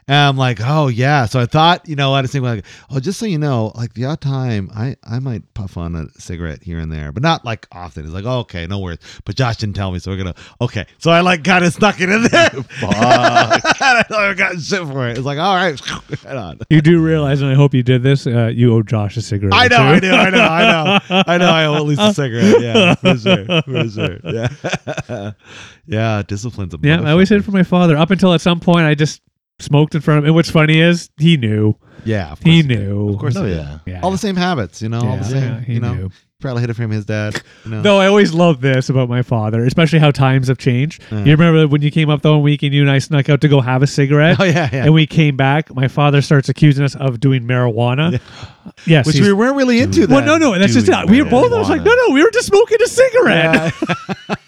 [SPEAKER 1] And I'm like, oh yeah. So I thought, you know, I was thinking like, oh, just so you know, like the odd time I, I might puff on a cigarette here and there, but not like often. It's like, oh, okay, no worries. But Josh didn't tell me, so we're gonna okay. So I like kind of snuck it in there. and I thought I got shit for it. It's like, all right, right on.
[SPEAKER 2] You do realize, and I hope you did this. Uh, you owe Josh a cigarette.
[SPEAKER 1] I know,
[SPEAKER 2] too.
[SPEAKER 1] I know, I know, I know, I know. I owe at least a cigarette. Yeah, for sure, for sure. Yeah, yeah. Discipline's a
[SPEAKER 2] Yeah, I always
[SPEAKER 1] motherfucker.
[SPEAKER 2] hid it from my father. Up until at some point, I just smoked in front of him. And what's funny is he knew.
[SPEAKER 1] Yeah, of course
[SPEAKER 2] He
[SPEAKER 1] did.
[SPEAKER 2] knew. Oh,
[SPEAKER 1] Of course,
[SPEAKER 3] no,
[SPEAKER 1] he did.
[SPEAKER 3] yeah.
[SPEAKER 2] Yeah.
[SPEAKER 1] All the same habits, you know. all the
[SPEAKER 2] Yeah,
[SPEAKER 1] same,
[SPEAKER 2] yeah, he
[SPEAKER 1] you know.
[SPEAKER 2] knew.
[SPEAKER 1] Probably hid it from his dad. You know?
[SPEAKER 2] Though I always love this about my father, especially how times have changed.
[SPEAKER 1] Yeah.
[SPEAKER 2] You remember when you came up the one week and you and I snuck out to go have a cigarette?
[SPEAKER 1] Oh yeah, yeah.
[SPEAKER 2] And we came back. My father starts accusing us of doing marijuana. Yes,
[SPEAKER 1] Which
[SPEAKER 2] he's-
[SPEAKER 1] we weren't really into.
[SPEAKER 2] well,
[SPEAKER 1] then.
[SPEAKER 2] no, no, that's just
[SPEAKER 3] doing
[SPEAKER 2] it. We were both. I was like,
[SPEAKER 3] marijuana.
[SPEAKER 2] no, no, we were just smoking a cigarette.
[SPEAKER 1] Yeah.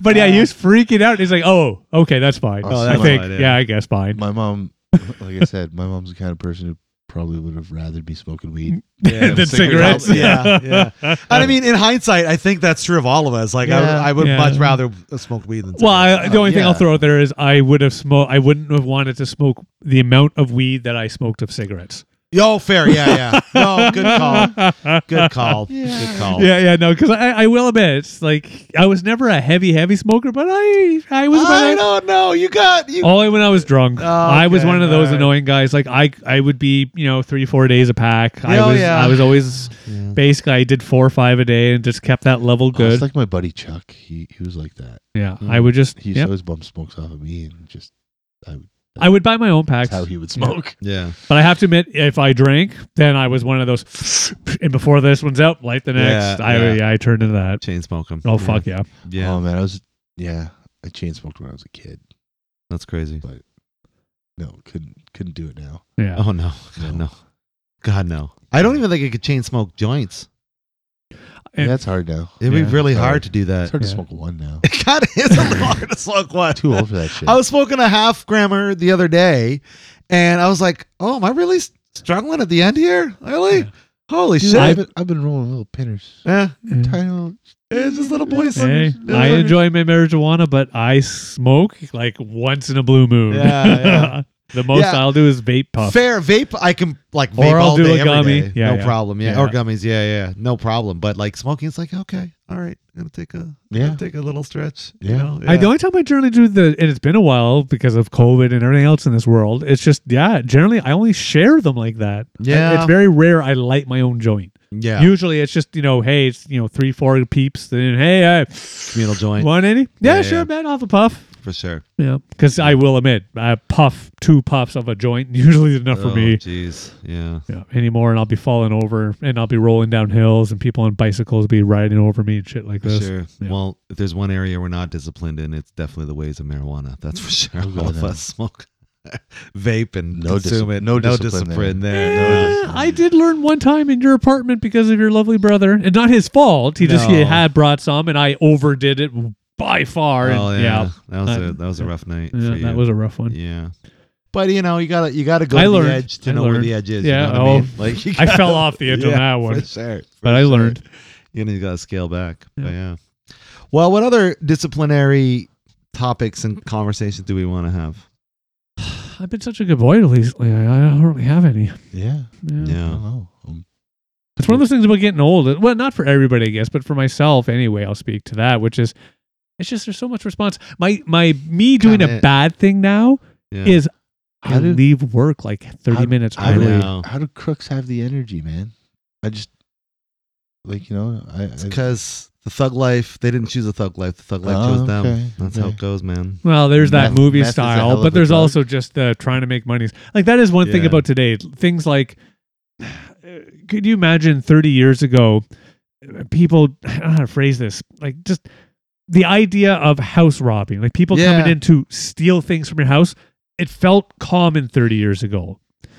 [SPEAKER 2] But yeah, he was freaking out. He's like, "Oh, okay, that's fine.
[SPEAKER 3] Oh,
[SPEAKER 2] I
[SPEAKER 3] that's
[SPEAKER 2] think,
[SPEAKER 1] fine,
[SPEAKER 2] yeah.
[SPEAKER 1] yeah.
[SPEAKER 2] I guess fine."
[SPEAKER 3] My mom, like I said, my mom's the kind of person who probably would have rather be smoking
[SPEAKER 2] Mm,
[SPEAKER 3] weed.
[SPEAKER 1] Yeah.
[SPEAKER 2] Than cigarettes.
[SPEAKER 1] Yeah, yeah. And I mean, in hindsight, I think that's true of all of us. Like,
[SPEAKER 3] Yeah.
[SPEAKER 1] I, I would
[SPEAKER 2] Yeah.
[SPEAKER 1] much rather smoke weed than.
[SPEAKER 2] Well, I, the
[SPEAKER 3] Oh,
[SPEAKER 2] only thing I'll
[SPEAKER 3] yeah.
[SPEAKER 2] throw out there is I would have smoked. I wouldn't have wanted to smoke the amount of weed that I smoked of cigarettes.
[SPEAKER 1] Yo, fair. Yeah, yeah. No, good call. Good call. Good call.
[SPEAKER 2] Yeah, yeah, no, because I, I will admit, like I was never a heavy, heavy smoker, but I, I was.
[SPEAKER 1] I
[SPEAKER 2] about-
[SPEAKER 1] don't know. You got you.
[SPEAKER 2] Only when I was drunk.
[SPEAKER 1] Oh,
[SPEAKER 2] I was
[SPEAKER 1] okay,
[SPEAKER 2] one of those
[SPEAKER 1] alright.
[SPEAKER 2] annoying guys. Like I, I would be, you know, three, four days a pack.
[SPEAKER 1] Oh,
[SPEAKER 2] I was,
[SPEAKER 1] yeah.
[SPEAKER 2] I was always
[SPEAKER 1] Yeah.
[SPEAKER 2] basically I did four or five a day and just kept that level
[SPEAKER 3] Oh,
[SPEAKER 2] good.
[SPEAKER 3] it's like mm, my buddy Chuck. He he was like that.
[SPEAKER 2] yeah, I would just,
[SPEAKER 3] He
[SPEAKER 2] yeah,
[SPEAKER 3] used always bump smokes off of me and just
[SPEAKER 2] I would buy my own packs.
[SPEAKER 3] that's how he would smoke.
[SPEAKER 1] Yeah.
[SPEAKER 2] But I have to admit, if I drank, then I was one of those. And before this one's out, light the next.
[SPEAKER 1] Yeah,
[SPEAKER 2] I,
[SPEAKER 1] yeah.
[SPEAKER 2] yeah. I turned into that.
[SPEAKER 1] Chain smoke him.
[SPEAKER 2] Oh fuck yeah!
[SPEAKER 1] Yeah.
[SPEAKER 3] Oh man, I was yeah. I chain smoked when I was a kid.
[SPEAKER 1] That's crazy.
[SPEAKER 3] No, couldn't couldn't do it now.
[SPEAKER 2] Yeah.
[SPEAKER 1] Oh no. God no. God no. I don't even think I could chain smoke joints.
[SPEAKER 2] And-
[SPEAKER 3] that's hard now.
[SPEAKER 1] It'd
[SPEAKER 2] Yeah.
[SPEAKER 1] be really
[SPEAKER 3] Sorry.
[SPEAKER 1] hard to do
[SPEAKER 3] It's
[SPEAKER 1] that.
[SPEAKER 3] hard to
[SPEAKER 2] Yeah.
[SPEAKER 3] smoke one now.
[SPEAKER 1] It kind of is a little hard to smoke one.
[SPEAKER 3] Too old for that shit.
[SPEAKER 1] I was smoking a half grammer the other day, and I was like, "Oh, am I really s- struggling at the end here? Really?
[SPEAKER 2] Yeah.
[SPEAKER 1] Holy
[SPEAKER 3] Dude,
[SPEAKER 1] shit!"
[SPEAKER 3] I've, been, I've been rolling little pinners.
[SPEAKER 1] yeah,
[SPEAKER 2] Yeah.
[SPEAKER 3] Tiny little-
[SPEAKER 1] it's just little boys.
[SPEAKER 2] Hey, I enjoy my marijuana, but I smoke like once in a blue moon.
[SPEAKER 1] Yeah, yeah.
[SPEAKER 2] the most
[SPEAKER 1] Yeah.
[SPEAKER 2] I'll do is vape puff.
[SPEAKER 1] Fair vape, I can like
[SPEAKER 2] Or
[SPEAKER 1] vape
[SPEAKER 2] I'll
[SPEAKER 1] all
[SPEAKER 2] do
[SPEAKER 1] day,
[SPEAKER 2] a
[SPEAKER 1] every
[SPEAKER 2] gummy.
[SPEAKER 1] day.
[SPEAKER 2] Yeah,
[SPEAKER 1] no
[SPEAKER 2] yeah.
[SPEAKER 1] problem. Yeah.
[SPEAKER 2] Yeah.
[SPEAKER 1] or gummies. Yeah, yeah, no problem. But like smoking, it's like okay, all right, I'm gonna take a
[SPEAKER 3] Yeah.
[SPEAKER 1] gonna take a little stretch. you
[SPEAKER 3] Yeah.
[SPEAKER 1] know?
[SPEAKER 2] I, the only time I generally do the, and it's been a while because of COVID and everything else in this world. It's just yeah. Generally, I only share them like that. I-
[SPEAKER 1] Yeah.
[SPEAKER 2] it's very rare I light my own joint.
[SPEAKER 1] Yeah,
[SPEAKER 2] Usually, it's just you know, hey, it's you know three, four peeps. Then hey, I
[SPEAKER 1] communal joint
[SPEAKER 2] want any?
[SPEAKER 1] Yeah,
[SPEAKER 2] Yeah,
[SPEAKER 1] yeah,
[SPEAKER 2] sure,
[SPEAKER 1] yeah.
[SPEAKER 2] man. I'll have a puff.
[SPEAKER 1] for sure.
[SPEAKER 2] Yeah, because I will admit, I puff two puffs of a joint usually is enough for
[SPEAKER 1] Oh,
[SPEAKER 2] me.
[SPEAKER 1] jeez, yeah.
[SPEAKER 2] yeah, anymore, and I'll be falling over, and I'll be rolling down hills, and people on bicycles be riding over me and shit like
[SPEAKER 1] For
[SPEAKER 2] this.
[SPEAKER 1] sure.
[SPEAKER 2] yeah.
[SPEAKER 1] Well, if there's one area we're not disciplined in, it's definitely the ways of marijuana. That's for sure.
[SPEAKER 3] I'll go
[SPEAKER 1] All
[SPEAKER 3] with
[SPEAKER 1] of
[SPEAKER 3] that.
[SPEAKER 1] us smoke, vape, and
[SPEAKER 3] No
[SPEAKER 1] consume
[SPEAKER 3] discipline-
[SPEAKER 1] it.
[SPEAKER 3] no
[SPEAKER 1] no
[SPEAKER 3] discipline
[SPEAKER 1] there.
[SPEAKER 2] Yeah,
[SPEAKER 1] No discipline.
[SPEAKER 2] I did learn one time in your apartment because of your lovely brother, and not his fault. He just he
[SPEAKER 1] No.
[SPEAKER 2] had brought some, and I overdid it by far.
[SPEAKER 1] Oh
[SPEAKER 2] and,
[SPEAKER 1] yeah.
[SPEAKER 2] yeah,
[SPEAKER 1] that was a
[SPEAKER 2] Uh,
[SPEAKER 1] that was a rough night.
[SPEAKER 2] yeah,
[SPEAKER 1] for you.
[SPEAKER 2] that was a rough one.
[SPEAKER 1] yeah. But you know, you gotta you gotta go
[SPEAKER 2] I
[SPEAKER 1] to
[SPEAKER 2] learned.
[SPEAKER 1] the edge to
[SPEAKER 2] I
[SPEAKER 1] know where
[SPEAKER 2] learned.
[SPEAKER 1] the edge is.
[SPEAKER 2] Yeah,
[SPEAKER 1] You know what I
[SPEAKER 2] oh,
[SPEAKER 1] mean? Like you
[SPEAKER 2] I
[SPEAKER 1] gotta-
[SPEAKER 2] fell off the edge on
[SPEAKER 1] Yeah,
[SPEAKER 2] that one,
[SPEAKER 1] For sure. for
[SPEAKER 2] but I
[SPEAKER 1] sure.
[SPEAKER 2] learned.
[SPEAKER 1] You know, you gotta scale back.
[SPEAKER 2] Yeah.
[SPEAKER 1] But yeah. Well, what other disciplinary topics and conversations do we want to have?
[SPEAKER 2] I've been such a good boy lately. I, I don't really have any.
[SPEAKER 3] yeah.
[SPEAKER 2] Yeah.
[SPEAKER 3] I
[SPEAKER 1] Yeah.
[SPEAKER 3] don't know. Um,
[SPEAKER 2] It's one of those things about getting old. It- Well, not for everybody, I guess, but for myself anyway. I'll speak to that, which is, it's just there's so much response. My my me doing
[SPEAKER 1] Kinda
[SPEAKER 2] a
[SPEAKER 1] it.
[SPEAKER 2] bad thing now
[SPEAKER 1] Yeah.
[SPEAKER 2] is
[SPEAKER 3] How
[SPEAKER 2] I
[SPEAKER 3] did-
[SPEAKER 2] leave work like 30
[SPEAKER 3] how-
[SPEAKER 2] minutes
[SPEAKER 3] how
[SPEAKER 1] I
[SPEAKER 3] do-
[SPEAKER 2] early.
[SPEAKER 1] know.
[SPEAKER 3] How do crooks have the energy, man? I just like you know. I,
[SPEAKER 1] It's
[SPEAKER 3] I-
[SPEAKER 1] because the thug life, they didn't choose the thug life. The thug life
[SPEAKER 3] Oh,
[SPEAKER 1] chose them.
[SPEAKER 3] okay,
[SPEAKER 1] That's how
[SPEAKER 3] okay.
[SPEAKER 1] it goes, man.
[SPEAKER 2] Well, there's that
[SPEAKER 3] Meth-
[SPEAKER 2] movie
[SPEAKER 3] meth is a hell
[SPEAKER 2] style,
[SPEAKER 3] of
[SPEAKER 2] but
[SPEAKER 3] a
[SPEAKER 2] there's
[SPEAKER 3] drug.
[SPEAKER 2] also just the trying to make money. Like that is one thing
[SPEAKER 1] Yeah.
[SPEAKER 2] about today. Things like, could you imagine 30 years ago, people? I don't know how to phrase this. Like just the idea of house robbing, like people
[SPEAKER 1] Yeah.
[SPEAKER 2] coming in to steal things from your house. It felt common 30 years ago.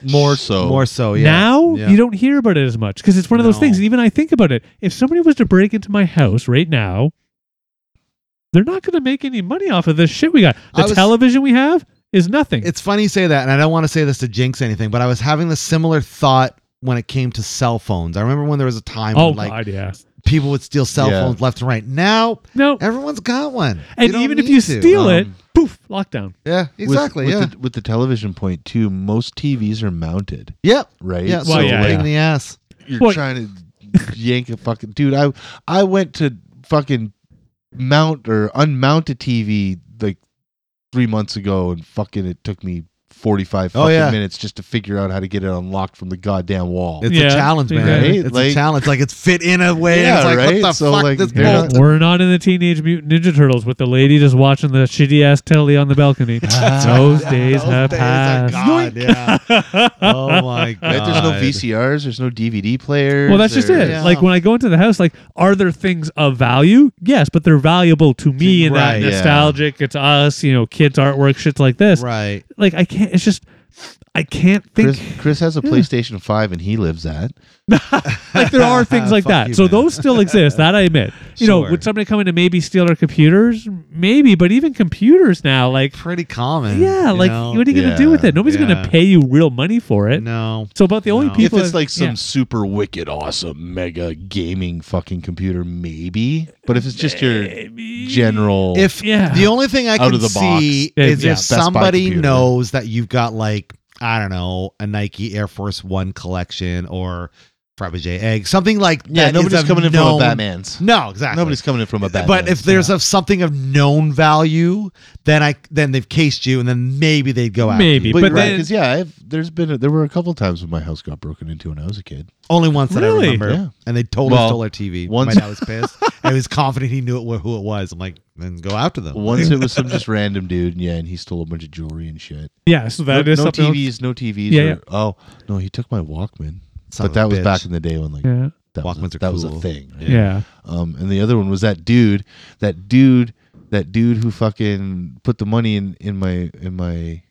[SPEAKER 3] more so.
[SPEAKER 1] More so, Oh, yeah.
[SPEAKER 2] now
[SPEAKER 1] yeah.
[SPEAKER 2] you don't hear about it as much because it's one of those things.
[SPEAKER 1] No.
[SPEAKER 2] Even I think about it. If somebody was to break into my house right now, they're not going to make any money off of this shit we got. The
[SPEAKER 1] I was-
[SPEAKER 2] television we have is nothing.
[SPEAKER 1] It's funny you say that, and I don't want to say this to jinx anything, but I was having this similar thought when it came to cell phones. I remember when there was a time
[SPEAKER 2] oh
[SPEAKER 1] when like
[SPEAKER 2] god, yeah.
[SPEAKER 1] people would steal cell
[SPEAKER 3] Yeah.
[SPEAKER 1] phones left and right. Now
[SPEAKER 2] No,
[SPEAKER 1] everyone's got one, You
[SPEAKER 2] and
[SPEAKER 1] don't
[SPEAKER 2] even if
[SPEAKER 1] need
[SPEAKER 2] you
[SPEAKER 1] to.
[SPEAKER 2] steal it,
[SPEAKER 3] Um,
[SPEAKER 2] poof, lockdown.
[SPEAKER 1] yeah,
[SPEAKER 3] With-
[SPEAKER 1] exactly,
[SPEAKER 3] With,
[SPEAKER 1] yeah,
[SPEAKER 3] The, with the television point too, most TVs are mounted,
[SPEAKER 1] yep,
[SPEAKER 3] right?
[SPEAKER 1] yeah.
[SPEAKER 2] Well,
[SPEAKER 1] so
[SPEAKER 2] yeah,
[SPEAKER 1] pain
[SPEAKER 2] yeah.
[SPEAKER 1] in the ass.
[SPEAKER 3] you're
[SPEAKER 2] Well-
[SPEAKER 3] trying to yank a fucking dude. I I went to fucking mount or unmount a TV like three months ago, and fucking it took me forty five
[SPEAKER 1] Oh,
[SPEAKER 3] fucking
[SPEAKER 1] yeah.
[SPEAKER 3] minutes just to figure out how to get it unlocked from the goddamn wall.
[SPEAKER 1] It's a
[SPEAKER 2] Yeah,
[SPEAKER 1] challenge, man.
[SPEAKER 2] exactly.
[SPEAKER 1] It's a
[SPEAKER 3] Like-
[SPEAKER 1] challenge. Like it's fit in a way.
[SPEAKER 3] Yeah,
[SPEAKER 1] it's like
[SPEAKER 3] right?
[SPEAKER 1] what the
[SPEAKER 3] So,
[SPEAKER 1] fuck?
[SPEAKER 3] like,
[SPEAKER 1] this
[SPEAKER 3] they're
[SPEAKER 1] bolt.
[SPEAKER 3] not-
[SPEAKER 2] We're not in the Teenage Mutant Ninja Turtles with the lady just watching the shitty ass telly on the balcony.
[SPEAKER 3] That's
[SPEAKER 2] those
[SPEAKER 1] Yeah,
[SPEAKER 2] days
[SPEAKER 1] those
[SPEAKER 2] have
[SPEAKER 1] days are
[SPEAKER 2] passed.
[SPEAKER 1] gone. Yeah. Oh my god.
[SPEAKER 3] Right? There's no VCRs. There's no DVD players.
[SPEAKER 2] Well, that's just it.
[SPEAKER 3] there's-
[SPEAKER 1] Yeah.
[SPEAKER 2] Like when I go into the house, like, are there things of value? Yes, but they're valuable to me and
[SPEAKER 1] Right,
[SPEAKER 2] that
[SPEAKER 1] yeah.
[SPEAKER 2] nostalgic. It's us, you know, kids artwork, shit like this.
[SPEAKER 1] Right.
[SPEAKER 2] Like I can't. It's just I can't think.
[SPEAKER 3] Chris, Chris has a
[SPEAKER 2] Yeah.
[SPEAKER 3] PlayStation Five, and he lives that.
[SPEAKER 2] like there are things like
[SPEAKER 1] Fuck
[SPEAKER 2] that.
[SPEAKER 1] you,
[SPEAKER 2] so
[SPEAKER 1] man.
[SPEAKER 2] those still exist. That I admit. You know,
[SPEAKER 1] Sure.
[SPEAKER 2] would somebody come in to maybe steal our computers? Maybe, but even computers now, like,
[SPEAKER 1] Pretty common.
[SPEAKER 2] yeah,
[SPEAKER 1] you
[SPEAKER 2] like
[SPEAKER 1] know?
[SPEAKER 2] what are you gonna do
[SPEAKER 3] Yeah,
[SPEAKER 2] with it? Nobody's
[SPEAKER 1] yeah.
[SPEAKER 2] gonna pay you real money for it.
[SPEAKER 1] no.
[SPEAKER 2] So about the only
[SPEAKER 1] No. If
[SPEAKER 2] people
[SPEAKER 3] if it's
[SPEAKER 2] that-
[SPEAKER 3] like some
[SPEAKER 2] yeah.
[SPEAKER 3] super wicked, awesome, mega gaming fucking computer, maybe. But if it's just your
[SPEAKER 2] Maybe.
[SPEAKER 3] general,
[SPEAKER 1] If
[SPEAKER 2] Yeah.
[SPEAKER 1] the only thing I
[SPEAKER 3] Out
[SPEAKER 1] can
[SPEAKER 3] of the box.
[SPEAKER 1] see
[SPEAKER 2] Yeah,
[SPEAKER 1] is
[SPEAKER 2] yeah.
[SPEAKER 1] if
[SPEAKER 2] Best
[SPEAKER 3] Buy
[SPEAKER 1] somebody
[SPEAKER 3] computer.
[SPEAKER 1] knows that you've got like I don't know, a Nike Air Force One collection or Fabergé egg, something like that.
[SPEAKER 3] Yeah,
[SPEAKER 1] is
[SPEAKER 3] nobody's
[SPEAKER 1] of
[SPEAKER 3] coming in from
[SPEAKER 1] known-
[SPEAKER 3] a Batman's.
[SPEAKER 1] No, exactly.
[SPEAKER 3] Nobody's coming in from a Batman's.
[SPEAKER 1] but if there's of something of known value, then I then they've cased you, and then maybe they'd go out.
[SPEAKER 2] Maybe,
[SPEAKER 1] you.
[SPEAKER 2] but
[SPEAKER 3] but
[SPEAKER 2] then-
[SPEAKER 3] because yeah, I've, there's been a, there were a couple times when my house got broken into when I was a kid.
[SPEAKER 1] only once that
[SPEAKER 2] Really?
[SPEAKER 1] I remember,
[SPEAKER 3] Yeah.
[SPEAKER 1] and they totally
[SPEAKER 3] Well,
[SPEAKER 1] stole our TV.
[SPEAKER 3] once-
[SPEAKER 1] My dad was pissed. I was confident he knew it, wa- who it was. I'm like, then go after them.
[SPEAKER 3] Once it was some just random dude, and yeah, and he stole a bunch of jewelry and shit.
[SPEAKER 2] Yeah, so that
[SPEAKER 3] no,
[SPEAKER 2] is
[SPEAKER 3] no
[SPEAKER 2] something. else.
[SPEAKER 3] TVs, no TVs.
[SPEAKER 2] Yeah,
[SPEAKER 3] or-
[SPEAKER 2] yeah.
[SPEAKER 3] Oh no, he took my Walkman,
[SPEAKER 1] Son of a
[SPEAKER 3] but that was
[SPEAKER 1] bitch.
[SPEAKER 3] back in the day when like
[SPEAKER 2] Yeah,
[SPEAKER 3] that, was a,
[SPEAKER 1] Walkmans are
[SPEAKER 3] that was a
[SPEAKER 1] cool.
[SPEAKER 3] thing. right?
[SPEAKER 2] yeah, yeah.
[SPEAKER 3] Um, and the other one was that dude, that dude, that dude who fucking put the money in in my in my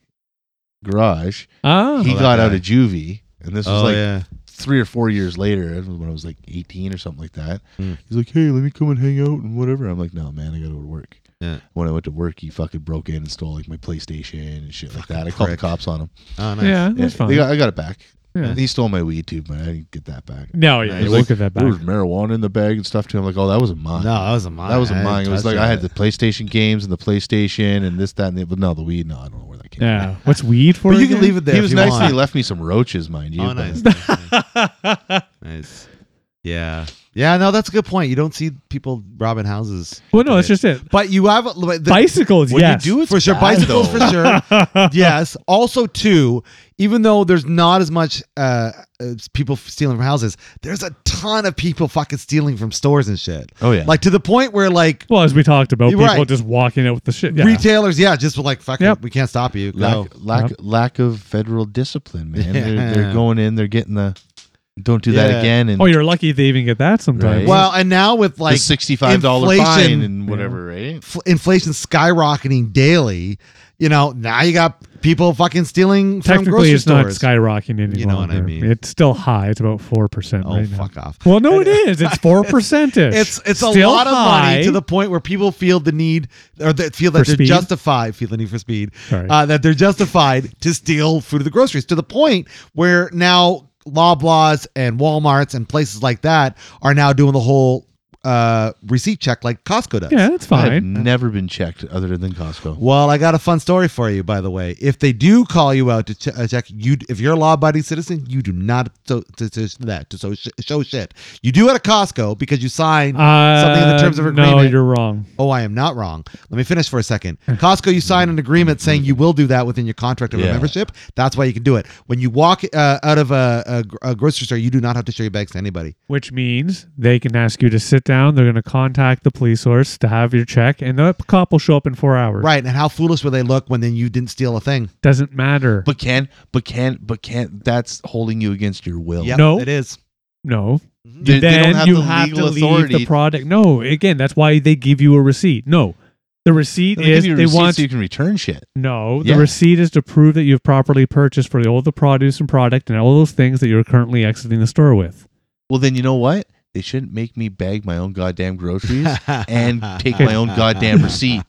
[SPEAKER 3] garage.
[SPEAKER 2] Ah,
[SPEAKER 3] he
[SPEAKER 1] Oh, that
[SPEAKER 3] got out
[SPEAKER 1] guy.
[SPEAKER 3] of juvie, and this was
[SPEAKER 1] Oh
[SPEAKER 3] like
[SPEAKER 1] yeah,
[SPEAKER 3] three or four years later, it was when I was like 18 or something like that.
[SPEAKER 1] Mm.
[SPEAKER 3] He's like, hey, let me come and hang out and whatever. I'm like, no, man, I got to go to work.
[SPEAKER 1] Yeah.
[SPEAKER 3] When I went to work, he fucking broke in and stole like my PlayStation and shit like that. I
[SPEAKER 1] Fucking
[SPEAKER 3] called the
[SPEAKER 1] prick.
[SPEAKER 3] cops on him.
[SPEAKER 1] oh nice.
[SPEAKER 2] yeah, that's
[SPEAKER 3] Yeah,
[SPEAKER 2] fine.
[SPEAKER 3] they got- I got it back.
[SPEAKER 2] Yeah.
[SPEAKER 3] He stole my weed too, but I didn't get that back.
[SPEAKER 2] no, yeah,
[SPEAKER 1] Nice.
[SPEAKER 2] you
[SPEAKER 3] He's
[SPEAKER 2] won't
[SPEAKER 3] like,
[SPEAKER 2] get that
[SPEAKER 3] There was
[SPEAKER 2] back.
[SPEAKER 3] marijuana in the bag and stuff too. I'm like, oh, that wasn't
[SPEAKER 1] No,
[SPEAKER 3] mine.
[SPEAKER 1] that wasn't mine.
[SPEAKER 3] that wasn't
[SPEAKER 1] I
[SPEAKER 3] mine. It was
[SPEAKER 1] touched
[SPEAKER 3] like I had
[SPEAKER 1] it.
[SPEAKER 3] the PlayStation games and the PlayStation and this, that, and the, but no, the weed. No, I don't know where that came. from.
[SPEAKER 2] Yeah, what's weed for?
[SPEAKER 1] But you can leave it there.
[SPEAKER 3] He
[SPEAKER 1] if
[SPEAKER 3] was
[SPEAKER 1] you
[SPEAKER 3] nice
[SPEAKER 1] want.
[SPEAKER 3] and he left me some roaches, mind you.
[SPEAKER 1] Oh,
[SPEAKER 3] but-
[SPEAKER 1] nice.
[SPEAKER 2] it.
[SPEAKER 1] Nice. Yeah. Yeah, no, that's a good point. You don't see people robbing houses.
[SPEAKER 2] well, no, that's just it.
[SPEAKER 1] But you have but the,
[SPEAKER 2] Bicycles,
[SPEAKER 3] When
[SPEAKER 2] yes.
[SPEAKER 3] you do, it's
[SPEAKER 1] for sure
[SPEAKER 3] bad,
[SPEAKER 1] bicycles
[SPEAKER 3] though.
[SPEAKER 1] for sure. yes. Also, too, even though there's not as much uh, uh, people stealing from houses, there's a ton of people fucking stealing from stores and shit.
[SPEAKER 3] Oh yeah.
[SPEAKER 1] Like to the point where like
[SPEAKER 2] well, as we talked about,
[SPEAKER 1] You're
[SPEAKER 2] people
[SPEAKER 1] right.
[SPEAKER 2] just walking out with the shit. Yeah.
[SPEAKER 1] retailers, Oh, yeah, just were like fucking,
[SPEAKER 2] Yep.
[SPEAKER 1] we can't stop you.
[SPEAKER 3] lack
[SPEAKER 1] Go.
[SPEAKER 3] lack lack of federal discipline, man. They're,
[SPEAKER 1] Yeah.
[SPEAKER 3] they're going in, they're getting the don't do
[SPEAKER 1] Yeah.
[SPEAKER 3] that again, and
[SPEAKER 2] oh, you're lucky they even get that sometimes.
[SPEAKER 3] Right.
[SPEAKER 1] Well, and now with
[SPEAKER 3] like
[SPEAKER 1] like
[SPEAKER 3] sixty five dollar
[SPEAKER 1] inflation-
[SPEAKER 3] fine and whatever, right?
[SPEAKER 1] f- inflation skyrocketing daily, you know, now you got people fucking stealing from
[SPEAKER 2] technically,
[SPEAKER 1] grocery
[SPEAKER 2] it's not
[SPEAKER 1] stores.
[SPEAKER 2] skyrocketing anymore.
[SPEAKER 1] You know what I mean.
[SPEAKER 2] It's still high. It's about four percent
[SPEAKER 1] oh,
[SPEAKER 2] right now.
[SPEAKER 1] fuck off.
[SPEAKER 2] Well, no, it is. It's four percent.
[SPEAKER 1] It's it's a
[SPEAKER 2] Still
[SPEAKER 1] lot of
[SPEAKER 2] high.
[SPEAKER 1] money to the point where people feel the need or that feel that
[SPEAKER 2] For
[SPEAKER 1] they're
[SPEAKER 2] speed?
[SPEAKER 1] justified feel the need for speed
[SPEAKER 2] Sorry.
[SPEAKER 1] uh, that they're justified to steal food at the groceries to the point where now Loblaws and WalMarts and places like that are now doing the whole uh, receipt check like Costco does.
[SPEAKER 2] yeah, that's
[SPEAKER 3] I've
[SPEAKER 2] fine.
[SPEAKER 3] never been checked other than Costco.
[SPEAKER 1] Well, I got a fun story for you, by the way. If they do call you out to ch- uh, check, you if you're a law-abiding citizen, you do not to, to, to that to so sh- show shit. You do at a Costco because you sign.
[SPEAKER 2] Uh,
[SPEAKER 1] Something in the terms of
[SPEAKER 2] No,
[SPEAKER 1] agreement.
[SPEAKER 2] you're wrong.
[SPEAKER 1] oh, I am not wrong. Let me finish for a second. Costco, you sign an agreement saying you will do that within your contract of a
[SPEAKER 3] Yeah.
[SPEAKER 1] membership. That's why you can do it. When you walk uh, out of a, a gr- a grocery store, you do not have to show your bags to anybody.
[SPEAKER 2] Which means they can ask you to sit down. They're going to contact the police source to have your check, and the cop will show up in four hours.
[SPEAKER 1] Right? And how foolish will they look when then you didn't steal a thing?
[SPEAKER 2] Doesn't matter.
[SPEAKER 3] But can but can but can that's holding you against your will.
[SPEAKER 1] Yep,
[SPEAKER 2] No.
[SPEAKER 1] it is.
[SPEAKER 2] no.
[SPEAKER 3] They, they
[SPEAKER 2] then
[SPEAKER 3] don't have
[SPEAKER 2] you
[SPEAKER 3] the
[SPEAKER 2] have
[SPEAKER 3] legal
[SPEAKER 2] to leave
[SPEAKER 3] authority.
[SPEAKER 2] the product. No, again, that's why they give you a receipt. No, the receipt
[SPEAKER 3] they
[SPEAKER 2] is
[SPEAKER 3] give you
[SPEAKER 2] they
[SPEAKER 3] receipts
[SPEAKER 2] want.
[SPEAKER 3] so you can return shit.
[SPEAKER 2] no,
[SPEAKER 3] Yeah.
[SPEAKER 2] the receipt is to prove that you've properly purchased for all the produce and product and all those things that you're currently exiting the store with.
[SPEAKER 3] Well, then you know what? They shouldn't make me bag my own goddamn groceries and take my own goddamn receipt.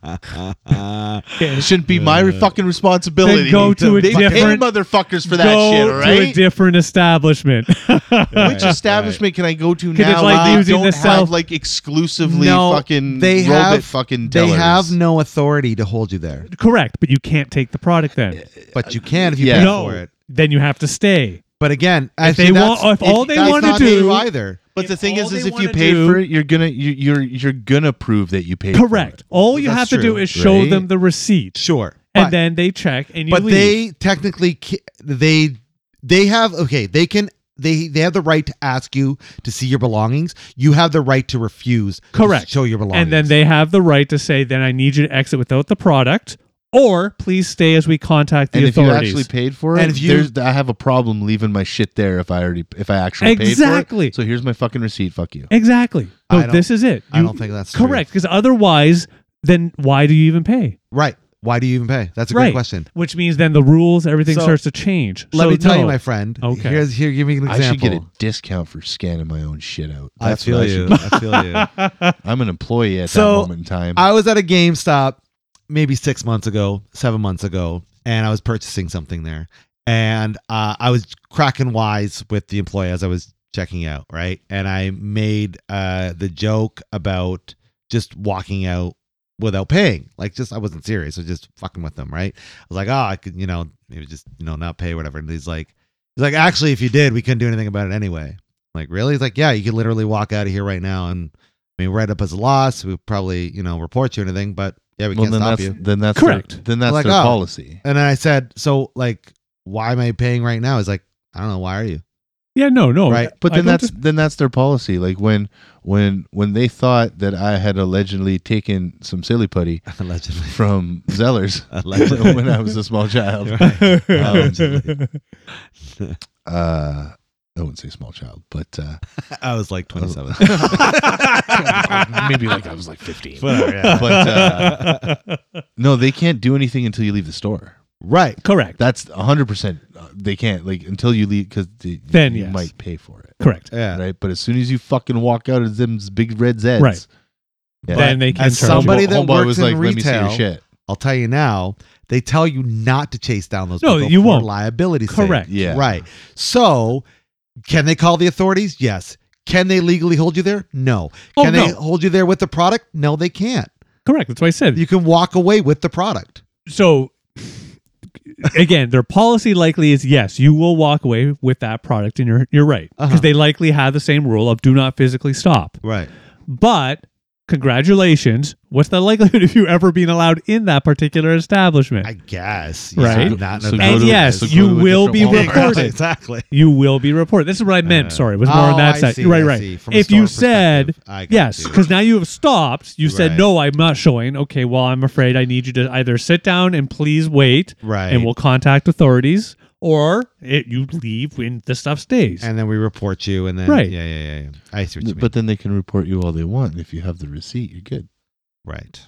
[SPEAKER 3] It shouldn't be my
[SPEAKER 1] Uh,
[SPEAKER 3] fucking responsibility.
[SPEAKER 2] Then go to a
[SPEAKER 3] they pay
[SPEAKER 2] different-
[SPEAKER 3] motherfuckers for that
[SPEAKER 2] Go
[SPEAKER 3] shit, all right?
[SPEAKER 2] to a different establishment.
[SPEAKER 3] Which establishment can I go to
[SPEAKER 2] it's
[SPEAKER 3] now?
[SPEAKER 2] like
[SPEAKER 3] Like, they
[SPEAKER 2] using
[SPEAKER 3] don't
[SPEAKER 2] the self-
[SPEAKER 3] have like exclusively
[SPEAKER 1] No,
[SPEAKER 3] fucking
[SPEAKER 1] they
[SPEAKER 3] robot
[SPEAKER 1] have-
[SPEAKER 3] fucking
[SPEAKER 1] They
[SPEAKER 3] tellers.
[SPEAKER 1] have no authority to hold you there,
[SPEAKER 2] Correct, but you can't take the product then.
[SPEAKER 1] but you can if you
[SPEAKER 3] Yeah.
[SPEAKER 1] pay
[SPEAKER 2] no,
[SPEAKER 1] for it.
[SPEAKER 2] then you have to stay.
[SPEAKER 1] But again, if I
[SPEAKER 2] they
[SPEAKER 1] think
[SPEAKER 2] want-
[SPEAKER 1] that's-
[SPEAKER 2] if all they
[SPEAKER 1] that's
[SPEAKER 2] wanna
[SPEAKER 1] not
[SPEAKER 2] do-
[SPEAKER 1] you either.
[SPEAKER 3] But the
[SPEAKER 2] If
[SPEAKER 3] thing
[SPEAKER 2] all
[SPEAKER 3] is, is
[SPEAKER 2] they
[SPEAKER 3] if you
[SPEAKER 2] wanna
[SPEAKER 3] paid
[SPEAKER 2] do-
[SPEAKER 3] for it, you're gonna you, you're you're gonna prove that you paid. for
[SPEAKER 2] Correct.
[SPEAKER 3] it.
[SPEAKER 2] All you
[SPEAKER 1] That's
[SPEAKER 2] have to do
[SPEAKER 1] true,
[SPEAKER 2] is show
[SPEAKER 3] right?
[SPEAKER 2] them the receipt,
[SPEAKER 1] Sure,
[SPEAKER 2] and
[SPEAKER 1] but,
[SPEAKER 2] then they check and you
[SPEAKER 1] but
[SPEAKER 2] leave.
[SPEAKER 1] they technically ca- they they have okay. They can they they have the right to ask you to see your belongings. You have the right to refuse. to
[SPEAKER 2] Correct.
[SPEAKER 1] show your belongings,
[SPEAKER 2] and then they have the right to say, "Then I need you to exit without the product, or please stay as we contact the
[SPEAKER 3] And if you
[SPEAKER 2] authorities."
[SPEAKER 3] actually paid for it,
[SPEAKER 1] And if you-
[SPEAKER 3] there's, I have a problem leaving my shit there if I already if I actually paid for
[SPEAKER 2] Exactly.
[SPEAKER 3] it. So here's my fucking receipt. Fuck you.
[SPEAKER 2] exactly.
[SPEAKER 1] I
[SPEAKER 2] No,
[SPEAKER 1] don't-
[SPEAKER 2] this is it.
[SPEAKER 1] I
[SPEAKER 2] You-
[SPEAKER 1] don't think that's true.
[SPEAKER 2] correct because otherwise, then why do you even pay?
[SPEAKER 1] Right? Why do you even pay? That's a
[SPEAKER 2] Right.
[SPEAKER 1] great question.
[SPEAKER 2] Which means then the rules, everything
[SPEAKER 1] So-
[SPEAKER 2] starts to change.
[SPEAKER 1] Let
[SPEAKER 2] So,
[SPEAKER 1] me tell
[SPEAKER 2] no.
[SPEAKER 1] you, my friend.
[SPEAKER 2] Okay.
[SPEAKER 1] Here's here. Give me an example.
[SPEAKER 3] I should get a discount for scanning my own shit out.
[SPEAKER 1] I
[SPEAKER 3] That's
[SPEAKER 1] feel
[SPEAKER 3] what should
[SPEAKER 1] you.
[SPEAKER 3] do.
[SPEAKER 1] I feel you.
[SPEAKER 3] I'm an employee at
[SPEAKER 1] So,
[SPEAKER 3] that moment in time.
[SPEAKER 1] I was at a GameStop maybe six months ago, seven months ago, and I was purchasing something there. And uh, I was cracking wise with the employee as I was checking out, right? And I made uh, the joke about just walking out without paying. Like just I wasn't serious. I was just fucking with them, right? I was like, oh, I could, you know, maybe just you know not pay whatever. And he's like, he's like, actually, if you did, we couldn't do anything about it anyway. I'm like really? He's like, yeah, you could literally walk out of here right now and I mean, write up as a loss. We probably you know report you or anything, but yeah, we
[SPEAKER 3] well,
[SPEAKER 1] can't
[SPEAKER 3] then
[SPEAKER 1] stop
[SPEAKER 3] that's
[SPEAKER 1] you.
[SPEAKER 3] then that's Their,
[SPEAKER 2] Correct.
[SPEAKER 3] then that's
[SPEAKER 1] Like,
[SPEAKER 3] their
[SPEAKER 1] oh.
[SPEAKER 3] policy.
[SPEAKER 1] And then I said, so like, why am I paying right now? He's like, I don't know. Why are you?
[SPEAKER 2] Yeah, no, no.
[SPEAKER 1] Right,
[SPEAKER 3] But
[SPEAKER 2] I
[SPEAKER 3] then
[SPEAKER 2] don't
[SPEAKER 3] that's then that's their policy. Like when when when they thought that I had allegedly taken some silly putty
[SPEAKER 1] Allegedly.
[SPEAKER 3] from Zellers
[SPEAKER 1] Allegedly.
[SPEAKER 3] when I was a small child.
[SPEAKER 1] Allegedly.
[SPEAKER 3] Uh, I wouldn't say small child, but uh,
[SPEAKER 1] I was like 27.
[SPEAKER 3] maybe like I was like fifteen.
[SPEAKER 1] Whatever, yeah.
[SPEAKER 3] But, uh, No, they can't do anything until you leave the store.
[SPEAKER 1] right.
[SPEAKER 2] correct.
[SPEAKER 3] That's hundred percent. uh, They can't like until you leave because
[SPEAKER 2] Then,
[SPEAKER 3] you
[SPEAKER 2] yes.
[SPEAKER 3] might pay for it,
[SPEAKER 2] correct.
[SPEAKER 1] Yeah.
[SPEAKER 3] right? But as soon as you fucking walk out of them big red Zeds,
[SPEAKER 2] Right.
[SPEAKER 3] Yeah.
[SPEAKER 2] Then they can
[SPEAKER 1] as
[SPEAKER 2] charge
[SPEAKER 1] somebody
[SPEAKER 2] you.
[SPEAKER 1] that
[SPEAKER 3] Homeboy
[SPEAKER 1] works
[SPEAKER 3] was
[SPEAKER 1] in
[SPEAKER 3] like,
[SPEAKER 1] retail,
[SPEAKER 3] "Let me see your shit."
[SPEAKER 1] I'll tell you now, they tell you not to chase down those
[SPEAKER 2] No,
[SPEAKER 1] people
[SPEAKER 2] you
[SPEAKER 1] for
[SPEAKER 2] won't.
[SPEAKER 1] liability sake.
[SPEAKER 2] Correct.
[SPEAKER 3] Yeah,
[SPEAKER 1] Right. So, can they call the authorities? Yes. Can they legally hold you there? No.
[SPEAKER 2] Oh,
[SPEAKER 1] Can they
[SPEAKER 2] no.
[SPEAKER 1] hold you there with the product? No, they can't.
[SPEAKER 2] Correct. That's what I said.
[SPEAKER 1] You can walk away with the product.
[SPEAKER 2] so again, their policy likely is yes, you will walk away with that product, and you're you're right because
[SPEAKER 1] Uh-huh.
[SPEAKER 2] they likely have the same rule of do not physically stop.
[SPEAKER 1] Right.
[SPEAKER 2] But congratulations, what's the likelihood of you ever being allowed in that particular establishment?
[SPEAKER 1] I guess.
[SPEAKER 2] Right.
[SPEAKER 1] Yeah, not
[SPEAKER 3] So go
[SPEAKER 2] And
[SPEAKER 3] to-
[SPEAKER 2] yes,
[SPEAKER 3] so go
[SPEAKER 2] you
[SPEAKER 3] to a
[SPEAKER 2] will
[SPEAKER 3] different
[SPEAKER 2] be
[SPEAKER 3] Walmart.
[SPEAKER 2] reported.
[SPEAKER 1] Exactly.
[SPEAKER 2] you will be reported. This is what I meant.
[SPEAKER 1] Uh,
[SPEAKER 2] Sorry, it was more on
[SPEAKER 1] Oh,
[SPEAKER 2] that
[SPEAKER 1] I
[SPEAKER 2] side.
[SPEAKER 1] see,
[SPEAKER 2] right,
[SPEAKER 1] I
[SPEAKER 2] right.
[SPEAKER 1] see. From a
[SPEAKER 2] If you
[SPEAKER 1] store
[SPEAKER 2] said
[SPEAKER 1] perspective, I got
[SPEAKER 2] yes,
[SPEAKER 1] you.
[SPEAKER 2] because now you have stopped. You said
[SPEAKER 1] Right.
[SPEAKER 2] no, I'm not showing. Okay, well, I'm afraid I need you to either sit down and please wait,
[SPEAKER 1] Right.
[SPEAKER 2] and we'll contact authorities, or it, you leave when the stuff stays.
[SPEAKER 1] and then we report you, and then
[SPEAKER 2] Right.
[SPEAKER 1] Yeah, yeah, yeah. yeah. I see what you mean.
[SPEAKER 3] But then they can report you all they want. If you have the receipt, you're good.
[SPEAKER 1] right,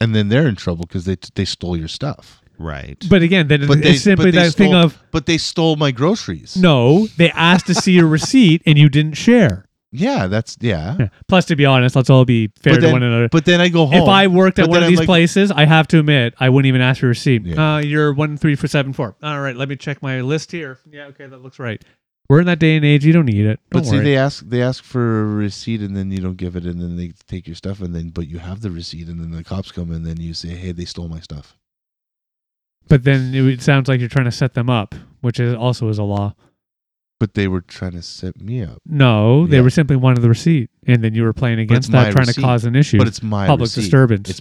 [SPEAKER 3] And then they're in trouble because they they stole your stuff.
[SPEAKER 1] right.
[SPEAKER 2] but again, then
[SPEAKER 3] But
[SPEAKER 2] it's
[SPEAKER 3] they-
[SPEAKER 2] simply
[SPEAKER 3] but they
[SPEAKER 2] that thing
[SPEAKER 3] stole-
[SPEAKER 2] of
[SPEAKER 3] But they stole my groceries.
[SPEAKER 2] no, they asked to see your receipt and you didn't share.
[SPEAKER 3] Yeah, that's yeah.
[SPEAKER 2] Yeah. Plus, to be honest, let's all be fair
[SPEAKER 3] But
[SPEAKER 2] to
[SPEAKER 3] then-
[SPEAKER 2] one another.
[SPEAKER 3] But then I go home.
[SPEAKER 2] If I worked at
[SPEAKER 3] But
[SPEAKER 2] one
[SPEAKER 3] then
[SPEAKER 2] of
[SPEAKER 3] I'm
[SPEAKER 2] these
[SPEAKER 3] like-
[SPEAKER 2] places, I have to admit I wouldn't even ask for a receipt.
[SPEAKER 3] Yeah.
[SPEAKER 2] Uh, you're one three four seven four. All right, let me check my list here. Yeah, okay, that looks right. We're in that day and age. You don't need it. Don't
[SPEAKER 3] but
[SPEAKER 2] worry.
[SPEAKER 3] see, they ask they ask for a receipt and then you don't give it, and then they take your stuff, and then but you have the receipt, and then the cops come, and then you say, "Hey, they stole my stuff."
[SPEAKER 2] but then it, would- sounds like you're trying to set them up, which is also is a law.
[SPEAKER 3] But they were trying to set me up.
[SPEAKER 2] No, they
[SPEAKER 3] Yeah.
[SPEAKER 2] were simply wanted the receipt, and then you were playing against
[SPEAKER 3] it's
[SPEAKER 2] that,
[SPEAKER 3] my
[SPEAKER 2] trying to
[SPEAKER 3] receipt.
[SPEAKER 2] cause an issue.
[SPEAKER 3] But it's my
[SPEAKER 2] public
[SPEAKER 3] receipt.
[SPEAKER 2] disturbance.
[SPEAKER 3] It's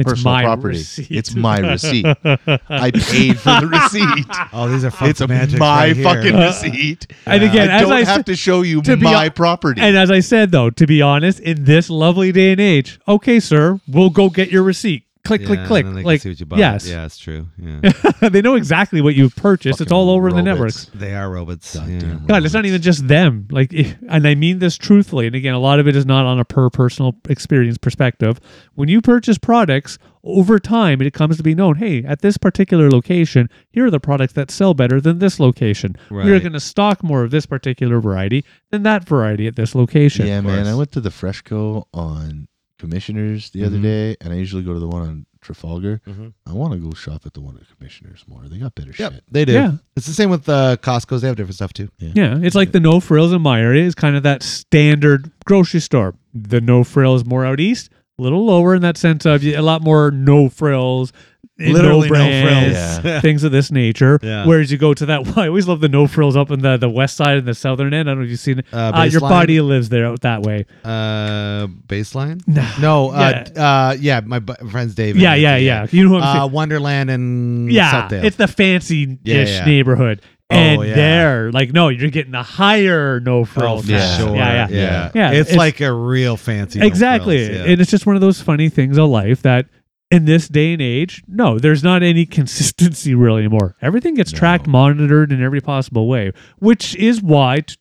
[SPEAKER 2] It's
[SPEAKER 3] personal
[SPEAKER 2] my
[SPEAKER 3] property.
[SPEAKER 2] receipt.
[SPEAKER 3] It's my receipt. I paid for the receipt.
[SPEAKER 1] oh, these are fucking
[SPEAKER 3] It's
[SPEAKER 1] magic
[SPEAKER 3] my
[SPEAKER 1] right here.
[SPEAKER 3] fucking
[SPEAKER 2] Uh,
[SPEAKER 3] receipt.
[SPEAKER 2] And again,
[SPEAKER 3] I
[SPEAKER 2] as
[SPEAKER 3] don't
[SPEAKER 2] I
[SPEAKER 3] have
[SPEAKER 2] said-
[SPEAKER 3] to show you
[SPEAKER 2] to be
[SPEAKER 3] my
[SPEAKER 2] hon-
[SPEAKER 3] property.
[SPEAKER 2] And as I said, though, to be honest, in this lovely day and age, okay, sir, we'll go get your receipt. Click,
[SPEAKER 1] Yeah,
[SPEAKER 2] click,
[SPEAKER 1] and
[SPEAKER 2] click.
[SPEAKER 1] then they can
[SPEAKER 2] Like,
[SPEAKER 1] see what you bought.
[SPEAKER 2] yes.
[SPEAKER 1] Yeah, it's true. Yeah,
[SPEAKER 2] they know exactly what you've purchased. it's
[SPEAKER 3] Fucking
[SPEAKER 2] all over the
[SPEAKER 3] robots.
[SPEAKER 2] networks.
[SPEAKER 1] they are robots.
[SPEAKER 3] Goddamn
[SPEAKER 1] yeah.
[SPEAKER 3] robots.
[SPEAKER 2] God, it's not even just them. Like, eh, and I mean this truthfully. And again, a lot of it is not on a per personal experience perspective. When you purchase products over time, it comes to be known. Hey, at this particular location, here are the products that sell better than this location. We're
[SPEAKER 1] Right.
[SPEAKER 2] going to stock more of this particular variety than that variety at this location.
[SPEAKER 3] yeah,
[SPEAKER 1] of
[SPEAKER 3] man.
[SPEAKER 1] course.
[SPEAKER 3] I went to the Fresco on Commissioners the other
[SPEAKER 1] Mhm.
[SPEAKER 3] day, and I usually go to the one on Trafalgar.
[SPEAKER 1] Mhm.
[SPEAKER 3] I want to go shop at the one at Commissioners more. They got better
[SPEAKER 1] Yep,
[SPEAKER 3] shit.
[SPEAKER 1] they do.
[SPEAKER 2] Yeah.
[SPEAKER 1] It's the same with uh, Costco's. They have different stuff too.
[SPEAKER 2] Yeah, it's like the no frills in my area is kind of that standard grocery store. The no frills more out east, a little lower in that sense of you- a lot more no frills, eh,
[SPEAKER 1] Literally no
[SPEAKER 2] no, brands,
[SPEAKER 1] frills. Yeah.
[SPEAKER 2] things of this nature.
[SPEAKER 1] Yeah.
[SPEAKER 2] Whereas you go to that, I always love the no frills up in the, the west side and the southern end. I don't know if you've seen it.
[SPEAKER 1] Uh,
[SPEAKER 2] Uh, your
[SPEAKER 1] Baseline?
[SPEAKER 2] body lives there out that way.
[SPEAKER 1] Uh, baseline.
[SPEAKER 2] Nah.
[SPEAKER 1] No. Uh, yeah. Uh, yeah. My bu- friends David.
[SPEAKER 2] Yeah, yeah, yeah. You know what I'm saying?
[SPEAKER 1] Uh, Wonderland and
[SPEAKER 2] yeah,
[SPEAKER 1] Southdale.
[SPEAKER 2] it's the fancy ish
[SPEAKER 1] Yeah, yeah.
[SPEAKER 2] neighborhood.
[SPEAKER 1] Oh,
[SPEAKER 2] And
[SPEAKER 1] yeah.
[SPEAKER 2] there, like, no, you're getting the higher no
[SPEAKER 1] oh,
[SPEAKER 2] frills.
[SPEAKER 1] for
[SPEAKER 3] Yeah.
[SPEAKER 1] sure.
[SPEAKER 2] yeah, yeah.
[SPEAKER 1] yeah.
[SPEAKER 2] Yeah,
[SPEAKER 1] It's,
[SPEAKER 2] it's-
[SPEAKER 1] like a real fancy. no
[SPEAKER 2] exactly
[SPEAKER 1] frills, yeah.
[SPEAKER 2] and it's just one of those funny things of life that in this day and age no there's not any consistency really anymore everything gets tracked monitored in every possible way which is why t-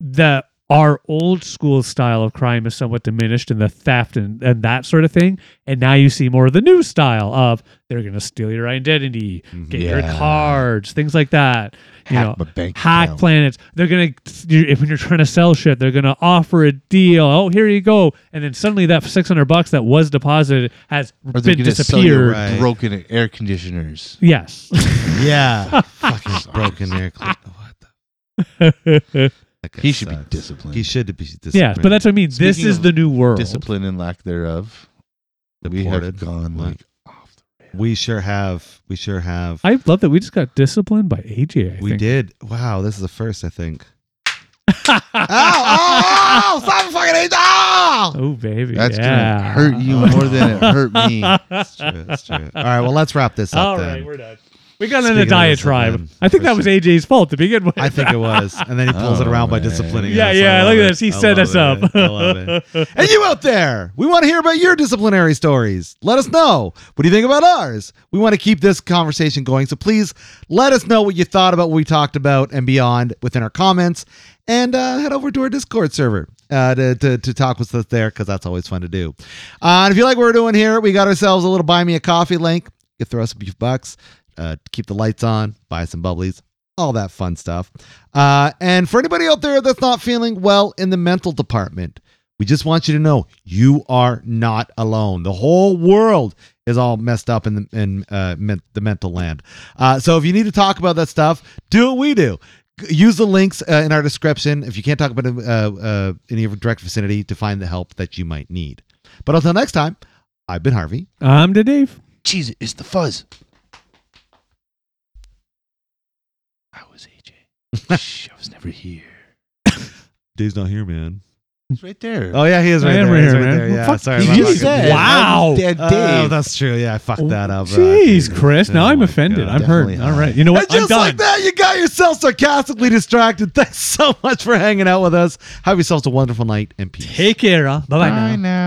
[SPEAKER 2] the our old school style of crime is somewhat diminished in the theft and, and that sort of thing and now you see more of the new style of they're going to steal your identity
[SPEAKER 1] Mm-hmm.
[SPEAKER 2] get your
[SPEAKER 3] Yeah.
[SPEAKER 2] cards things like that you know
[SPEAKER 3] Hack my bank
[SPEAKER 2] hack
[SPEAKER 3] account.
[SPEAKER 2] planets. They're gonna you- if when you're trying to sell shit, they're gonna offer a deal. Oh, here you go, and then suddenly that six hundred bucks that was deposited has
[SPEAKER 3] Or they're
[SPEAKER 2] been
[SPEAKER 3] gonna sell you
[SPEAKER 2] disappeared.
[SPEAKER 1] Right.
[SPEAKER 3] broken air conditioners.
[SPEAKER 2] Yes.
[SPEAKER 1] Yeah. Fucking broken air. What the? That guy
[SPEAKER 3] He should be
[SPEAKER 1] sucks.
[SPEAKER 3] disciplined.
[SPEAKER 1] He should be disciplined.
[SPEAKER 2] yes, but that's what I mean. this
[SPEAKER 3] Speaking
[SPEAKER 2] is
[SPEAKER 3] of
[SPEAKER 2] the new world.
[SPEAKER 3] Discipline and lack thereof. we have
[SPEAKER 1] Deported.
[SPEAKER 3] gone
[SPEAKER 1] Right.
[SPEAKER 3] like off. The,
[SPEAKER 1] We sure have. We sure have.
[SPEAKER 2] I love that we just got disciplined by AJ. I
[SPEAKER 1] we
[SPEAKER 2] think.
[SPEAKER 1] did. Wow, this is a first, I think. Oh, ow, ow, ow! oh, Stop fucking it! Ow!
[SPEAKER 2] Oh baby,
[SPEAKER 3] that's
[SPEAKER 2] yeah.
[SPEAKER 3] gonna hurt you
[SPEAKER 2] Oh.
[SPEAKER 3] more than it hurt me.
[SPEAKER 1] It's true, it's true. All right, well, let's wrap this up
[SPEAKER 2] All
[SPEAKER 1] then.
[SPEAKER 2] right, we're done. We got in
[SPEAKER 1] Speaking
[SPEAKER 2] a
[SPEAKER 1] of
[SPEAKER 2] diatribe.
[SPEAKER 1] discipline,
[SPEAKER 2] I think that was AJ's fault to begin with.
[SPEAKER 1] I think it was. And then he pulls it
[SPEAKER 3] Oh,
[SPEAKER 1] around by
[SPEAKER 3] man.
[SPEAKER 1] disciplining
[SPEAKER 2] Yeah,
[SPEAKER 1] us.
[SPEAKER 2] yeah,
[SPEAKER 1] I
[SPEAKER 2] look
[SPEAKER 1] love
[SPEAKER 2] at
[SPEAKER 1] it.
[SPEAKER 2] this. He
[SPEAKER 1] I
[SPEAKER 2] set
[SPEAKER 1] love
[SPEAKER 2] us up.
[SPEAKER 1] it. I love it. and you out there, we want to hear about your disciplinary stories. Let us know. What do you think about ours? We want to keep this conversation going. So please let us know what you thought about what we talked about and beyond within our comments. And uh, head over to our Discord server uh, to, to, to talk with us there because that's always fun to do. Uh, and if you like what we're doing here, we got ourselves a little buy me a coffee link. You throw us a few bucks, uh, to keep the lights on, buy some bubblies, all that fun stuff. Uh, and for anybody out there that's not feeling well in the mental department, we just want you to know you are not alone. The whole world is all messed up in the, in uh, men- the mental land. Uh, so if you need to talk about that stuff, do what we do. G- Use the links uh, in our description if you can't talk about uh, uh, any of your direct vicinity to find the help that you might need. But until next time, I've been Harvey.
[SPEAKER 2] I'm to Dave.
[SPEAKER 3] Cheese it, it's the fuzz. I was AJ. Shh, I was never here.
[SPEAKER 1] Dave's not here, man.
[SPEAKER 3] It's right there.
[SPEAKER 1] Oh yeah, he is
[SPEAKER 2] I
[SPEAKER 1] right
[SPEAKER 2] am
[SPEAKER 1] there.
[SPEAKER 2] right
[SPEAKER 1] He's
[SPEAKER 2] here,
[SPEAKER 1] right
[SPEAKER 2] man.
[SPEAKER 1] there.
[SPEAKER 2] Well,
[SPEAKER 1] Yeah,
[SPEAKER 2] fuck
[SPEAKER 1] sorry.
[SPEAKER 2] you.
[SPEAKER 1] about
[SPEAKER 2] You
[SPEAKER 1] that.
[SPEAKER 2] said- Wow.
[SPEAKER 3] Dead Dave.
[SPEAKER 1] Oh, that's true. Yeah, I fucked that up. Uh,
[SPEAKER 2] Jeez, Chris. Now
[SPEAKER 1] Oh
[SPEAKER 2] I'm
[SPEAKER 1] my
[SPEAKER 2] offended.
[SPEAKER 1] God.
[SPEAKER 2] I'm
[SPEAKER 3] Definitely
[SPEAKER 2] hurt. All
[SPEAKER 3] high.
[SPEAKER 2] right. You know what?
[SPEAKER 1] And just
[SPEAKER 2] I'm done.
[SPEAKER 1] like that, you got yourself sarcastically distracted. Thanks so much for hanging out with us. Have yourselves a wonderful night and peace.
[SPEAKER 2] Take care. Bye bye.
[SPEAKER 3] now.